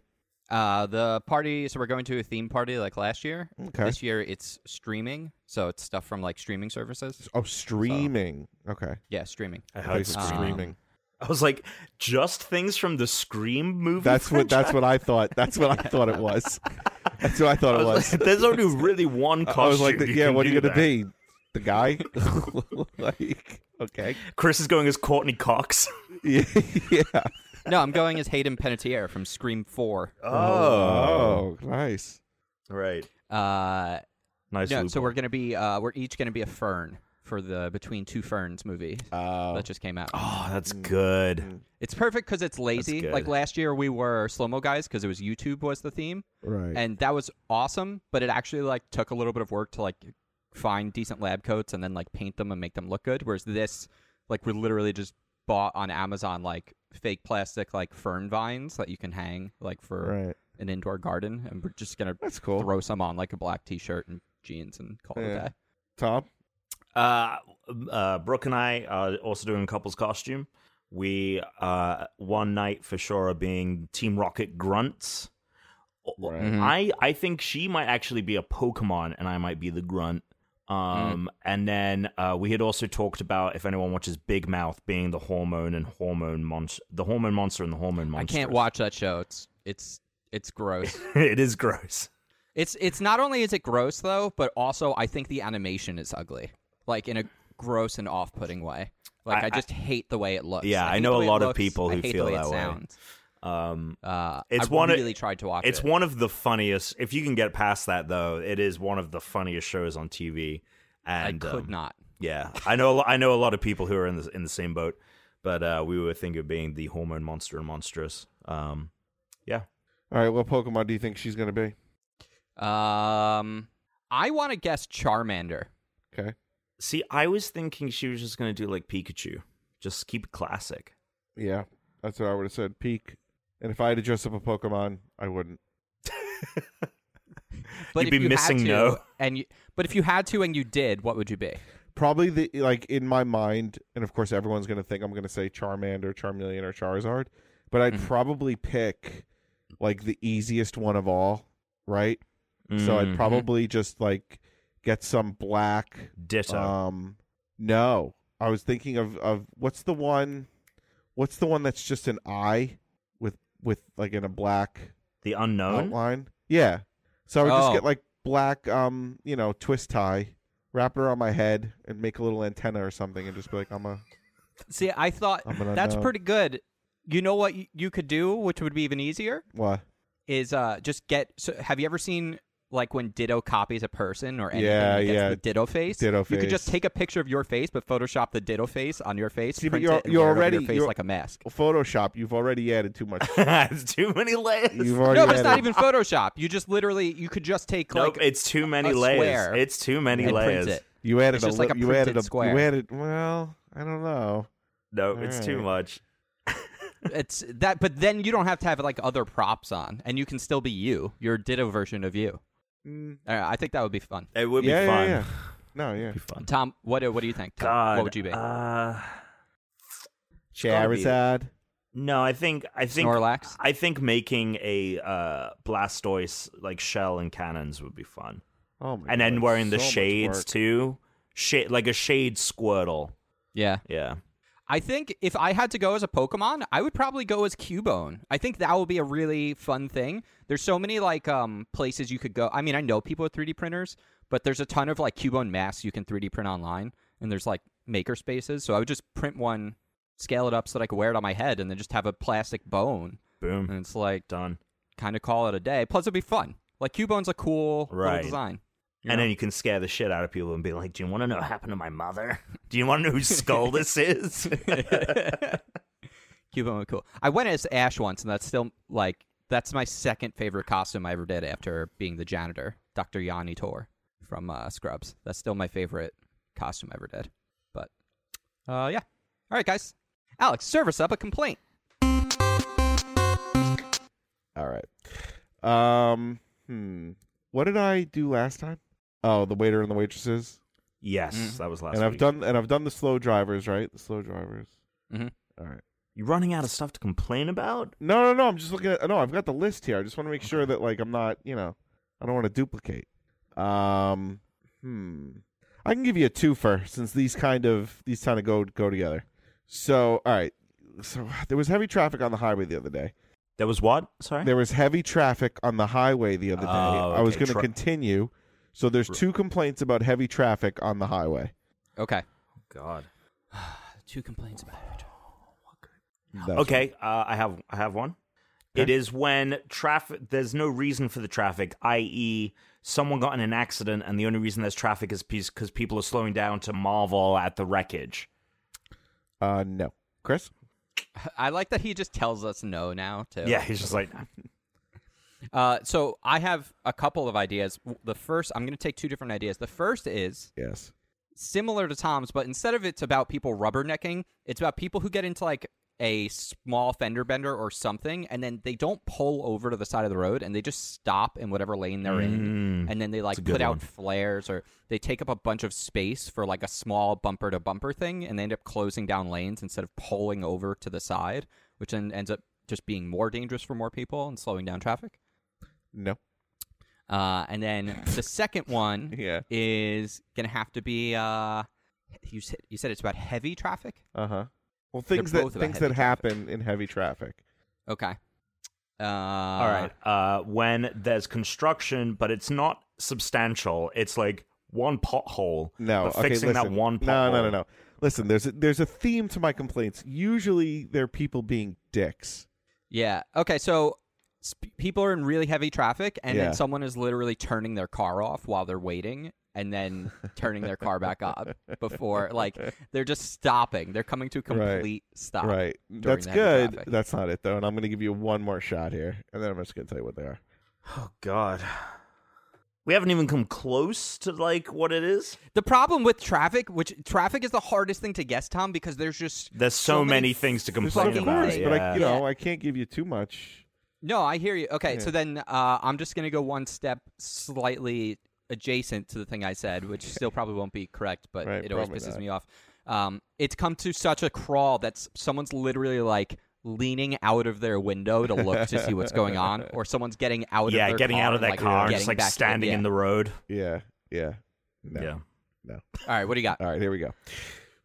Speaker 1: Uh, the party. So we're going to a theme party like last year.
Speaker 3: Okay.
Speaker 1: This year it's streaming, so it's stuff from like streaming services.
Speaker 3: Oh, streaming. Okay.
Speaker 1: Yeah, streaming.
Speaker 2: I
Speaker 3: Place of
Speaker 2: um,
Speaker 1: Scream.
Speaker 3: screaming.
Speaker 2: I was like, just things from the Scream movie.
Speaker 3: (laughs) That's what.
Speaker 2: franchise?
Speaker 3: That's what I thought. That's what
Speaker 2: (laughs)
Speaker 3: I thought it was. That's what I
Speaker 2: I
Speaker 3: thought it
Speaker 2: was
Speaker 3: was.
Speaker 2: like, There's only really one costume.
Speaker 3: (laughs) I was like,
Speaker 2: you
Speaker 3: yeah.
Speaker 2: can
Speaker 3: What are you
Speaker 2: do
Speaker 3: gonna
Speaker 2: there.
Speaker 3: be?
Speaker 2: (laughs)
Speaker 3: The guy? (laughs) like, okay.
Speaker 2: Chris is going as Courtney Cox.
Speaker 3: Yeah. (laughs) yeah.
Speaker 1: No, I'm going as Hayden Panettiere from Scream Four.
Speaker 3: Oh, nice.
Speaker 2: (laughs) right.
Speaker 1: Uh,
Speaker 2: Nice.
Speaker 1: no, so
Speaker 2: loophole.
Speaker 1: we're gonna be uh, we're each gonna be a fern for the Between Two Ferns movie
Speaker 3: Oh,
Speaker 1: that just came out.
Speaker 2: Oh, that's good.
Speaker 1: It's perfect because it's lazy.
Speaker 2: good.
Speaker 1: Like last year we were slow mo guys because it was YouTube was the theme,
Speaker 3: right.
Speaker 1: and that was awesome. But it actually like took a little bit of work to like find decent lab coats and then like paint them and make them look good. Whereas this, like, we literally just bought on Amazon like fake plastic like fern vines that you can hang like for
Speaker 3: right.
Speaker 1: an indoor garden, and we're just gonna
Speaker 3: That's cool.
Speaker 1: throw some on like a black t-shirt and jeans and call it a
Speaker 3: Yeah.
Speaker 1: day.
Speaker 3: Tom.
Speaker 2: Uh, uh, Brooke and I are also doing couples costume. We uh, one night for sure are being Team Rocket grunts.
Speaker 3: Right.
Speaker 1: Mhm.
Speaker 2: I I think she might actually be a Pokemon, and I might be the grunt.
Speaker 1: Mm.
Speaker 2: Um, and then uh, we had also talked about if anyone watches Big Mouth being the hormone and hormone monster, the hormone monster and the hormone
Speaker 1: I
Speaker 2: monster.
Speaker 1: can't watch that show. It's it's it's gross.
Speaker 2: (laughs)
Speaker 1: (laughs)
Speaker 2: it is gross.
Speaker 1: It's it's not only is it gross though, but also I think the animation is ugly, like in a gross and off-putting way. Like I,
Speaker 2: I-
Speaker 1: just hate the way it looks.
Speaker 2: Yeah, I
Speaker 1: hate
Speaker 2: know
Speaker 1: the
Speaker 2: a
Speaker 1: way it
Speaker 2: lot of
Speaker 1: looks.
Speaker 2: people
Speaker 1: I
Speaker 2: who
Speaker 1: hate
Speaker 2: feel
Speaker 1: the way
Speaker 2: that
Speaker 1: it
Speaker 2: way.
Speaker 1: Sounds.
Speaker 2: Um,
Speaker 1: Uh,
Speaker 2: It's
Speaker 1: I
Speaker 2: one of-
Speaker 1: really tried to watch
Speaker 2: It's
Speaker 1: it.
Speaker 2: one of the funniest. If you can get past that, though, it is one of the funniest shows on TV.
Speaker 1: I
Speaker 2: And
Speaker 1: could
Speaker 2: um,
Speaker 1: not.
Speaker 2: Yeah, I know. a lo- I know a lot of people who are in the in the same boat, but uh, we were thinking of being the hormone monster and monstrous. Um,
Speaker 3: All right. What Pokemon do you think she's gonna be?
Speaker 1: Um, I want to guess Charmander.
Speaker 3: Okay.
Speaker 2: See, I was thinking she was just going to do like Pikachu. Just keep it classic.
Speaker 3: Yeah, that's what I would have said. Peak. And if I had to dress up a Pokemon, I wouldn't.
Speaker 2: You'd
Speaker 1: if
Speaker 2: be
Speaker 1: you had
Speaker 2: missing
Speaker 1: to,
Speaker 2: no. (laughs)
Speaker 1: And you, but if you had to and you did, what would you be?
Speaker 3: Probably the like in my mind, and of course everyone's gonna think I'm gonna say Charmander, Charmeleon, or Charizard, but I'd probably pick like the easiest one of all, right? So I'd
Speaker 2: Mm.
Speaker 3: probably just like get some black
Speaker 2: Ditto.
Speaker 1: Uh,
Speaker 3: Um, no, I was thinking of of what's the one, what's the one that's just an eye with with like in a black
Speaker 2: the unknown.
Speaker 3: outline. Yeah, so I would just
Speaker 1: Oh.
Speaker 3: get like black, um, you know, twist tie, wrap it around my head, and make a little antenna or something, and just be like, I'm a,
Speaker 1: See, I thought
Speaker 3: I'm an
Speaker 1: (laughs) that's
Speaker 3: unknown.
Speaker 1: pretty good. You know what y- you could do, which would be even easier,
Speaker 3: what?
Speaker 1: is uh just get. So have you ever seen like when Ditto copies a person or anything?
Speaker 3: Yeah,
Speaker 1: and gets
Speaker 3: yeah.
Speaker 1: The Ditto face.
Speaker 3: Ditto
Speaker 1: You could just
Speaker 3: face.
Speaker 1: take a picture of your face, but Photoshop the Ditto face on your face.
Speaker 3: See, but
Speaker 1: print
Speaker 3: you're-
Speaker 1: it, and
Speaker 3: you're
Speaker 1: wear it over
Speaker 3: already-
Speaker 1: your face
Speaker 3: you're-
Speaker 1: like a mask.
Speaker 3: Well, Photoshop, you've already added
Speaker 1: (laughs)
Speaker 3: too much.
Speaker 2: (laughs) it's too many layers.
Speaker 3: You've already
Speaker 1: No, but it's
Speaker 3: added-
Speaker 1: not
Speaker 3: (laughs)
Speaker 1: even Photoshop. You just literally you could just take
Speaker 2: nope,
Speaker 1: like
Speaker 2: it's too many
Speaker 1: a
Speaker 2: layers.
Speaker 1: square
Speaker 2: It's too many
Speaker 1: and
Speaker 2: layers.
Speaker 1: print it.
Speaker 3: You added
Speaker 1: It's
Speaker 3: a,
Speaker 1: just
Speaker 3: li-
Speaker 1: like a
Speaker 3: you
Speaker 1: printed
Speaker 3: added a,
Speaker 1: square.
Speaker 3: you added. Well, I don't know.
Speaker 2: No, it's too
Speaker 3: Alright.
Speaker 2: much.
Speaker 1: It's that, but then you don't have to have like other props on, and you can still be you, your Ditto version of you.
Speaker 3: Mm,
Speaker 1: Uh, I think that would be fun.
Speaker 2: It would be
Speaker 3: yeah,
Speaker 2: fun.
Speaker 3: yeah, yeah. No, yeah.
Speaker 2: Be fun.
Speaker 1: Tom, what do- what do you think? Tom?
Speaker 2: God,
Speaker 1: what would you be?
Speaker 2: Uh, it's gotta be-
Speaker 3: Charizard.
Speaker 2: No, I think I think
Speaker 1: Snorlax?
Speaker 2: I think making a uh, Blastoise like shell and cannons would be fun,
Speaker 3: Oh my
Speaker 2: and then
Speaker 3: God,
Speaker 2: wearing the
Speaker 3: so much
Speaker 2: shades
Speaker 3: work.
Speaker 2: too, shade like a shade Squirtle.
Speaker 1: yeah,
Speaker 2: Yeah,
Speaker 1: I think if I had to go as a Pokemon, I would probably go as Cubone. I think that would be a really fun thing. There's so many like um places you could go. I mean, I know people with 3D printers, but there's a ton of like Cubone masks you can 3D print online, and there's like maker spaces. So I would just print one, scale it up so that I could wear it on my head, and then just have a plastic bone,
Speaker 2: boom,
Speaker 3: Mm.
Speaker 1: and it's like
Speaker 2: done.
Speaker 1: kind of call it a day. Plus, it'd be fun. Like Cubone's a cool
Speaker 2: Right.
Speaker 1: little design. you
Speaker 2: And
Speaker 1: know?
Speaker 2: then you can scare the shit out of people and be like, "Do you want to know what happened to my mother? Do you want to know whose
Speaker 3: (laughs)
Speaker 2: skull this is?"
Speaker 1: Cubone would cool. I went as Ash once, and that's still like that's my second favorite costume I ever did after being the janitor, Dr. Yanni Tor from uh, Scrubs. That's still my favorite costume I ever did. But uh, yeah, all right, guys. Alex, serve us up a complaint.
Speaker 3: All right. Um, hmm. What did I do last time? Oh, the waiter and the waitresses.
Speaker 2: yes,
Speaker 1: Mm.
Speaker 2: that was last.
Speaker 3: and I've
Speaker 2: week.
Speaker 3: done and I've done the slow drivers, right? The slow drivers.
Speaker 1: Mhm.
Speaker 3: All right.
Speaker 2: You running out of stuff to complain about?
Speaker 3: No, no, no. I'm just looking at. No, I've got the list here. I just want to make sure that like I'm not, you know, I don't want to duplicate. Um, hmm. I can give you a twofer since these kind of these kind of go go together. So, all right. So there was heavy traffic on the highway the other day.
Speaker 2: There was what? Sorry.
Speaker 3: There was heavy traffic on the highway the other day.
Speaker 2: Oh,
Speaker 3: I was
Speaker 2: okay.
Speaker 3: going to
Speaker 2: Tra-
Speaker 3: continue. So there's two complaints about heavy traffic on the highway.
Speaker 1: Okay.
Speaker 2: God.
Speaker 1: Two complaints about it.
Speaker 3: That's-
Speaker 2: Okay, uh, I have I have one. It
Speaker 3: Okay.
Speaker 2: is when traffic. There's no reason for the traffic, i.e., someone got in an accident, and the only reason there's traffic is because people are slowing down to marvel at the wreckage.
Speaker 3: Uh, no, Chris.
Speaker 1: I like that he just tells us no now too.
Speaker 2: Yeah, he's just like,
Speaker 1: Uh, so I have a couple of ideas. W- The first, I'm going to take two different ideas. The first is
Speaker 3: Yes.
Speaker 1: similar to Tom's, but instead of it's about people rubbernecking, it's about people who get into like a small fender bender or something, and then they don't pull over to the side of the road and they just stop in whatever lane they're in, and then they like
Speaker 2: Mm. good
Speaker 1: put
Speaker 2: one.
Speaker 1: out flares or they take up a bunch of space for like a small bumper to bumper thing, and they end up closing down lanes instead of pulling over to the side, which then ends up just being more dangerous for more people and slowing down traffic.
Speaker 3: No.
Speaker 1: Uh, and then the second
Speaker 2: (laughs)
Speaker 1: one
Speaker 3: Yeah.
Speaker 1: is gonna have to be. Uh, you said you said it's about heavy traffic.
Speaker 3: Uh huh. Well, things that
Speaker 1: both about
Speaker 3: things
Speaker 1: heavy
Speaker 3: that
Speaker 1: traffic.
Speaker 3: happen in heavy traffic.
Speaker 1: Okay. Uh,
Speaker 2: all right. Uh, when there's construction, but it's not substantial. It's like one pothole.
Speaker 3: No.
Speaker 2: but
Speaker 3: okay,
Speaker 2: fixing that
Speaker 3: listen.
Speaker 2: one. Pothole.
Speaker 3: No, no, no, no. Listen, there's a, there's a theme to my complaints. Usually, they're people being dicks.
Speaker 1: Yeah. Okay. So sp- people are in really heavy traffic, and
Speaker 3: Yeah.
Speaker 1: then someone is literally turning their car off while they're waiting, and then turning their car back up before, like, they're just stopping. They're coming to a
Speaker 3: Right.
Speaker 1: complete stop.
Speaker 3: right.
Speaker 1: Ah, during
Speaker 3: That's
Speaker 1: the heavy
Speaker 3: good.
Speaker 1: traffic.
Speaker 3: That's not it though. And I'm going to give you one more shot here, and then I'm just going to tell you what they are.
Speaker 2: Oh God. We haven't even come close to like what it is.
Speaker 1: The problem with traffic, which traffic is the hardest thing to guess, Tom, because there's just
Speaker 2: There's so, many, things to
Speaker 3: There's
Speaker 2: complain
Speaker 3: of
Speaker 2: about.
Speaker 3: course,
Speaker 2: yeah.
Speaker 3: but I, you know, I can't give you too much.
Speaker 1: No, I hear you. Okay,
Speaker 3: Yeah.
Speaker 1: so then uh, I'm just gonna go one step slightly adjacent to the thing I said, which still probably won't be correct, but
Speaker 3: Right,
Speaker 1: it always
Speaker 3: probably
Speaker 1: pisses
Speaker 3: not.
Speaker 1: me off. Um, it's come to such a crawl that s- someone's literally like leaning out of their window to look to see what's going on, or someone's getting out.
Speaker 2: yeah,
Speaker 1: of their
Speaker 2: getting
Speaker 1: car
Speaker 2: out of
Speaker 1: and,
Speaker 2: that
Speaker 1: like,
Speaker 2: car, and
Speaker 1: getting
Speaker 2: just like
Speaker 1: back
Speaker 2: standing in the road.
Speaker 3: Yeah, yeah. No.
Speaker 2: Yeah.
Speaker 1: All right, what do you got?
Speaker 3: All right, here we go.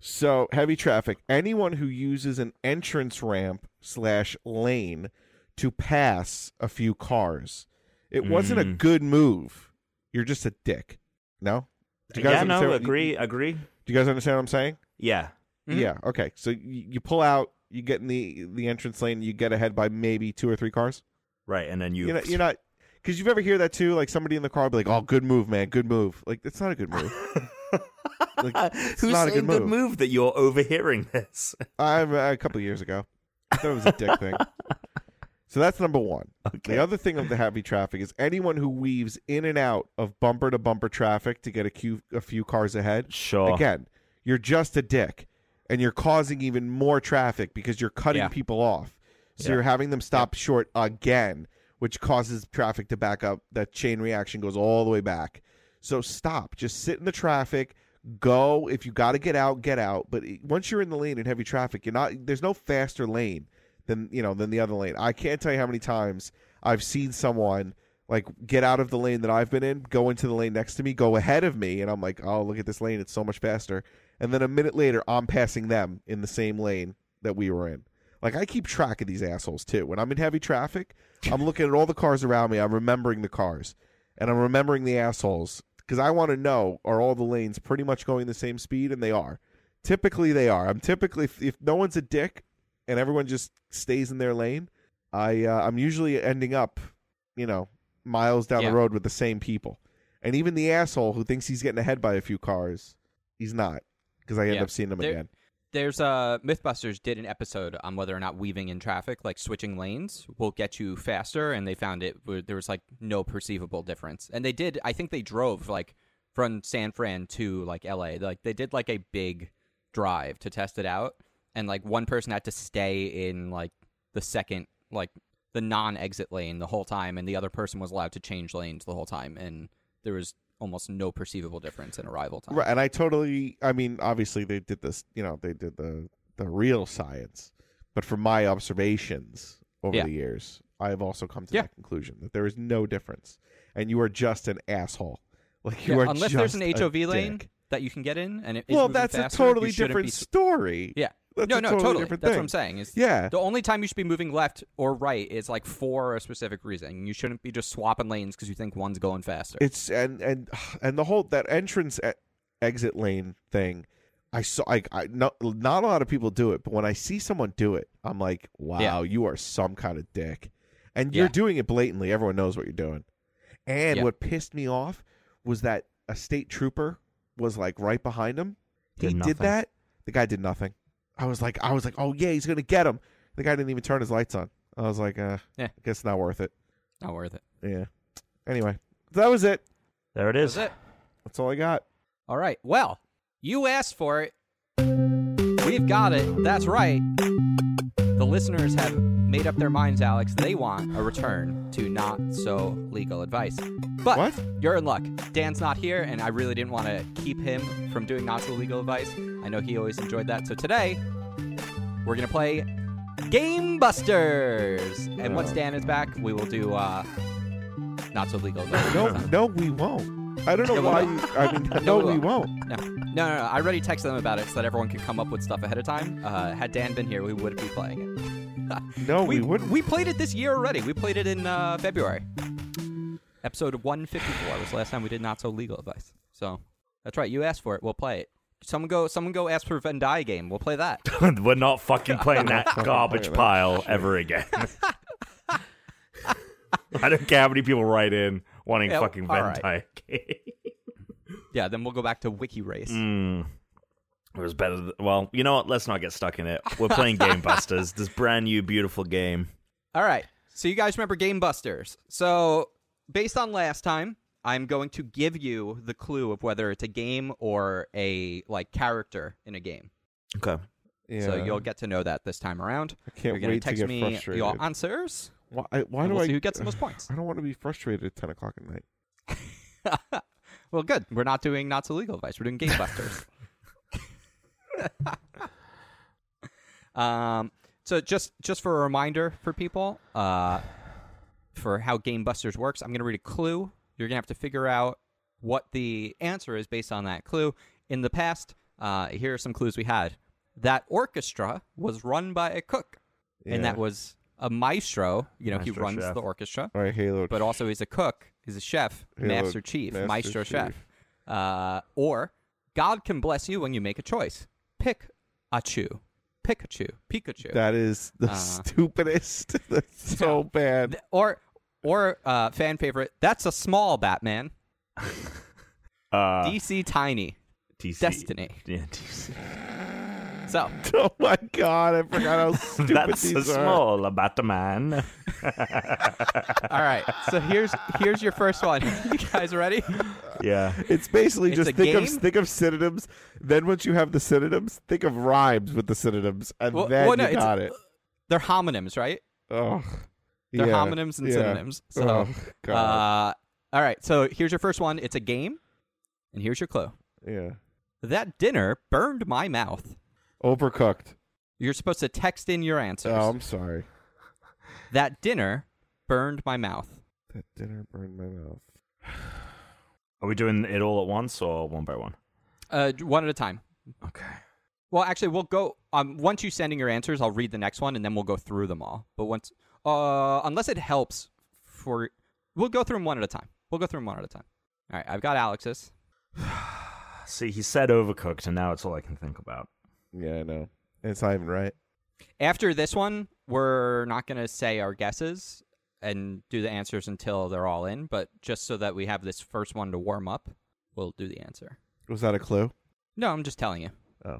Speaker 3: So heavy traffic. Anyone who uses an entrance ramp slash lane to pass a few cars. It wasn't a
Speaker 2: Mm.
Speaker 3: good move. You're just a dick. No? Do you guys
Speaker 2: yeah, no,
Speaker 3: understand what-
Speaker 2: agree, Mm-hmm. agree.
Speaker 3: Do you guys understand what I'm saying?
Speaker 2: Yeah,
Speaker 1: Mhm.
Speaker 3: Yeah. Okay. So you, you pull out, you get in the the entrance lane, you get ahead by maybe two or three cars.
Speaker 2: right. And then you,
Speaker 3: You're
Speaker 2: (laughs)
Speaker 3: not, you're not because you've ever hear that too. Like somebody in the car will be like, "Oh, good move, man. Good move." Like that's not a good move. like,
Speaker 2: who's
Speaker 3: not a
Speaker 2: saying
Speaker 3: good
Speaker 2: good
Speaker 3: move.
Speaker 2: move that you're overhearing this? (laughs)
Speaker 3: I'm uh, a couple of years ago. I thought it was a dick thing. So that's number one.
Speaker 2: Okay.
Speaker 3: The other thing of the heavy traffic is anyone who weaves in and out of bumper to bumper traffic to get a few, a few cars ahead.
Speaker 2: Sure.
Speaker 3: Again, you're just a dick, and you're causing even more traffic because you're cutting
Speaker 1: Yeah.
Speaker 3: people off. So
Speaker 2: Yeah.
Speaker 3: you're having them stop short again, which causes traffic to back up. That chain reaction goes all the way back. So stop. Just sit in the traffic. Go if you got to get out, get out. But it- once you're in the lane in heavy traffic, you're not. There's no faster lane than you know than the other lane. I can't tell you how many times I've seen someone like get out of the lane that I've been in, go into the lane next to me, go ahead of me, and I'm like, oh look at this lane, it's so much faster. And then a minute later, I'm passing them in the same lane that we were in. Like I keep track of these assholes too. When I'm in heavy traffic, I'm looking at all the cars around me. I'm remembering the cars, and I'm remembering the assholes because I want to know are all the lanes pretty much going the same speed, and they are. Typically, they are. I'm typically if, if no one's a dick and everyone just stays in their lane, I uh, I'm usually ending up, you know, miles down
Speaker 1: Yeah.
Speaker 3: the road with the same people, and even the asshole who thinks he's getting ahead by a few cars, he's not because I end
Speaker 1: Yeah.
Speaker 3: up seeing him
Speaker 1: There-
Speaker 3: again.
Speaker 1: There's uh, MythBusters did an episode on whether or not weaving in traffic, like switching lanes, will get you faster, and they found it w- there was like no perceivable difference. And they did, I think they drove like from San Fran to like L.A. Like they did like a big drive to test it out, and like one person had to stay in like the second like the non-exit lane the whole time, and the other person was allowed to change lanes the whole time, and there was almost no perceivable difference in arrival time.
Speaker 3: Right, and I totally. I mean, obviously they did this. You know, they did the the real science, but from my observations over
Speaker 1: Yeah.
Speaker 3: the years, I have also come to
Speaker 1: Yeah.
Speaker 3: that conclusion that there is no difference, and you are just an asshole. (laughs) Like you
Speaker 1: Yeah,
Speaker 3: are
Speaker 1: unless there's an
Speaker 3: just a
Speaker 1: HOV lane
Speaker 3: dick.
Speaker 1: that you can get in, and it is
Speaker 3: Well,
Speaker 1: moving
Speaker 3: that's
Speaker 1: faster,
Speaker 3: a totally
Speaker 1: you shouldn't
Speaker 3: different
Speaker 1: be-
Speaker 3: story.
Speaker 1: yeah,
Speaker 3: That's
Speaker 1: no,
Speaker 3: a
Speaker 1: no,
Speaker 3: totally
Speaker 1: totally.
Speaker 3: different
Speaker 1: That's what
Speaker 3: thing.
Speaker 1: I'm saying. Is
Speaker 3: Yeah.
Speaker 1: the only time you should be moving left or right is like for a specific reason. You shouldn't be just swapping lanes because you think one's going faster.
Speaker 3: It's and and (sighs) and the whole that entrance e- exit lane thing. I saw I, I not not a lot of people do it, but when I see someone do it, I'm like, wow, you are some kind of dick, and you're
Speaker 1: Yeah.
Speaker 3: doing it blatantly. Everyone knows what you're doing. And
Speaker 1: Yeah.
Speaker 3: what pissed me off was that a state trooper was like right behind him.
Speaker 2: Did
Speaker 3: He did,
Speaker 2: nothing.
Speaker 3: that. The guy did nothing. I was like, I was like, oh yeah, he's gonna get him. The guy didn't even turn his lights on. I was like, uh,
Speaker 1: Yeah.
Speaker 3: I guess not worth it.
Speaker 1: Not worth it.
Speaker 3: Yeah. Anyway, that was it.
Speaker 2: there it
Speaker 1: That's
Speaker 2: is. (laughs)
Speaker 1: it.
Speaker 3: That's all I got.
Speaker 1: All right. Well, you asked for it. We've got it. That's right. The listeners have made up their minds, Alex. They want a return to not so legal advice. But
Speaker 3: What?
Speaker 1: you're in luck. Dan's not here, and I really didn't want to keep him from doing not so legal advice. I know he always enjoyed that. So today, we're going to play Game Busters. And once Dan is back, we will do uh, not so legal advice. (laughs)
Speaker 3: No, no, we won't. I don't
Speaker 1: No, we
Speaker 3: know
Speaker 1: (laughs)
Speaker 3: why.
Speaker 1: won't.
Speaker 3: You, I mean,
Speaker 1: No,
Speaker 3: no,
Speaker 1: we
Speaker 3: we
Speaker 1: won't.
Speaker 3: won't.
Speaker 1: No, no, no, no. I already texted them about it so that everyone could come up with stuff ahead of time. Uh, had Dan been here, we would be playing it.
Speaker 3: No, Oh, we, wouldn't.
Speaker 1: We played it this year already. We played it in uh, February. Episode 154 was the last time we did not so legal advice. So that's right. You asked for it. We'll play it. Someone go. Someone go ask for Venn Die game. We'll play that.
Speaker 2: We're not fucking playing (laughs) that garbage
Speaker 3: playing that
Speaker 2: pile ever again. (laughs) I don't care how many people write in wanting
Speaker 1: Yeah,
Speaker 2: fucking
Speaker 1: all
Speaker 2: Venn
Speaker 1: right.
Speaker 2: Dyke.
Speaker 1: Yeah. Then we'll go back to Wiki Race.
Speaker 2: Mm. It was better. Th- well, you know what? Let's not get stuck in it. We're playing Game Busters, this brand new, beautiful game.
Speaker 1: All right. So you guys remember Game Busters. So based on last time, I'm going to give you the clue of whether it's a game or a like character in a game.
Speaker 2: Okay.
Speaker 3: Yeah.
Speaker 1: So you'll get to know that this time around.
Speaker 3: I can't
Speaker 1: You're gonna
Speaker 3: wait to
Speaker 1: text
Speaker 3: get
Speaker 1: me
Speaker 3: frustrated.
Speaker 1: your answers.
Speaker 3: why, I- why
Speaker 1: and
Speaker 3: do
Speaker 1: we'll
Speaker 3: I
Speaker 1: see who gets the
Speaker 3: (sighs)
Speaker 1: most points.
Speaker 3: I don't want to be frustrated at ten o'clock at night.
Speaker 1: (laughs) well, good. We're not doing not so legal advice. We're doing game
Speaker 2: (laughs)
Speaker 1: busters. (laughs) um, so just just for a reminder for people, uh, for how game busters works, I'm going to read a clue. You're going to have to figure out what the answer is based on that clue. In the past, uh, here are some clues we had. That orchestra was run by a cook, and
Speaker 3: Yeah.
Speaker 1: that was a maestro. You know, he
Speaker 2: Maestro
Speaker 1: runs
Speaker 2: chef.
Speaker 1: the orchestra
Speaker 3: All right, Halo.
Speaker 1: but also he's a cook, he's a chef,
Speaker 3: Halo
Speaker 1: master chief,
Speaker 3: Master
Speaker 1: maestro chef.
Speaker 3: Chief.
Speaker 1: Uh, or God can bless you when you make a choice. Pick a chew. Pikachu. Pikachu.
Speaker 3: that is the
Speaker 1: Uh.
Speaker 3: stupidest. (laughs)
Speaker 1: (laughs)
Speaker 3: That's so bad. (laughs)
Speaker 1: Th- or or uh, fan favorite, that's a small Batman.
Speaker 2: Uh,
Speaker 1: DC Tiny.
Speaker 2: DC.
Speaker 1: Destiny.
Speaker 2: Yeah, DC.
Speaker 1: So
Speaker 3: Oh my god! I
Speaker 1: (laughs)
Speaker 3: forgot
Speaker 2: (laughs)
Speaker 3: how stupid
Speaker 2: That's
Speaker 3: these
Speaker 2: a
Speaker 3: are.
Speaker 2: small (laughs) Batman.
Speaker 1: all right. So here's here's your first one. (laughs) you guys ready?
Speaker 2: yeah.
Speaker 3: It's basically
Speaker 1: It's
Speaker 3: just
Speaker 1: a
Speaker 3: think of
Speaker 1: game?
Speaker 3: think of synonyms. Then once you have the synonyms, think of rhymes with the synonyms, and
Speaker 1: Well-
Speaker 3: then
Speaker 1: well, no,
Speaker 3: you
Speaker 1: it's-
Speaker 3: got it.
Speaker 1: They're homonyms, right?
Speaker 3: Ugh.
Speaker 1: They're
Speaker 3: Yeah.
Speaker 1: homonyms and
Speaker 3: Yeah.
Speaker 1: synonyms. So
Speaker 3: oh, God.
Speaker 1: uh, all right. So here's your first one. It's a game. And here's your clue.
Speaker 3: yeah.
Speaker 1: That dinner burned my mouth.
Speaker 3: Overcooked.
Speaker 1: You're supposed to text in your answers.
Speaker 3: Oh, I'm sorry.
Speaker 1: that dinner burned my mouth.
Speaker 3: That dinner burned my mouth.
Speaker 2: Are we doing it all at once or one by one?
Speaker 1: Uh, d- one at a time.
Speaker 2: Okay.
Speaker 1: Well, actually, we'll go. Um, once you send in your answers, I'll read the next one, and then we'll go through them all. But once, uh, unless it helps, for we'll go through them one at a time. We'll go through them one at a time. All right, I've got Alex's.
Speaker 2: See, he said overcooked, and now it's all I can think about.
Speaker 3: Yeah, I know. And it's not even right.
Speaker 1: After this one, we're not gonna say our guesses and do the answers until they're all in. But just so that we have this first one to warm up, we'll do the answer.
Speaker 3: Was that a clue?
Speaker 1: No, I'm just telling you.
Speaker 3: Oh.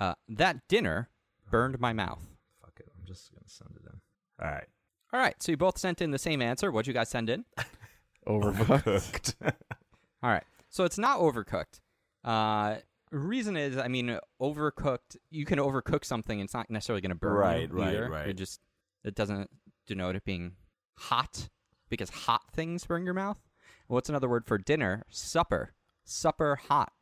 Speaker 1: Uh, that dinner burned my mouth.
Speaker 2: Fuck it. I'm just going to send it in.
Speaker 1: (laughs)
Speaker 2: All right.
Speaker 1: All right, so you both sent in the same answer. What'd you guys send in?
Speaker 3: Overcooked.
Speaker 1: (laughs) All right, so it's not overcooked. Uh, reason is, I mean, overcooked. You can overcook something; it's not necessarily going to burn.
Speaker 2: Right,
Speaker 1: you
Speaker 2: right,
Speaker 1: either.
Speaker 2: right.
Speaker 1: It just it doesn't denote it being hot because hot things burn your mouth. What's another word for dinner? Supper. Supper
Speaker 2: (laughs)
Speaker 1: hot.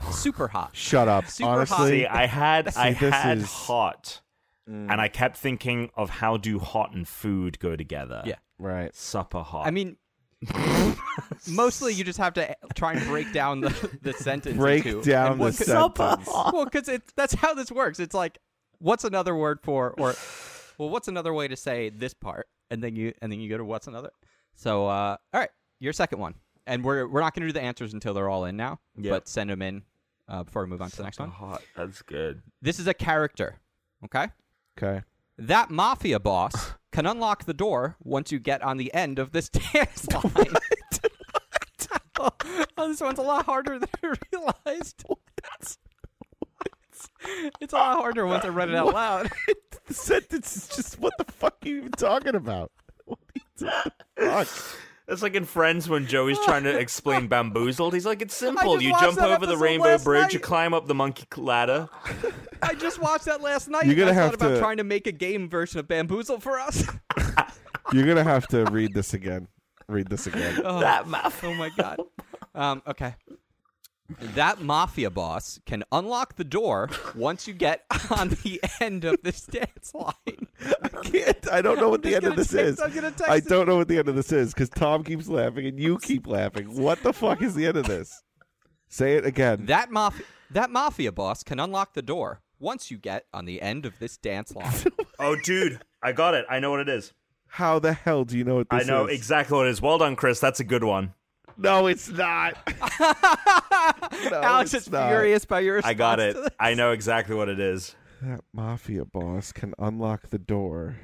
Speaker 2: Oh,
Speaker 1: Super hot.
Speaker 3: (laughs) Shut up.
Speaker 1: Super hot.
Speaker 3: Honestly,
Speaker 2: See, I had I
Speaker 3: See, this
Speaker 2: had
Speaker 3: is-
Speaker 2: hot,
Speaker 1: Mm.
Speaker 2: and I kept thinking of how do hot and food go together.
Speaker 1: Yeah.
Speaker 3: right.
Speaker 2: supper hot.
Speaker 1: I mean, mostly you just have to try and break down the, the sentence.
Speaker 3: Break
Speaker 1: into,
Speaker 3: down
Speaker 1: and
Speaker 3: the
Speaker 1: what could-
Speaker 3: sentence.
Speaker 1: well, because that's how this works. It's like, what's another word for, or, well, what's another way to say this part, and then you and then you go to what's another. So, uh, all right, your second one, and we're we're not going to do the answers until they're all in now.
Speaker 2: Yep.
Speaker 1: But send them in uh, before we move on to the next one.
Speaker 2: hot. That's good.
Speaker 1: This is a character, okay?
Speaker 3: Okay.
Speaker 1: That mafia
Speaker 3: (laughs)
Speaker 1: boss can unlock the door once you get on the end of this (laughs) dance line.
Speaker 3: (laughs)
Speaker 1: oh, this one's a lot harder than I realized. It's a lot harder once I read it out loud.
Speaker 3: the sentence is just what the fuck are you even talking about? (laughs) What the fuck?
Speaker 2: That's like in Friends when Joey's
Speaker 1: (laughs)
Speaker 2: trying to explain bamboozled. He's like, it's simple.
Speaker 1: just
Speaker 2: You
Speaker 1: watched
Speaker 2: jump
Speaker 1: that
Speaker 2: over the
Speaker 1: episode
Speaker 2: rainbow
Speaker 1: last
Speaker 2: bridge, you
Speaker 1: night.
Speaker 2: climb up the monkey ladder.
Speaker 1: I just watched that last night.
Speaker 3: You're
Speaker 1: and I
Speaker 3: gonna have
Speaker 1: thought about
Speaker 3: to-
Speaker 1: trying to make a game version of Bamboozle for us. (laughs)
Speaker 3: You're gonna have to read this again. Read this again.
Speaker 1: Oh,
Speaker 2: That mouth.
Speaker 1: oh my god. Um, okay. That mafia boss can unlock the door once you get on the end of this dance
Speaker 3: (laughs)
Speaker 1: line.
Speaker 3: I (laughs) can't. I don't know what the
Speaker 1: just
Speaker 3: end of
Speaker 1: gonna
Speaker 3: this
Speaker 1: text-
Speaker 3: is.
Speaker 1: I'm gonna text
Speaker 3: I
Speaker 1: it.
Speaker 3: don't know what the end of this is because Tom keeps laughing and you keep laughing. What the fuck is the end of this? Say it again.
Speaker 1: That mafia that mafia boss can unlock the door once you get on the end of this dance line.
Speaker 2: Oh, dude, I got it. I know what it is.
Speaker 3: How the hell do you know what this
Speaker 2: I know
Speaker 3: is?
Speaker 2: exactly what it is. Well done, Chris. That's a good one.
Speaker 3: No, it's not. (laughs) No,
Speaker 1: Alex
Speaker 3: it's
Speaker 1: is
Speaker 3: not.
Speaker 1: furious by your response.
Speaker 2: I got
Speaker 3: (laughs)
Speaker 2: it.
Speaker 1: to this.
Speaker 2: I know exactly what it is.
Speaker 3: That mafia boss can unlock the door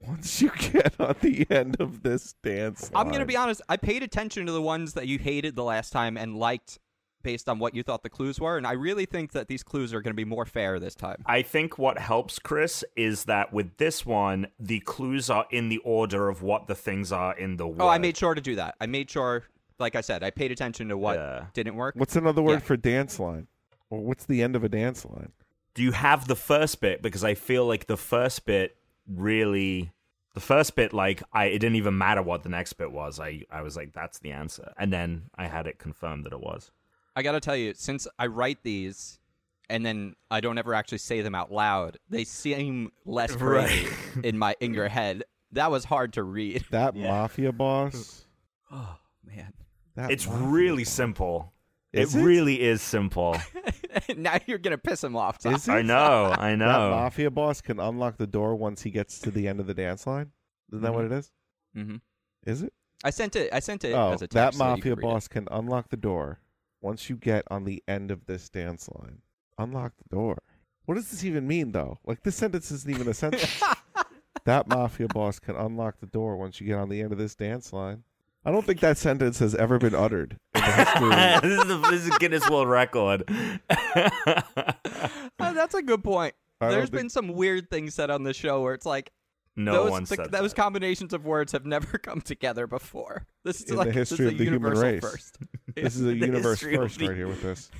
Speaker 3: once you get on the end of this dance.
Speaker 1: I'm gonna be
Speaker 3: line.
Speaker 1: honest. I paid attention to the ones that you hated the last time and liked based on what you thought the clues were, and I really think that these clues are gonna be more fair this time.
Speaker 2: I think what helps Chris is that with this one, the clues are in the order of what the things are in the world.
Speaker 3: Oh,
Speaker 1: Oh, I made sure to do that. I made sure Like I said, I paid attention to what
Speaker 2: Yeah.
Speaker 1: didn't work.
Speaker 3: What's another word
Speaker 1: Yeah.
Speaker 3: for dance line? Or what's the end of a dance line?
Speaker 2: Do you have the first bit? Because I feel like the first bit really, the first bit, like I, it didn't even matter what the next bit was. I, I was like, that's the answer, and then I had it confirmed that it was.
Speaker 1: I gotta tell you, since I write these and then I don't ever actually say them out loud, they seem less
Speaker 2: Right.
Speaker 1: crazy in my in your head. That was hard to
Speaker 3: (laughs)
Speaker 1: read.
Speaker 3: That
Speaker 2: Yeah.
Speaker 3: mafia boss.
Speaker 1: Oh man!
Speaker 3: That
Speaker 2: It's
Speaker 3: mafia
Speaker 2: really
Speaker 3: boss.
Speaker 2: simple.
Speaker 3: Is
Speaker 2: it, really is simple.
Speaker 1: (laughs) now you're gonna piss him off. Tom.
Speaker 3: Is it?
Speaker 2: I
Speaker 3: (laughs)
Speaker 2: know. I
Speaker 3: That
Speaker 2: know.
Speaker 3: mafia boss can unlock the door once he gets to the end of the dance line. Isn't that what
Speaker 2: Mm-hmm.
Speaker 3: it is?
Speaker 1: Mhm.
Speaker 3: Is it?
Speaker 1: I sent it. I sent it
Speaker 3: oh,
Speaker 1: as a text.
Speaker 3: that
Speaker 1: so you could
Speaker 3: mafia
Speaker 1: read it.
Speaker 3: boss can unlock the door once you get on the end of this dance line. Unlock the door. What does this even mean, though? Like this sentence isn't even a sentence.
Speaker 1: (laughs)
Speaker 3: that mafia boss can unlock the door once you get on the end of this dance line. I don't think that sentence has ever been uttered in
Speaker 1: (laughs)
Speaker 3: the history.
Speaker 2: (laughs) this, is the, this is Guinness World Record. (laughs)
Speaker 1: Oh, that's a good point.
Speaker 3: I don't
Speaker 1: There's
Speaker 3: think-
Speaker 1: been some weird things said on the show where it's like
Speaker 2: no
Speaker 1: those
Speaker 2: one
Speaker 1: the-
Speaker 2: said
Speaker 1: those
Speaker 2: that.
Speaker 1: combinations of words have never (laughs) come together before. This is
Speaker 3: In the
Speaker 1: like
Speaker 3: history
Speaker 1: this is
Speaker 3: of
Speaker 1: a
Speaker 3: the human
Speaker 1: universal
Speaker 3: race.
Speaker 1: first.
Speaker 3: This is a
Speaker 2: the
Speaker 3: universe
Speaker 2: history of
Speaker 3: first
Speaker 2: the-
Speaker 3: right here with this.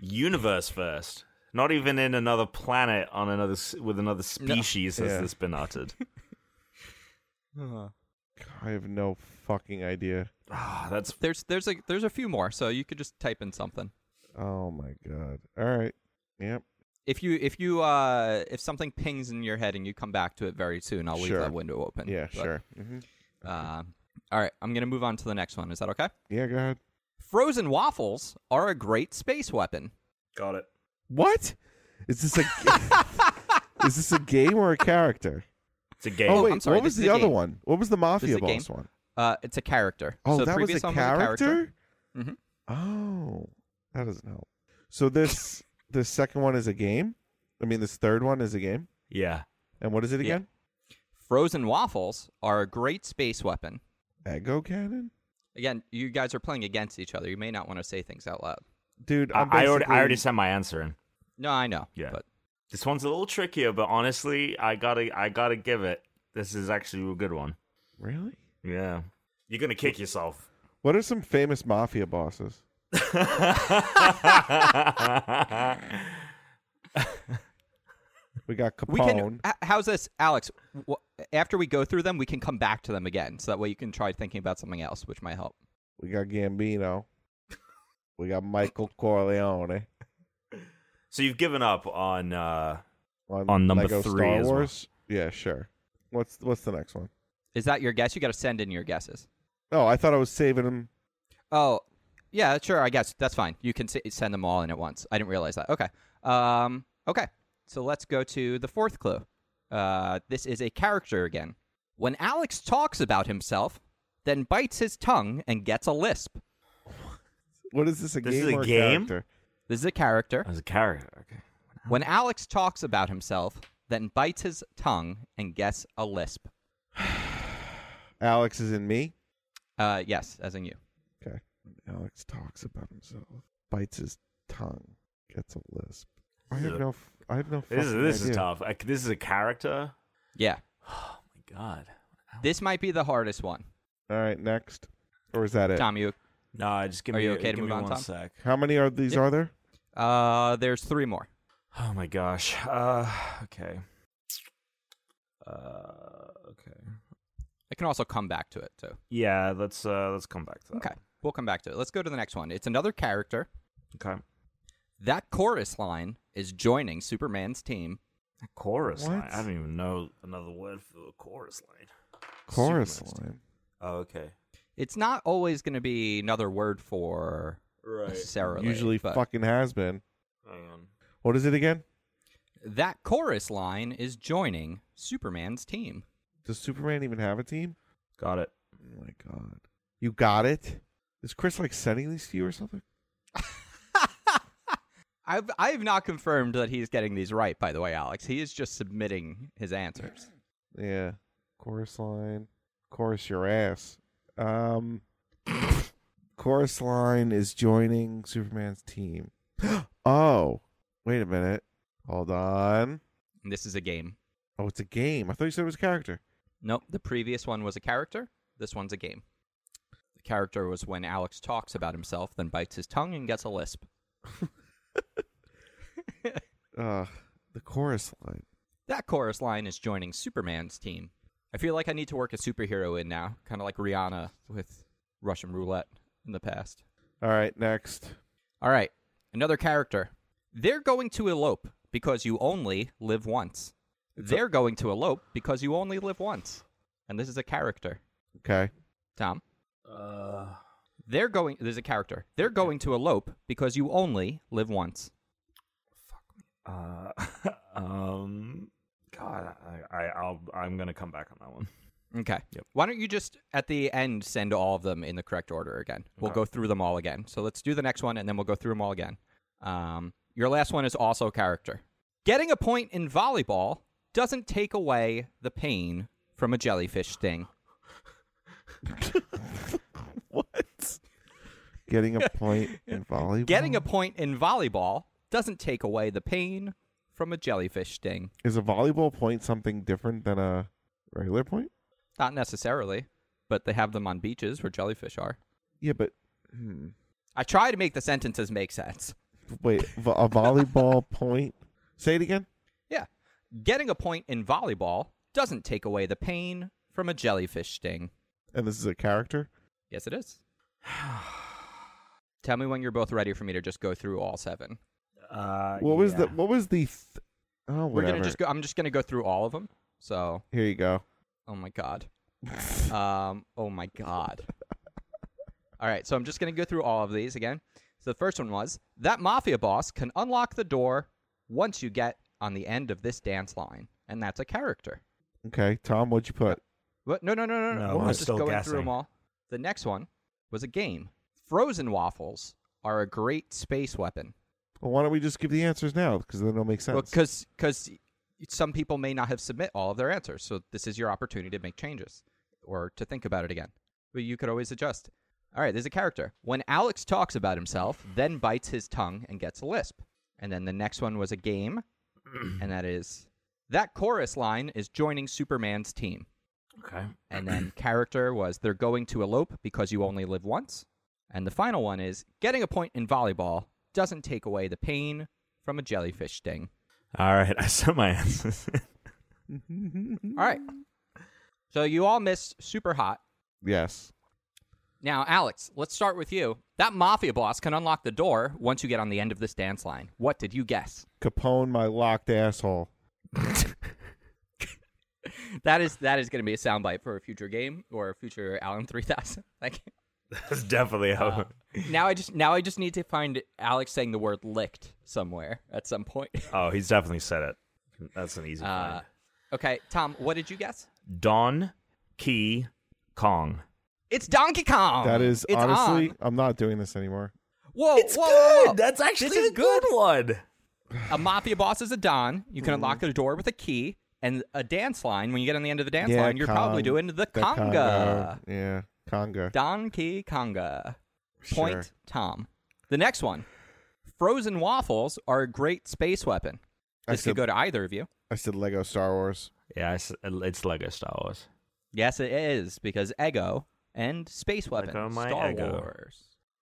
Speaker 2: universe first. Not even in another planet on another s- with another species has
Speaker 3: Yeah.
Speaker 2: this been uttered.
Speaker 3: (laughs) I have no fucking idea.
Speaker 2: Ah, that's
Speaker 1: There's there's a there's a few more, so you could just type in something.
Speaker 3: Oh my god. All right. Yep.
Speaker 1: If you if you uh if something pings in your head and you come back to it very soon, I'll leave
Speaker 3: Sure.
Speaker 1: that window open.
Speaker 3: Yeah,
Speaker 1: But,
Speaker 3: sure. hmm
Speaker 1: uh, all right, I'm gonna move on to the next one. Is that okay?
Speaker 3: Yeah, go ahead.
Speaker 1: Frozen waffles are a great space weapon.
Speaker 2: got it.
Speaker 3: What? Is this a Is this a game or a character?
Speaker 2: It's a game.
Speaker 3: Oh
Speaker 1: I'm
Speaker 3: wait,
Speaker 1: sorry,
Speaker 3: what was
Speaker 1: this is
Speaker 3: the
Speaker 1: a
Speaker 3: other
Speaker 1: game.
Speaker 3: one? What was the mafia
Speaker 1: a game.
Speaker 3: boss one?
Speaker 1: Uh, it's a character.
Speaker 3: Oh,
Speaker 1: so the
Speaker 3: that was a
Speaker 1: previous
Speaker 3: character.
Speaker 1: one was a character. Mhm.
Speaker 3: Oh, that doesn't help.
Speaker 1: (laughs)
Speaker 3: So this this second one is a game. I mean, this third one is a game.
Speaker 2: yeah.
Speaker 3: And what is it
Speaker 1: Yeah.
Speaker 3: again?
Speaker 1: Frozen waffles are a great space weapon.
Speaker 3: Ego cannon.
Speaker 1: Again, you guys are playing against each other. You may not want to say things out loud.
Speaker 3: Dude,
Speaker 2: I,
Speaker 3: I'm
Speaker 2: I already I already
Speaker 3: basically-
Speaker 2: sent my answer in.
Speaker 1: No, I know.
Speaker 2: Yeah.
Speaker 1: But
Speaker 2: This one's a little trickier, but honestly, I gotta I gotta give it. This is actually a good one.
Speaker 3: really.
Speaker 2: Yeah. You're gonna kick
Speaker 3: (laughs)
Speaker 2: yourself. (laughs)
Speaker 3: What are some famous mafia bosses? We got Capone.
Speaker 1: we can. h- How's this, Alex? Wh- after we go through them, we can come back to them again, so that way you can try thinking about something else, which might help.
Speaker 3: We got Gambino. we got
Speaker 1: (laughs)
Speaker 3: Michael Corleone
Speaker 2: so you've given up on uh
Speaker 3: on,
Speaker 2: On number
Speaker 3: Lego
Speaker 2: three
Speaker 3: Star
Speaker 2: as well.
Speaker 3: Wars. Yeah, sure. What's what's the next one?
Speaker 1: Is that your guess? You got to send in your guesses.
Speaker 3: Oh, I thought I was saving him.
Speaker 1: Oh, yeah, sure. I guess that's fine. You can s- send them all in at once. I didn't realize that. Okay. Um. Okay. So let's go to the fourth clue. Uh, this is a character again. When Alex talks about himself, then bites his tongue and gets a lisp.
Speaker 3: What is this a
Speaker 2: This
Speaker 3: game
Speaker 2: is a
Speaker 3: or
Speaker 2: game?
Speaker 3: character?
Speaker 1: This is a character.
Speaker 2: as a character. Okay.
Speaker 1: When Alex talks about himself, then bites his tongue and gets a lisp.
Speaker 3: Alex is in me.
Speaker 1: Uh, yes, as in you.
Speaker 3: Okay. Alex talks about himself, bites his tongue, gets a lisp. I have
Speaker 2: Yeah.
Speaker 3: no. f- I have no.
Speaker 2: This is
Speaker 3: fucking
Speaker 2: this is
Speaker 3: idea.
Speaker 2: tough. Like, this is a character.
Speaker 1: Yeah.
Speaker 2: Oh my god.
Speaker 1: This might be the hardest one.
Speaker 3: All right, next, or is that it?
Speaker 1: Tom, you.
Speaker 2: No, I just give
Speaker 1: Are
Speaker 2: me.
Speaker 1: you okay to
Speaker 2: give
Speaker 1: move
Speaker 2: me
Speaker 1: on,
Speaker 2: one
Speaker 1: Tom?
Speaker 2: sec.
Speaker 3: How many are these?
Speaker 1: Yep.
Speaker 3: Are there?
Speaker 1: Uh, there's three more.
Speaker 2: Oh my gosh. Uh, okay. Uh, okay.
Speaker 1: I can also come back to it too.
Speaker 2: Yeah, let's uh let's come back to that.
Speaker 1: Okay, we'll come back to it. Let's go to the next one. It's another character.
Speaker 2: Okay.
Speaker 1: That chorus line is joining Superman's team.
Speaker 2: A chorus line.
Speaker 3: What?
Speaker 2: I don't even know another word for a chorus line.
Speaker 3: Chorus
Speaker 2: Superman's
Speaker 3: line.
Speaker 2: Oh, okay.
Speaker 1: It's not always going to be another word for
Speaker 2: (laughs) Right.
Speaker 1: necessarily.
Speaker 3: Usually,
Speaker 1: but
Speaker 3: fucking has been.
Speaker 2: Hang on.
Speaker 3: What is it again?
Speaker 1: That chorus line is joining Superman's team. (laughs)
Speaker 3: Does Superman even have a team?
Speaker 2: Got it.
Speaker 3: Oh my god. You got it? Is Chris like sending these to you or something?
Speaker 1: I've I have not confirmed that he's getting these right. By the way, Alex, he is just submitting his answers.
Speaker 3: Yeah. Chorus line. Chorus your ass. Um (laughs) Chorus line is joining Superman's team. (gasps) oh. Wait a minute. Hold on.
Speaker 1: And this is a game.
Speaker 3: Oh, it's a game. I thought you said it was a character.
Speaker 1: Nope, the previous one was a character. This one's a game.
Speaker 2: The
Speaker 1: character was when Alex talks about himself, then bites his tongue and gets a lisp.
Speaker 3: Uh, the chorus line.
Speaker 1: That chorus line is joining Superman's team. I feel like I need to work a superhero in now, kind of like Rihanna with Russian roulette in the past.
Speaker 3: All right, next.
Speaker 1: All right, another character. They're going to elope because you only live once. They're going to elope because you only live once. And this is a character. (laughs)
Speaker 3: Okay.
Speaker 1: Tom,
Speaker 2: Uh,
Speaker 1: they're going, there's a character. They're going to elope because you only live once.
Speaker 2: uh, (laughs) um, God, I, I, I'll, I'm gonna come back on that one. (sighs)
Speaker 1: Okay. Why don't you just at the end send all of them in the correct order again? We'll
Speaker 2: Okay.
Speaker 1: go through them all again. So let's do the next one, and then we'll go through them all again. Um, your last one is also character. Getting a point in volleyball doesn't take away the pain from a jellyfish sting.
Speaker 3: What? Getting
Speaker 1: (laughs)
Speaker 3: a point in volleyball.
Speaker 1: Getting a point in volleyball doesn't take away the pain from a jellyfish sting.
Speaker 3: is a volleyball point something different than a regular point?
Speaker 1: Not necessarily, but they have them on beaches where jellyfish are.
Speaker 3: Yeah, but hmm.
Speaker 1: I try to make the sentences make sense.
Speaker 3: wait, vo- a volleyball (laughs) point. Say it again.
Speaker 1: Yeah. Getting a point in volleyball doesn't take away the pain from a jellyfish sting.
Speaker 3: And this is a character.
Speaker 1: Yes, it is. Tell me when you're both ready for me to just go through all seven.
Speaker 2: Uh,
Speaker 3: What was the
Speaker 2: yeah.
Speaker 3: What was the? Th- oh, whatever.
Speaker 1: We're gonna just go. I'm just gonna go through all of them. So,
Speaker 3: Here
Speaker 1: (laughs)
Speaker 3: you go.
Speaker 1: oh my god. um. Oh my god. All right. So I'm just gonna go through all of these again. So the first one was that mafia boss can unlock the door once you get on the end of this dance line, and that's a character.
Speaker 3: Okay, Tom, what'd you put?
Speaker 1: What? No, no, no, no,
Speaker 2: No,
Speaker 1: no.
Speaker 2: we're
Speaker 1: I'm just
Speaker 2: still
Speaker 1: going
Speaker 2: guessing.
Speaker 1: through them all. The next one was a game. Frozen waffles are a great space weapon
Speaker 3: Well, why don't we just give the answers now? Because then it'll make sense.
Speaker 1: because because some people may not have submit all of their answers, so this is your opportunity to make changes or to think about it again. But you could always adjust. All right, there's a character. When Alex talks about himself, then bites his tongue and gets a lisp. And then the next one was a game, and that is that chorus line is joining Superman's team.
Speaker 2: okay.
Speaker 1: (clears throat) And then character was they're going to elope because you only live once. And the final one is getting a point in volleyball doesn't take away the pain from a jellyfish sting.
Speaker 2: All right, (laughs) I sent my answers.
Speaker 1: All right. So you all missed super hot.
Speaker 3: yes,
Speaker 1: Now, Alex, let's start with you. That mafia boss can unlock the door once you get on the end of this dance line. What did you guess?
Speaker 3: Capone, my locked asshole.
Speaker 1: That is that is going to be a soundbite for a future game or a future Alan 3000. (laughs) Like
Speaker 2: That's definitely how.
Speaker 1: Uh, now I just now I just need to find Alex saying the word licked somewhere at some point. (laughs)
Speaker 2: oh, he's definitely said it. That's an easy
Speaker 1: Uh,
Speaker 2: find.
Speaker 1: okay, Tom, what did you guess?
Speaker 2: Don Key Kong.
Speaker 1: It's Donkey Kong.
Speaker 3: that is
Speaker 1: It's
Speaker 3: honestly,
Speaker 1: on.
Speaker 3: I'm not doing this anymore.
Speaker 1: whoa,
Speaker 2: It's
Speaker 1: whoa,
Speaker 2: good.
Speaker 1: whoa.
Speaker 2: That's actually
Speaker 1: This is
Speaker 2: a good, one.
Speaker 1: a mafia boss is a don. You
Speaker 3: Mm-hmm.
Speaker 1: can unlock the door with a key and a dance line. When you get on the end of the dance
Speaker 3: Yeah,
Speaker 1: line, you're probably
Speaker 3: Kong.
Speaker 1: doing the,
Speaker 3: The
Speaker 1: conga.
Speaker 3: Congo. Yeah, conga.
Speaker 1: Donkey Konga. Point
Speaker 3: Sure.
Speaker 1: Tom. The next one. Frozen waffles are a great space weapon.
Speaker 3: I
Speaker 1: This could
Speaker 3: said-
Speaker 1: go to either of you.
Speaker 3: I said Lego Star Wars.
Speaker 2: Yeah, it's, it's Lego Star Wars.
Speaker 1: Yes, it is because Ego and Space Weapon,
Speaker 2: Lego my
Speaker 1: Star
Speaker 2: Ego.
Speaker 1: Wars.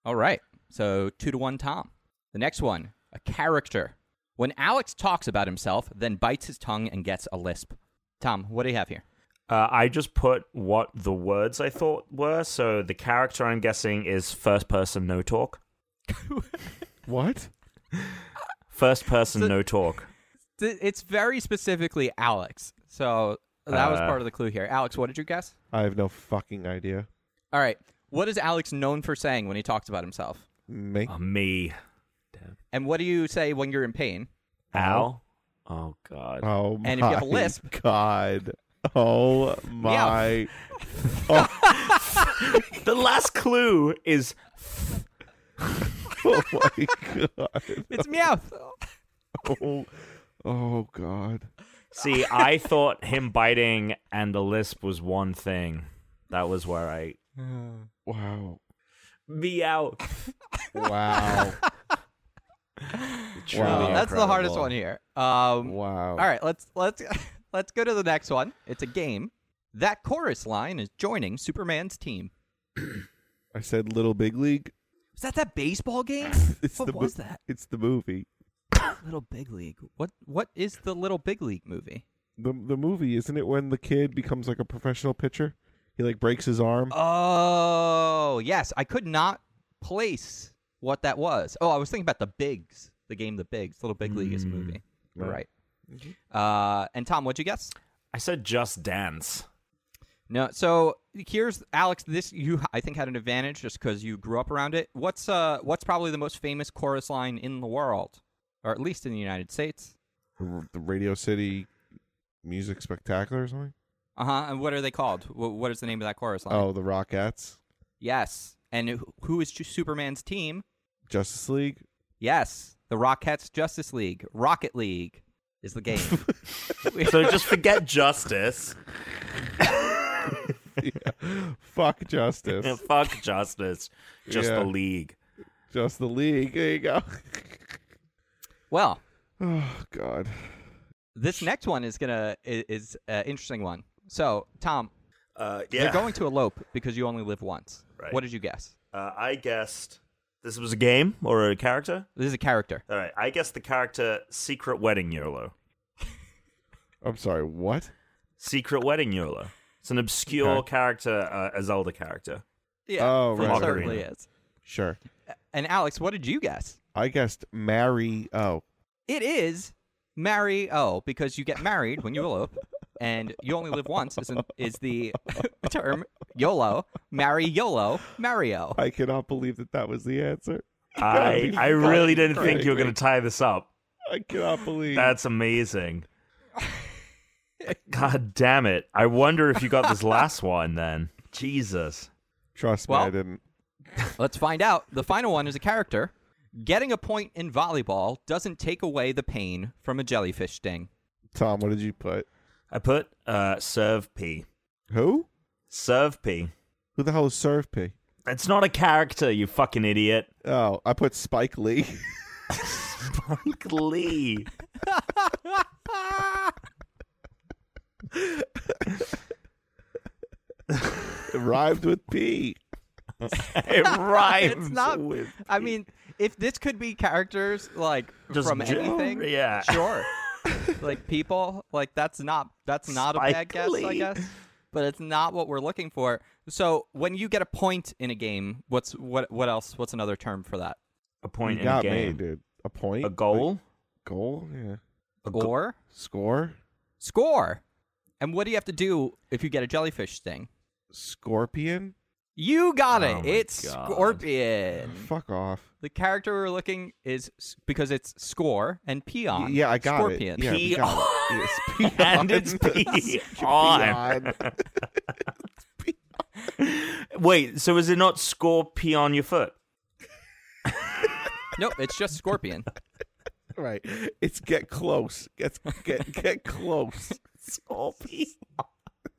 Speaker 1: All right, so two to one, Tom. The next one, a character. When Alex talks about himself, then bites his tongue and gets a lisp. Tom, what do you have here?
Speaker 2: Uh, I just put what the words I thought were. So the character I'm guessing is first person, no talk.
Speaker 3: What?
Speaker 2: First person,
Speaker 1: So-
Speaker 2: no talk.
Speaker 1: Th- It's very specifically Alex. So that was
Speaker 2: Uh.
Speaker 1: part of the clue here. Alex, what did you guess?
Speaker 3: I have no fucking idea.
Speaker 1: All right, what is Alex known for saying when he talks about himself?
Speaker 3: Make
Speaker 2: Oh, me.
Speaker 1: And what do you say when you're in pain?
Speaker 2: Ow. Oh, God.
Speaker 3: oh my
Speaker 1: And if you have a lisp-
Speaker 3: god. Oh my! (laughs)
Speaker 2: The last clue is
Speaker 3: oh my
Speaker 1: (laughs)
Speaker 3: god!
Speaker 2: (laughs)
Speaker 1: It's meow.
Speaker 3: Oh, oh god!
Speaker 2: See, I thought him biting and the lisp was one thing. That was where I
Speaker 3: Wow!
Speaker 2: meow.
Speaker 1: (laughs)
Speaker 3: Wow!
Speaker 2: Truly
Speaker 3: Wow.
Speaker 1: that's the
Speaker 2: incredible.
Speaker 1: hardest one here. Um,
Speaker 3: wow!
Speaker 1: All right, let's let's (laughs) let's go to the next one. It's a game. That chorus line is joining Superman's team.
Speaker 3: I said Little Big League. (laughs)
Speaker 1: Was that that baseball game?
Speaker 3: It's
Speaker 1: what
Speaker 3: the
Speaker 1: was
Speaker 3: mo-
Speaker 1: that?
Speaker 3: It's the movie.
Speaker 1: Little Big League. What What is the Little Big League movie?
Speaker 3: The the movie isn't it when the kid becomes like a professional pitcher? He like breaks his arm.
Speaker 1: Oh, yes. I could not place what that was. Oh, I was thinking about the Bigs, the game The Bigs. Little Big League is a movie.
Speaker 3: Mm,
Speaker 1: You're right.
Speaker 3: Mm-hmm.
Speaker 1: Uh, and Tom, what'd you guess?
Speaker 2: I said just dance.
Speaker 1: No. So here's Alex. This you I think had an advantage just because you grew up around it. What's uh What's probably the most famous chorus line in the world, or at least in the United States?
Speaker 3: R- The Radio City Music Spectacular or something.
Speaker 1: Uh huh. And what are they called? Wh- what is the name of that chorus line?
Speaker 3: Oh, the Rockettes,
Speaker 1: yes. And who- who is Ju- Superman's team? (laughs)
Speaker 3: Justice League. (laughs)
Speaker 1: Yes, the Rockettes Justice League. Rocket League is the
Speaker 3: (laughs)
Speaker 1: game.
Speaker 2: So
Speaker 1: (laughs)
Speaker 2: just forget justice.
Speaker 3: Yeah. Fuck justice,
Speaker 2: Fuck justice. Just
Speaker 3: Yeah.
Speaker 2: the league.
Speaker 3: just the league. There you go. (sighs)
Speaker 1: well,
Speaker 3: Oh God.
Speaker 1: this next one is gonna i- is an interesting one. So, Tom,
Speaker 2: Uh,
Speaker 1: you're going to elope because you only live once.
Speaker 2: Right.
Speaker 1: What did you guess?
Speaker 2: Uh, I guessed this was a game or a character.
Speaker 1: This is a character.
Speaker 2: All right. I guessed the character Secret Wedding YOLO.
Speaker 3: I'm sorry. What?
Speaker 2: Secret Wedding YOLO. It's an obscure
Speaker 3: Okay.
Speaker 2: character, uh, a
Speaker 1: (laughs)
Speaker 2: Zelda character.
Speaker 1: Yeah,
Speaker 3: Oh,
Speaker 1: it
Speaker 3: right,
Speaker 2: right,
Speaker 1: certainly
Speaker 2: right.
Speaker 1: is.
Speaker 3: Sure.
Speaker 1: And Alex, what did you guess?
Speaker 3: I guessed marry. Oh,
Speaker 1: It is marry oh because you get married when you elope, and you only live once is an, is the term YOLO. Marry YOLO, Mario.
Speaker 3: I cannot believe that that was the answer.
Speaker 2: I,
Speaker 3: be
Speaker 2: I really didn't
Speaker 3: fucking
Speaker 2: think you were going to tie this up.
Speaker 3: I cannot believe.
Speaker 2: That's amazing. God damn it. I wonder if you got this (laughs) last one then. Jesus.
Speaker 3: Trust me, I
Speaker 1: Well-
Speaker 3: didn't.
Speaker 1: Let's find out. The final one is a character. Getting a point in volleyball doesn't take away the pain from a jellyfish sting.
Speaker 3: Tom, what did you put?
Speaker 2: I put uh, Serve P.
Speaker 3: Who?
Speaker 2: Serve P.
Speaker 3: Who the hell is Serve P?
Speaker 2: It's not a character, you fucking idiot. (laughs)
Speaker 3: Oh, I put Spike Lee. (laughs)
Speaker 2: Spike Lee.
Speaker 1: Ah!
Speaker 3: It rhymed with P.
Speaker 2: (laughs) It rhymes.
Speaker 1: It's not.
Speaker 2: with
Speaker 1: I mean, if this could be characters like
Speaker 2: Just
Speaker 1: from
Speaker 2: gen-
Speaker 1: anything,
Speaker 2: yeah.
Speaker 1: sure. (laughs) like people, like that's not that's not a bad
Speaker 2: Spike
Speaker 1: guess, I
Speaker 2: Lee.
Speaker 1: guess. But it's not what we're looking for. So when you get a point in a game, what's what what else? What's another term for that?
Speaker 2: a point
Speaker 3: you
Speaker 2: in a
Speaker 3: got
Speaker 2: game.
Speaker 3: me, dude. A point.
Speaker 2: A goal?
Speaker 3: goal. Yeah.
Speaker 1: Or
Speaker 3: Score.
Speaker 1: score. And what do you have to do if you get a jellyfish sting?
Speaker 3: Scorpion.
Speaker 1: You got
Speaker 2: Oh
Speaker 1: it.
Speaker 2: my
Speaker 1: It's
Speaker 2: God.
Speaker 1: scorpion.
Speaker 3: Fuck off.
Speaker 1: The character we're looking is because it's score and
Speaker 3: Y-
Speaker 1: peon.
Speaker 3: yeah, I got
Speaker 1: scorpion.
Speaker 3: it. Yeah, we
Speaker 2: P-
Speaker 3: got it.
Speaker 2: (laughs)
Speaker 3: (laughs) Yes, peon.
Speaker 2: And
Speaker 3: (laughs)
Speaker 2: it's (laughs) peon.
Speaker 3: Peon.
Speaker 2: Wait, so is it not scorpion your foot?
Speaker 1: Nope, it's just scorpion.
Speaker 3: right. It's get close. Get get
Speaker 2: (laughs)
Speaker 3: get close.
Speaker 2: Scorpion.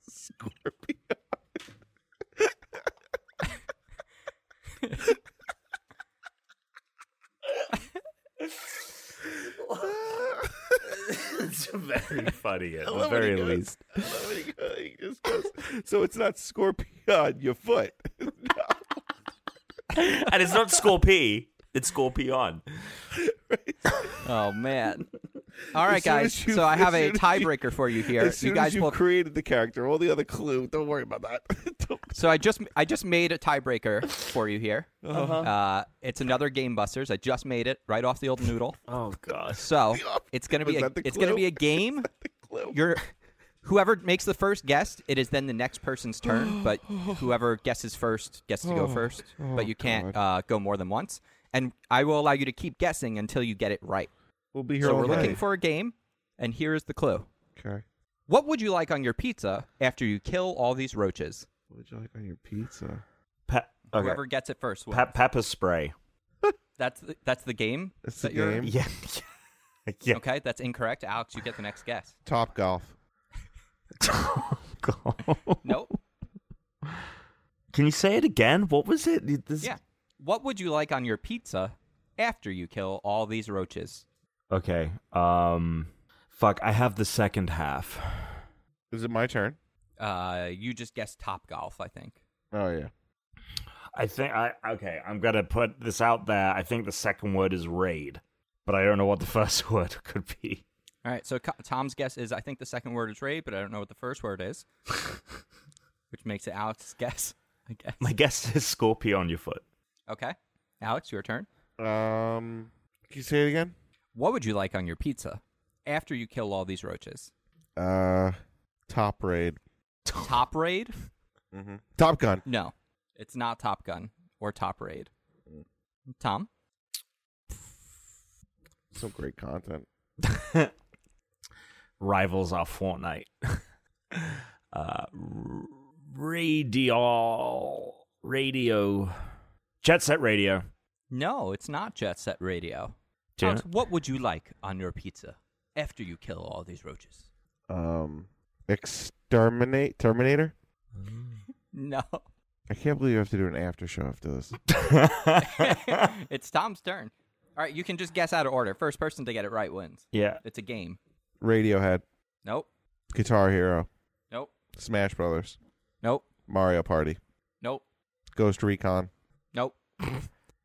Speaker 3: Scorpion.
Speaker 2: (laughs) it's very funny at
Speaker 3: I
Speaker 2: the
Speaker 3: love when he
Speaker 2: very
Speaker 3: goes-
Speaker 2: least.
Speaker 3: I love when he (laughs) goes- he just goes, so it's not scorpion your foot.
Speaker 2: And it's not scorpi, it's scorpion.
Speaker 1: Oh
Speaker 3: (laughs)
Speaker 1: man. All right,
Speaker 3: soon
Speaker 1: guys.
Speaker 3: as you-
Speaker 1: So I have
Speaker 3: as
Speaker 1: a
Speaker 3: soon as
Speaker 1: tiebreaker for you (laughs) here.
Speaker 3: as soon
Speaker 1: You guys
Speaker 3: as you
Speaker 1: will.
Speaker 3: created the character, all the other clue. Don't worry about that. (laughs) Don't-
Speaker 1: So I just I just made a tiebreaker for you here.
Speaker 3: Uh-huh.
Speaker 1: Uh, it's another Game Busters. I just made it right off the old noodle.
Speaker 2: Oh gosh.
Speaker 3: (laughs)
Speaker 1: So it's gonna be
Speaker 3: Was
Speaker 1: a,
Speaker 3: that the
Speaker 1: it's gonna
Speaker 3: (laughs) clue?
Speaker 1: be a game.
Speaker 3: clue.
Speaker 1: You're whoever makes the first guess. It is then the next person's
Speaker 3: (gasps)
Speaker 1: turn. But whoever guesses first gets
Speaker 3: Oh.
Speaker 1: to go first. But you can't uh, go more than once. And I will allow you to keep guessing until you get it right.
Speaker 3: we'll be here
Speaker 1: So
Speaker 3: all
Speaker 1: we're
Speaker 3: night.
Speaker 1: looking for a game, and here is the clue.
Speaker 3: Okay.
Speaker 1: What would you like on your pizza after you kill all these roaches?
Speaker 3: What would you like on your pizza?
Speaker 2: Pe- okay.
Speaker 1: Whoever gets it first. wins.
Speaker 2: Pe- pepper spray. (laughs)
Speaker 1: that's the, that's the game.
Speaker 3: That's
Speaker 1: that
Speaker 3: the
Speaker 1: you're-
Speaker 3: game.
Speaker 2: Yeah. yeah. (laughs)
Speaker 1: Okay, that's incorrect. Alex, you get the next guess.
Speaker 3: Top golf.
Speaker 2: (laughs)
Speaker 1: Nope.
Speaker 2: Can you say it again? What was it? This-
Speaker 1: yeah. What would you like on your pizza after you kill all these roaches?
Speaker 2: Okay. Um fuck, I have the second half.
Speaker 3: Is it my turn?
Speaker 1: Uh, you just guessed top golf, I think.
Speaker 3: Oh yeah.
Speaker 2: I think I okay. I'm gonna put this out there. I think the second word is raid, but I don't know what the (laughs) first word could be.
Speaker 1: All right, so Co- Tom's guess is I think the second word is raid, but I don't know what the first word is, which makes it Alex's guess. (laughs) I guess.
Speaker 2: My guess is Scorpio on your foot.
Speaker 1: Okay, Alex, your turn.
Speaker 3: Um, can you say it again?
Speaker 1: What would you like on your pizza after you kill all these roaches?
Speaker 3: Uh, Top Raid.
Speaker 1: Top raid?
Speaker 3: Top Gun.
Speaker 1: No, it's not Top Gun or Top Raid. Tom,
Speaker 3: Some great content.
Speaker 2: Rivals are Fortnite. (laughs) uh, r- radio, radio, Jet Set Radio.
Speaker 1: no, it's not Jet Set Radio.
Speaker 2: Do you
Speaker 1: Alex, what would you like on your pizza after you kill all these roaches?
Speaker 3: Um, Exterminate Terminator.
Speaker 1: No, (laughs)
Speaker 3: I can't believe I have to do an after show after this.
Speaker 1: (laughs) it's Tom's turn. All right, you can just guess out of order. First person to get it right wins.
Speaker 2: Yeah,
Speaker 1: It's a game.
Speaker 3: Radiohead,
Speaker 1: Nope.
Speaker 3: Guitar Hero,
Speaker 1: Nope.
Speaker 3: Smash Brothers,
Speaker 1: Nope.
Speaker 3: Mario Party,
Speaker 1: Nope.
Speaker 3: Ghost Recon,
Speaker 1: Nope.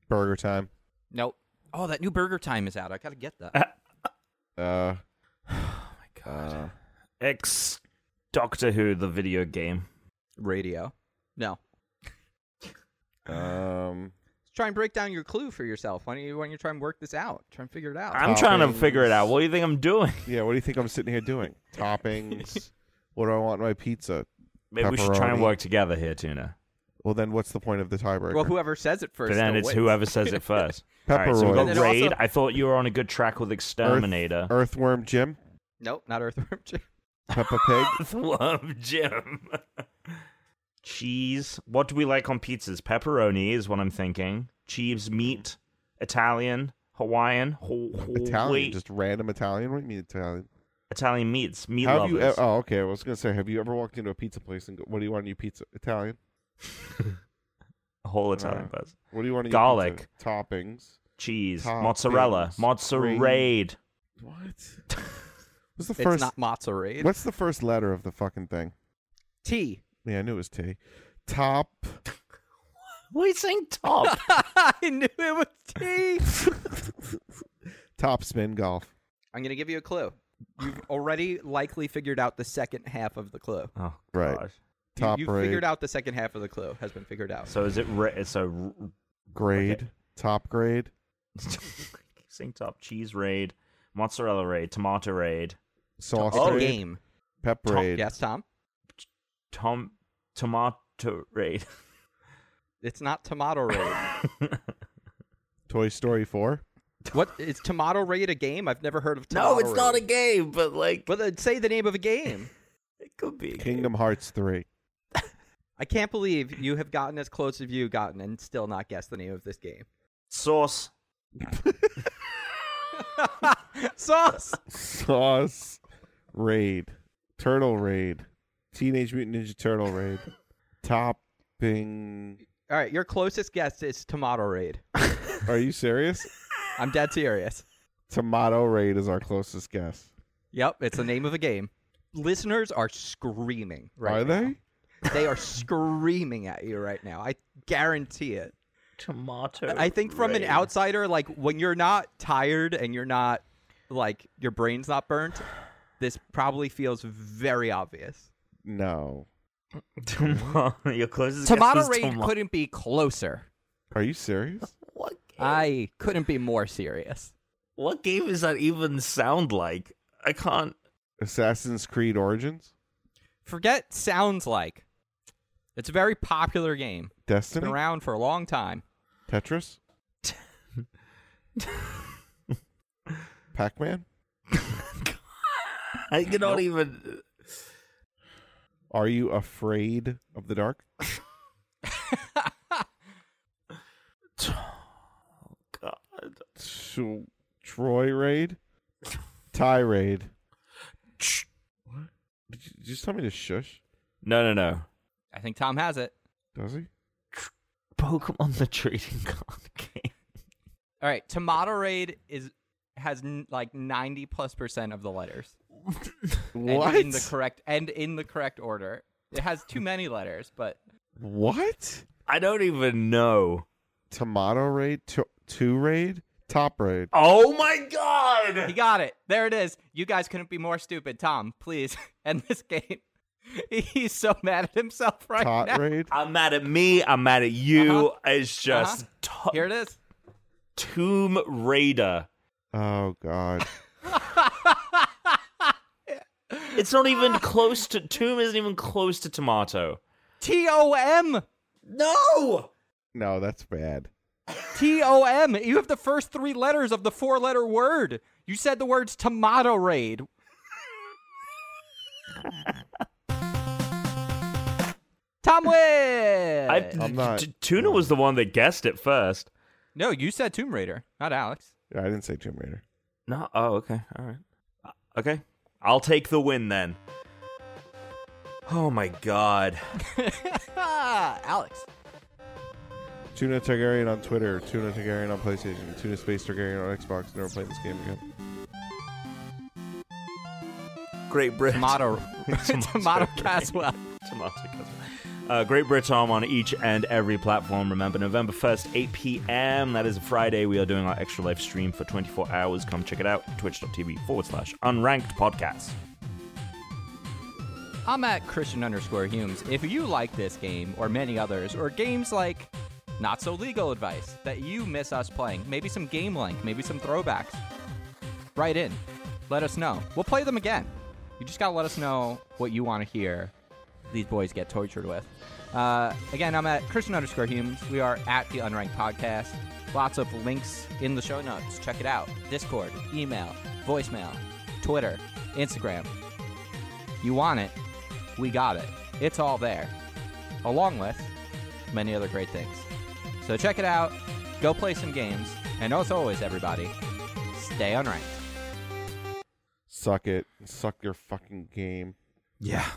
Speaker 3: Burger Time.
Speaker 1: Nope. Oh, that new Burger Time is out. I gotta get that. (sighs)
Speaker 3: Uh,
Speaker 1: Oh
Speaker 2: God. Ex Doctor Who, the video game.
Speaker 1: Radio. No.
Speaker 3: um,
Speaker 1: Try and break down your clue for yourself. Why don't you? Why don't you try and work this out? Try and figure it out.
Speaker 2: I'm trying to
Speaker 3: Toppings.
Speaker 2: figure it out. What do you think I'm doing?
Speaker 3: yeah. What do you think I'm sitting
Speaker 1: (laughs)
Speaker 3: here doing? Toppings. What do I want in my pizza?
Speaker 2: Maybe we should try and
Speaker 3: Pepperoni.
Speaker 2: work together here, Tuna.
Speaker 3: Well, then what's the point of the tiebreaker?
Speaker 1: well, whoever says it first.
Speaker 2: But then
Speaker 1: still
Speaker 2: it's
Speaker 1: wins.
Speaker 2: whoever
Speaker 1: (laughs)
Speaker 2: says it first. All right, so we
Speaker 3: Pepperoid,
Speaker 1: And
Speaker 2: got
Speaker 1: then
Speaker 2: raid.
Speaker 1: also-
Speaker 2: I thought you were on a good track with Exterminator.
Speaker 3: Earthworm Jim,
Speaker 1: Nope, not Earthworm Jim.
Speaker 3: Peppa Pig,
Speaker 2: (laughs) Earthworm Jim. Cheese. What do we like on pizzas? Pepperoni is what I'm thinking. Cheese, meat, Italian, Hawaiian, ho- ho-
Speaker 3: Italian,
Speaker 2: wait,
Speaker 3: just random Italian. What do you mean Italian?
Speaker 2: Italian meats, meat
Speaker 3: Have
Speaker 2: lovers.
Speaker 3: you? e- Oh, okay. I was gonna say, have you ever walked into a pizza place and go, "What do you want in your pizza? Italian?
Speaker 2: a whole Italian
Speaker 3: Uh,
Speaker 2: buzz.
Speaker 3: What do you want in your
Speaker 2: Garlic.
Speaker 3: pizza? toppings?
Speaker 2: Cheese,
Speaker 3: Toppings.
Speaker 2: mozzarella, mozzarella.
Speaker 3: What? (laughs) What's the
Speaker 1: It's
Speaker 3: first?
Speaker 1: not mozzarella.
Speaker 3: What's the first letter of the fucking thing?
Speaker 1: T?
Speaker 3: Yeah, I knew it was T. Top.
Speaker 2: What are you saying, top?
Speaker 1: (laughs) I knew it was T.
Speaker 3: Top spin golf.
Speaker 1: (laughs) I'm gonna give you a clue. You've already likely figured out the second half of the clue.
Speaker 2: oh,
Speaker 3: Right.
Speaker 2: gosh.
Speaker 1: You-
Speaker 3: Top
Speaker 1: You've
Speaker 3: rate.
Speaker 1: figured out the second half of the clue has been figured out.
Speaker 2: So is it ra- so (laughs)
Speaker 3: Grade. Top grade.
Speaker 2: saying top cheese raid, mozzarella raid, tomato raid,
Speaker 3: Sauce
Speaker 1: it's a
Speaker 3: raid.
Speaker 1: Oh, game.
Speaker 3: Pep raid.
Speaker 1: Yes, Tom.
Speaker 2: tom tomato raid. (laughs)
Speaker 1: It's not tomato raid.
Speaker 3: (laughs) Toy Story Four.
Speaker 1: What is Tomato Raid a game? I've never heard of Tomato Raid.
Speaker 2: game, but like
Speaker 1: But then say the name of a game. (laughs)
Speaker 2: it could be. a game.
Speaker 3: Kingdom Hearts Three.
Speaker 1: I can't believe you have gotten as close as you gotten and still not guessed the name of this (laughs) game.
Speaker 2: Sauce.
Speaker 1: Sauce.
Speaker 3: Sauce raid. Turtle raid. Teenage Mutant Ninja Turtle
Speaker 1: (laughs)
Speaker 3: raid. Topping.
Speaker 1: All right, your closest guess is Tomato
Speaker 3: (laughs)
Speaker 1: Raid.
Speaker 3: Are you serious?
Speaker 1: I'm dead serious.
Speaker 3: Tomato raid is our closest guess.
Speaker 1: Yep, it's the name of a game. Listeners are screaming right
Speaker 3: Are
Speaker 1: now.
Speaker 3: they?
Speaker 1: They are screaming at you right now. I guarantee it.
Speaker 2: Tomato.
Speaker 1: I think from an
Speaker 2: (laughs)
Speaker 1: outsider, like when you're not tired and you're not like your brain's not burnt, this probably feels very obvious.
Speaker 3: No.
Speaker 2: Tomato. Your closest
Speaker 1: Tomato
Speaker 2: guess was
Speaker 1: Raid
Speaker 2: toma-
Speaker 1: couldn't be closer.
Speaker 3: Are you serious?
Speaker 2: What? Game,
Speaker 1: I couldn't be more serious.
Speaker 2: what game does that even sound like? I can't.
Speaker 3: Assassin's Creed Origins?
Speaker 1: Forget sounds like. It's a very popular game. It's been
Speaker 3: Destiny?
Speaker 1: around for a long time. (laughs)
Speaker 3: Tetris? Pac Man?
Speaker 2: I cannot even.
Speaker 3: Are you afraid of the dark?
Speaker 2: oh, God.
Speaker 3: So, Troy Raid? Tirade? Did you did you just tell me to shush?
Speaker 2: No, no, no.
Speaker 1: I think Tom has it.
Speaker 3: Does he?
Speaker 2: Pokemon the trading card (laughs) game.
Speaker 1: All right, Tomato Raid is has n- like 90 plus percent of the letters.
Speaker 3: What?
Speaker 1: And in the correct and in the correct order. It has too many letters, but
Speaker 3: what?
Speaker 2: I don't even know.
Speaker 3: Tomato raid, to- two raid, top raid.
Speaker 2: Oh my
Speaker 1: He
Speaker 2: god!
Speaker 1: got it. There it is. You guys couldn't be more stupid. Tom, please (laughs) end this game. (laughs) He's so mad at himself right
Speaker 3: Tot
Speaker 1: now.
Speaker 3: raid.
Speaker 2: I'm mad at me. I'm mad at you. It's just to-
Speaker 1: Here it is.
Speaker 2: Tomb Raider.
Speaker 3: Oh god.
Speaker 2: It's not even close to Tomb. Isn't even close to tomato.
Speaker 1: T O M.
Speaker 2: No.
Speaker 3: No, that's bad.
Speaker 1: T O M. You have the first three letters of the four letter word. You said the words tomato raid. Tom Witt.
Speaker 2: I,
Speaker 3: I'm not-
Speaker 2: T- Tuna was the one that guessed it first.
Speaker 1: No, you said Tomb Raider, not Alex.
Speaker 3: I didn't say Tomb Raider.
Speaker 2: No. Oh, okay. All right. Uh, Okay. I'll take the win then. Oh my god.
Speaker 1: Alex.
Speaker 3: Tuna Targaryen on Twitter, Tuna Targaryen on PlayStation, Tuna Space Targaryen on Xbox. Never played this game again.
Speaker 2: Great Britain.
Speaker 1: Tomato. tomato
Speaker 2: raid.
Speaker 1: Caswell.
Speaker 2: Tomato Casserole. Uh, Great Brit Arm on each and every platform. Remember, November 1st, 8 p.m. That is a Friday. We are doing our extra live stream for 24 hours. Come check it out. Twitch.tv forward slash unranked podcast.
Speaker 1: I'm at Christian underscore Humes. If you like this game or many others, or games like not so legal advice that you miss us playing, maybe some game link, maybe some throwbacks, write in. Let us know. We'll play them again. You just gotta let us know what you want to hear these boys get tortured with. Uh, again, I'm at Christian underscore Humes. We are at the Unranked Podcast. Lots of links in the show notes. Check it out. Discord, email, voicemail, Twitter, Instagram. You want it, we got it. It's all there, along with many other great things. So check it out, go play some games, and as always, everybody, stay unranked.
Speaker 3: Suck it. Suck your fucking game.
Speaker 2: Yeah.